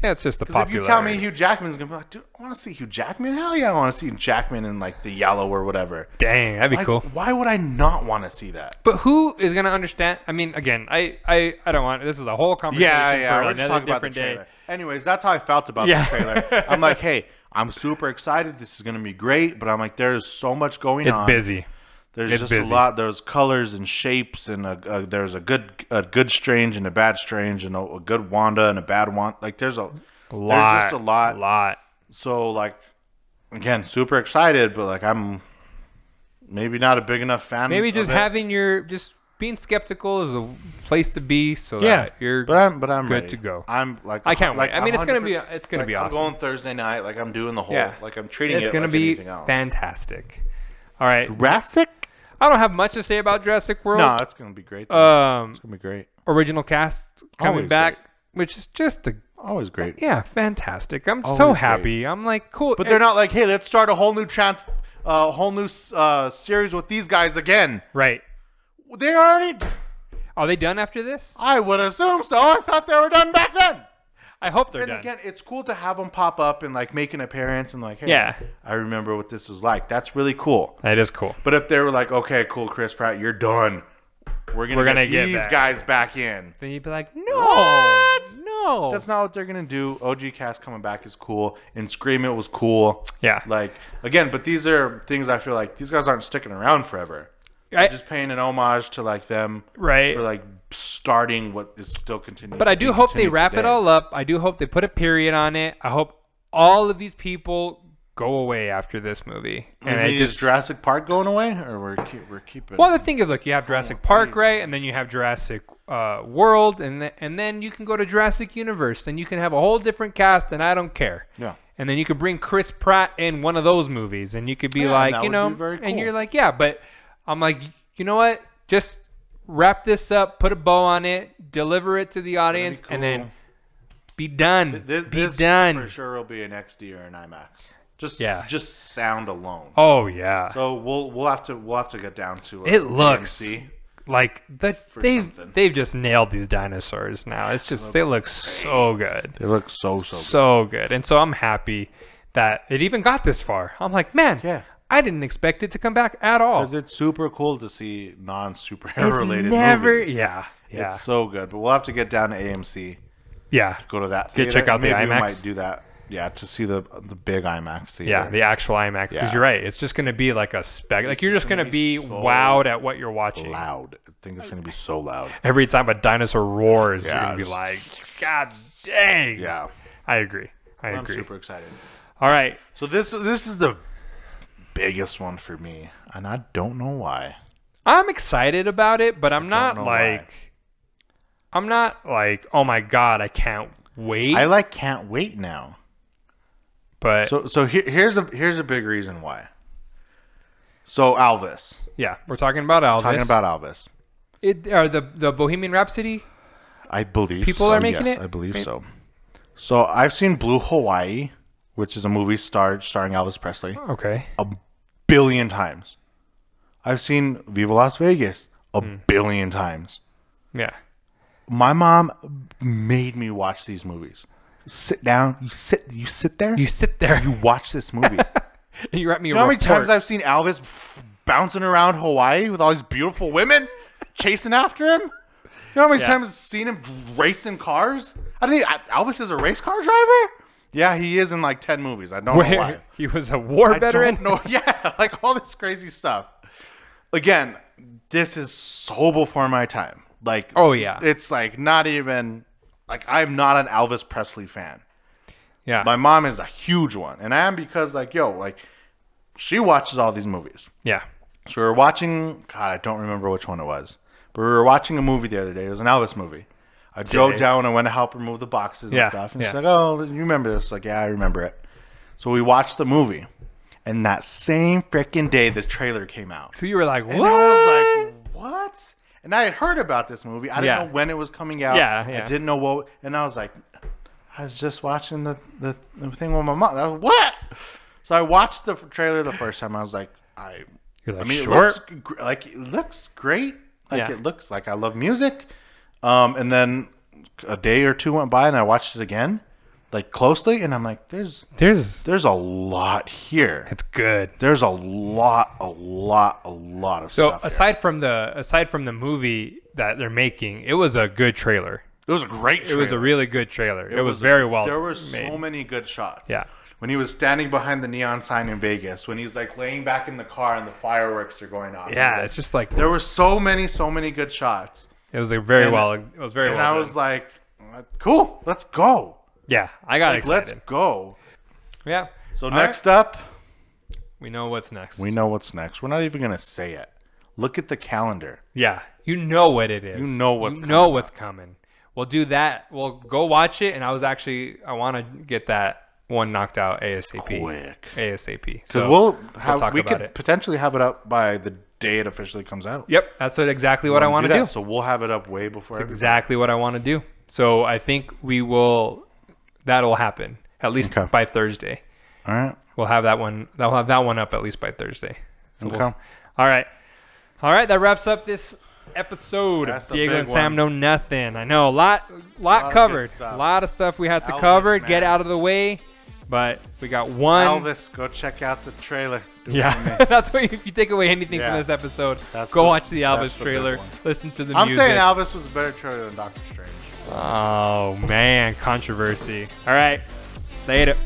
[SPEAKER 1] Yeah, it's just the
[SPEAKER 2] Because if
[SPEAKER 1] popular.
[SPEAKER 2] you tell me Hugh Jackman's gonna be like, dude, I want to see Hugh Jackman. Hell yeah, I want to see Jackman in like the yellow or whatever.
[SPEAKER 1] dang, that'd be
[SPEAKER 2] Like,
[SPEAKER 1] cool.
[SPEAKER 2] Why would I not want to see that?
[SPEAKER 1] But who is going to understand? I mean, again, I, I, I don't want this is a whole conversation
[SPEAKER 2] Yeah, yeah.
[SPEAKER 1] for
[SPEAKER 2] We're
[SPEAKER 1] another
[SPEAKER 2] just talking about the
[SPEAKER 1] different
[SPEAKER 2] trailer.
[SPEAKER 1] day.
[SPEAKER 2] Anyways, that's how I felt about
[SPEAKER 1] Yeah.
[SPEAKER 2] the trailer. I'm like, hey, I'm super excited. This is gonna be great. But I'm like, there's so much going
[SPEAKER 1] It's
[SPEAKER 2] on.
[SPEAKER 1] busy.
[SPEAKER 2] There's
[SPEAKER 1] It's
[SPEAKER 2] just
[SPEAKER 1] busy.
[SPEAKER 2] a lot. There's colors and shapes, and a, a, there's a good a good strange and a bad strange, and a, a good Wanda and a bad Wanda. Like there's a
[SPEAKER 1] Lot,
[SPEAKER 2] there's just a lot.
[SPEAKER 1] lot.
[SPEAKER 2] so like again super excited but like i'm maybe not a big enough fan
[SPEAKER 1] Maybe
[SPEAKER 2] of
[SPEAKER 1] just
[SPEAKER 2] it.
[SPEAKER 1] having your just being skeptical is a place to be. So
[SPEAKER 2] yeah
[SPEAKER 1] that you're.
[SPEAKER 2] but i'm but i'm
[SPEAKER 1] good
[SPEAKER 2] ready.
[SPEAKER 1] to go.
[SPEAKER 2] i'm like
[SPEAKER 1] I can't
[SPEAKER 2] like,
[SPEAKER 1] wait. I mean,
[SPEAKER 2] I'm
[SPEAKER 1] it's gonna be
[SPEAKER 2] 100%
[SPEAKER 1] it's gonna
[SPEAKER 2] like,
[SPEAKER 1] be
[SPEAKER 2] i'm
[SPEAKER 1] awesome.
[SPEAKER 2] going thursday night like i'm doing the whole
[SPEAKER 1] Yeah.
[SPEAKER 2] like i'm treating
[SPEAKER 1] it's
[SPEAKER 2] it
[SPEAKER 1] gonna
[SPEAKER 2] like
[SPEAKER 1] be
[SPEAKER 2] anything else.
[SPEAKER 1] fantastic. All right,
[SPEAKER 2] drastic
[SPEAKER 1] I don't have much to say about Jurassic
[SPEAKER 2] no
[SPEAKER 1] World.
[SPEAKER 2] it's gonna be great though.
[SPEAKER 1] Um,
[SPEAKER 2] it's gonna be great
[SPEAKER 1] original cast coming
[SPEAKER 2] Always
[SPEAKER 1] back, which is just a
[SPEAKER 2] always great
[SPEAKER 1] yeah, fantastic. I'm so
[SPEAKER 2] Always
[SPEAKER 1] happy. I'm like cool.
[SPEAKER 2] but they're not like hey let's start a whole new trans a whole new uh, series with these guys again
[SPEAKER 1] right.
[SPEAKER 2] they already
[SPEAKER 1] Are they done after this?
[SPEAKER 2] i would assume so i thought they were done back then
[SPEAKER 1] I hope they're
[SPEAKER 2] and
[SPEAKER 1] done.
[SPEAKER 2] again, it's cool to have them pop up and like make an appearance and like, hey,
[SPEAKER 1] Yeah.
[SPEAKER 2] I remember what this was like. That's really cool.
[SPEAKER 1] that is cool.
[SPEAKER 2] But if they were like, okay, cool, Chris Pratt, you're done. We're gonna,
[SPEAKER 1] We're
[SPEAKER 2] get
[SPEAKER 1] gonna get
[SPEAKER 2] these
[SPEAKER 1] back."
[SPEAKER 2] guys back in.
[SPEAKER 1] Then you'd be like, no,
[SPEAKER 2] What?
[SPEAKER 1] no.
[SPEAKER 2] That's not what they're gonna do. OG cast coming back is cool, and Scream it was cool.
[SPEAKER 1] yeah.
[SPEAKER 2] Like again, but these are things I feel like these guys aren't sticking around forever.
[SPEAKER 1] I-
[SPEAKER 2] They're just paying an homage to like them
[SPEAKER 1] right.
[SPEAKER 2] for like starting what is still continuing.
[SPEAKER 1] but I do hope they wrap it all up. I do hope they put a period on it. I hope all of these people go away after this movie. And I
[SPEAKER 2] is
[SPEAKER 1] just
[SPEAKER 2] Jurassic Park going away, or we're keep, we're keeping.
[SPEAKER 1] well, the thing is, look, you have Jurassic Park,
[SPEAKER 2] please.
[SPEAKER 1] right, and then you have Jurassic uh, World, and th- and then you can go to Jurassic Universe, and you can have a whole different cast, and I don't care.
[SPEAKER 2] Yeah.
[SPEAKER 1] and then you could bring Chris Pratt in one of those movies, and you could be
[SPEAKER 2] Oh, Yeah,
[SPEAKER 1] like,
[SPEAKER 2] that
[SPEAKER 1] you
[SPEAKER 2] would
[SPEAKER 1] know,
[SPEAKER 2] be very
[SPEAKER 1] and
[SPEAKER 2] cool.
[SPEAKER 1] you're like, yeah, but I'm like, you know what? Just wrap this up, put a bow on it, deliver it to the audience, and then
[SPEAKER 2] cool.
[SPEAKER 1] be done.
[SPEAKER 2] Th-
[SPEAKER 1] be
[SPEAKER 2] this
[SPEAKER 1] done.
[SPEAKER 2] for sure will be an XD or an IMAX. Just
[SPEAKER 1] Yeah.
[SPEAKER 2] just sound alone.
[SPEAKER 1] Oh yeah,
[SPEAKER 2] So we'll we'll have to we'll have to get down to uh, a
[SPEAKER 1] It looks-
[SPEAKER 2] AMC.
[SPEAKER 1] like the, they've
[SPEAKER 2] something.
[SPEAKER 1] they've just nailed these dinosaurs now. It's just they look so good,
[SPEAKER 2] They look so so. Good.
[SPEAKER 1] so good, and so I'm happy that it even got this far. I'm like, man,
[SPEAKER 2] Yeah.
[SPEAKER 1] I didn't expect it to come back at all.
[SPEAKER 2] 'Cause it's super cool to see non superhero
[SPEAKER 1] It's
[SPEAKER 2] related
[SPEAKER 1] never,
[SPEAKER 2] movies.
[SPEAKER 1] yeah, yeah,
[SPEAKER 2] It's so good. But we'll have to get down to AMC.
[SPEAKER 1] yeah.
[SPEAKER 2] Go to that.
[SPEAKER 1] Get-
[SPEAKER 2] Theater.
[SPEAKER 1] check out the
[SPEAKER 2] Maybe
[SPEAKER 1] IMAX.
[SPEAKER 2] We might do that. Yeah, to see the the big IMAX theater.
[SPEAKER 1] Yeah, the actual IMAX. Because
[SPEAKER 2] Yeah.
[SPEAKER 1] you're right. It's just going to be like a spec. Like you're just going to
[SPEAKER 2] gonna
[SPEAKER 1] be
[SPEAKER 2] be so
[SPEAKER 1] wowed at what you're watching.
[SPEAKER 2] loud. I think it's gonna be so loud.
[SPEAKER 1] Every time a dinosaur roars,
[SPEAKER 2] Yeah,
[SPEAKER 1] you're going to be
[SPEAKER 2] it's-
[SPEAKER 1] like, God dang.
[SPEAKER 2] Yeah,
[SPEAKER 1] I agree. I
[SPEAKER 2] I'm
[SPEAKER 1] agree.
[SPEAKER 2] super excited.
[SPEAKER 1] All right.
[SPEAKER 2] So this this is the biggest one for me, and I don't know why.
[SPEAKER 1] I'm excited about it, but I'm not
[SPEAKER 2] know
[SPEAKER 1] like,
[SPEAKER 2] why.
[SPEAKER 1] I'm not like, oh my God, I can't wait.
[SPEAKER 2] I like can't wait now.
[SPEAKER 1] but
[SPEAKER 2] So so here, here's a here's a big reason why. So Alvis,
[SPEAKER 1] Yeah, we're talking about Alvis.
[SPEAKER 2] talking about Alvis,
[SPEAKER 1] it, or the the Bohemian Rhapsody.
[SPEAKER 2] I believe
[SPEAKER 1] People
[SPEAKER 2] so,
[SPEAKER 1] are making
[SPEAKER 2] yes,
[SPEAKER 1] it?
[SPEAKER 2] I believe
[SPEAKER 1] Maybe.
[SPEAKER 2] so. So I've seen Blue Hawaii, which is a movie starred starring Elvis Presley,
[SPEAKER 1] Okay.
[SPEAKER 2] a billion times. I've seen Viva Las Vegas a
[SPEAKER 1] Hmm.
[SPEAKER 2] billion times.
[SPEAKER 1] Yeah.
[SPEAKER 2] My mom made me watch these movies. Sit down. You sit. You sit there.
[SPEAKER 1] You
[SPEAKER 2] You,
[SPEAKER 1] sit there. You,
[SPEAKER 2] watch this movie. you
[SPEAKER 1] you write me a
[SPEAKER 2] know how many
[SPEAKER 1] report.
[SPEAKER 2] times I've seen Elvis f- bouncing around Hawaii with all these beautiful women chasing after him? You know how many
[SPEAKER 1] Yeah.
[SPEAKER 2] times I've seen him racing cars? I didn't. e, I, Elvis is a race car driver. Yeah, he is in like ten movies. I don't know why.
[SPEAKER 1] Where he was a war veteran.
[SPEAKER 2] I don't know. Yeah, like all this crazy stuff. Again, this is so before my time. Like,
[SPEAKER 1] Oh, yeah.
[SPEAKER 2] it's like not even like I'm not an Elvis Presley fan.
[SPEAKER 1] Yeah.
[SPEAKER 2] My mom is a huge one, and I am because like yo, like she watches all these movies.
[SPEAKER 1] yeah.
[SPEAKER 2] So we were watching. God, I don't remember which one it was, but we were watching a movie the other day. It was an Elvis movie. I drove down and went to help remove the boxes and
[SPEAKER 1] Yeah,
[SPEAKER 2] stuff, and she's
[SPEAKER 1] yeah.
[SPEAKER 2] like, "Oh, you remember this?" Like, yeah, I remember it. So we watched the movie, and that same freaking day, the trailer came out.
[SPEAKER 1] So you were like, what?
[SPEAKER 2] And I was like, what? And I had heard about this movie. I didn't
[SPEAKER 1] Yeah.
[SPEAKER 2] know when it was coming out.
[SPEAKER 1] Yeah, yeah.
[SPEAKER 2] I didn't know what. And I was like, I was just watching the, the, the thing with my mom. I was, what? So I watched the f- trailer the first time. I was like, I.
[SPEAKER 1] You're like,
[SPEAKER 2] I mean,
[SPEAKER 1] sure.
[SPEAKER 2] it looks, gr- like it looks great. Like
[SPEAKER 1] Yeah.
[SPEAKER 2] it looks like I love music. Um, and then a day or two went by, and I watched it again, like closely, and I'm like, there's
[SPEAKER 1] There's.
[SPEAKER 2] there's a lot here.
[SPEAKER 1] It's good.
[SPEAKER 2] There's a lot, a lot, a lot of
[SPEAKER 1] So
[SPEAKER 2] stuff. here.
[SPEAKER 1] aside from the aside from the movie that they're making, it was a good trailer.
[SPEAKER 2] It was a great.
[SPEAKER 1] It was a really good trailer. It, was, very well.
[SPEAKER 2] There were so
[SPEAKER 1] made.
[SPEAKER 2] many good shots.
[SPEAKER 1] Yeah.
[SPEAKER 2] When he was standing behind the neon sign in Vegas, when he's like laying back in the car and the fireworks are going off. He's
[SPEAKER 1] Yeah,
[SPEAKER 2] like-
[SPEAKER 1] it's just like
[SPEAKER 2] there were so many, so many good shots,
[SPEAKER 1] it was a very
[SPEAKER 2] and-
[SPEAKER 1] well. It was very
[SPEAKER 2] and
[SPEAKER 1] well.
[SPEAKER 2] I
[SPEAKER 1] done.
[SPEAKER 2] was like, "Cool, let's go,
[SPEAKER 1] yeah, I got
[SPEAKER 2] like,
[SPEAKER 1] excited.
[SPEAKER 2] let's go."
[SPEAKER 1] yeah.
[SPEAKER 2] So
[SPEAKER 1] All right.
[SPEAKER 2] next up,
[SPEAKER 1] we know what's next.
[SPEAKER 2] we know what's next. We're not even gonna say it. Look at the calendar.
[SPEAKER 1] Yeah, you know what it is.
[SPEAKER 2] You know what's
[SPEAKER 1] you know what's coming. We'll do that. We'll go watch it, and I was actually I want to get that one knocked out asap.
[SPEAKER 2] Quick.
[SPEAKER 1] asap.
[SPEAKER 2] Because
[SPEAKER 1] So
[SPEAKER 2] we'll have
[SPEAKER 1] talk
[SPEAKER 2] we
[SPEAKER 1] about
[SPEAKER 2] could
[SPEAKER 1] it.
[SPEAKER 2] potentially have it up by the day it officially comes out.
[SPEAKER 1] Yep, that's what, exactly what I want to
[SPEAKER 2] that,
[SPEAKER 1] do.
[SPEAKER 2] So we'll have it up way before. everybody.
[SPEAKER 1] Exactly what I want to do. So I think we will. That'll happen at least
[SPEAKER 2] Okay.
[SPEAKER 1] by Thursday.
[SPEAKER 2] All right.
[SPEAKER 1] We'll have that one. They'll have that one up at least by Thursday. So we'll-
[SPEAKER 2] Okay.
[SPEAKER 1] all right. All right. That wraps up this episode.
[SPEAKER 2] That's
[SPEAKER 1] of
[SPEAKER 2] a
[SPEAKER 1] Diego
[SPEAKER 2] big
[SPEAKER 1] and Sam
[SPEAKER 2] one.
[SPEAKER 1] know nothing. I know a lot, lot,
[SPEAKER 2] good
[SPEAKER 1] covered. A
[SPEAKER 2] stuff.
[SPEAKER 1] lot of stuff we had to
[SPEAKER 2] Elvis,
[SPEAKER 1] cover. Get
[SPEAKER 2] man.
[SPEAKER 1] out of the way. But we got one.
[SPEAKER 2] Elvis, go check out the trailer. Do it for me.
[SPEAKER 1] Yeah, that's what if you take away anything
[SPEAKER 2] Yeah.
[SPEAKER 1] from this episode,
[SPEAKER 2] That's
[SPEAKER 1] go
[SPEAKER 2] the-
[SPEAKER 1] watch the
[SPEAKER 2] that's
[SPEAKER 1] Elvis
[SPEAKER 2] the big
[SPEAKER 1] trailer,
[SPEAKER 2] one.
[SPEAKER 1] listen to the
[SPEAKER 2] I'm
[SPEAKER 1] music.
[SPEAKER 2] saying Elvis was a better trailer than Doctor Strange.
[SPEAKER 1] oh man, controversy. All right, later.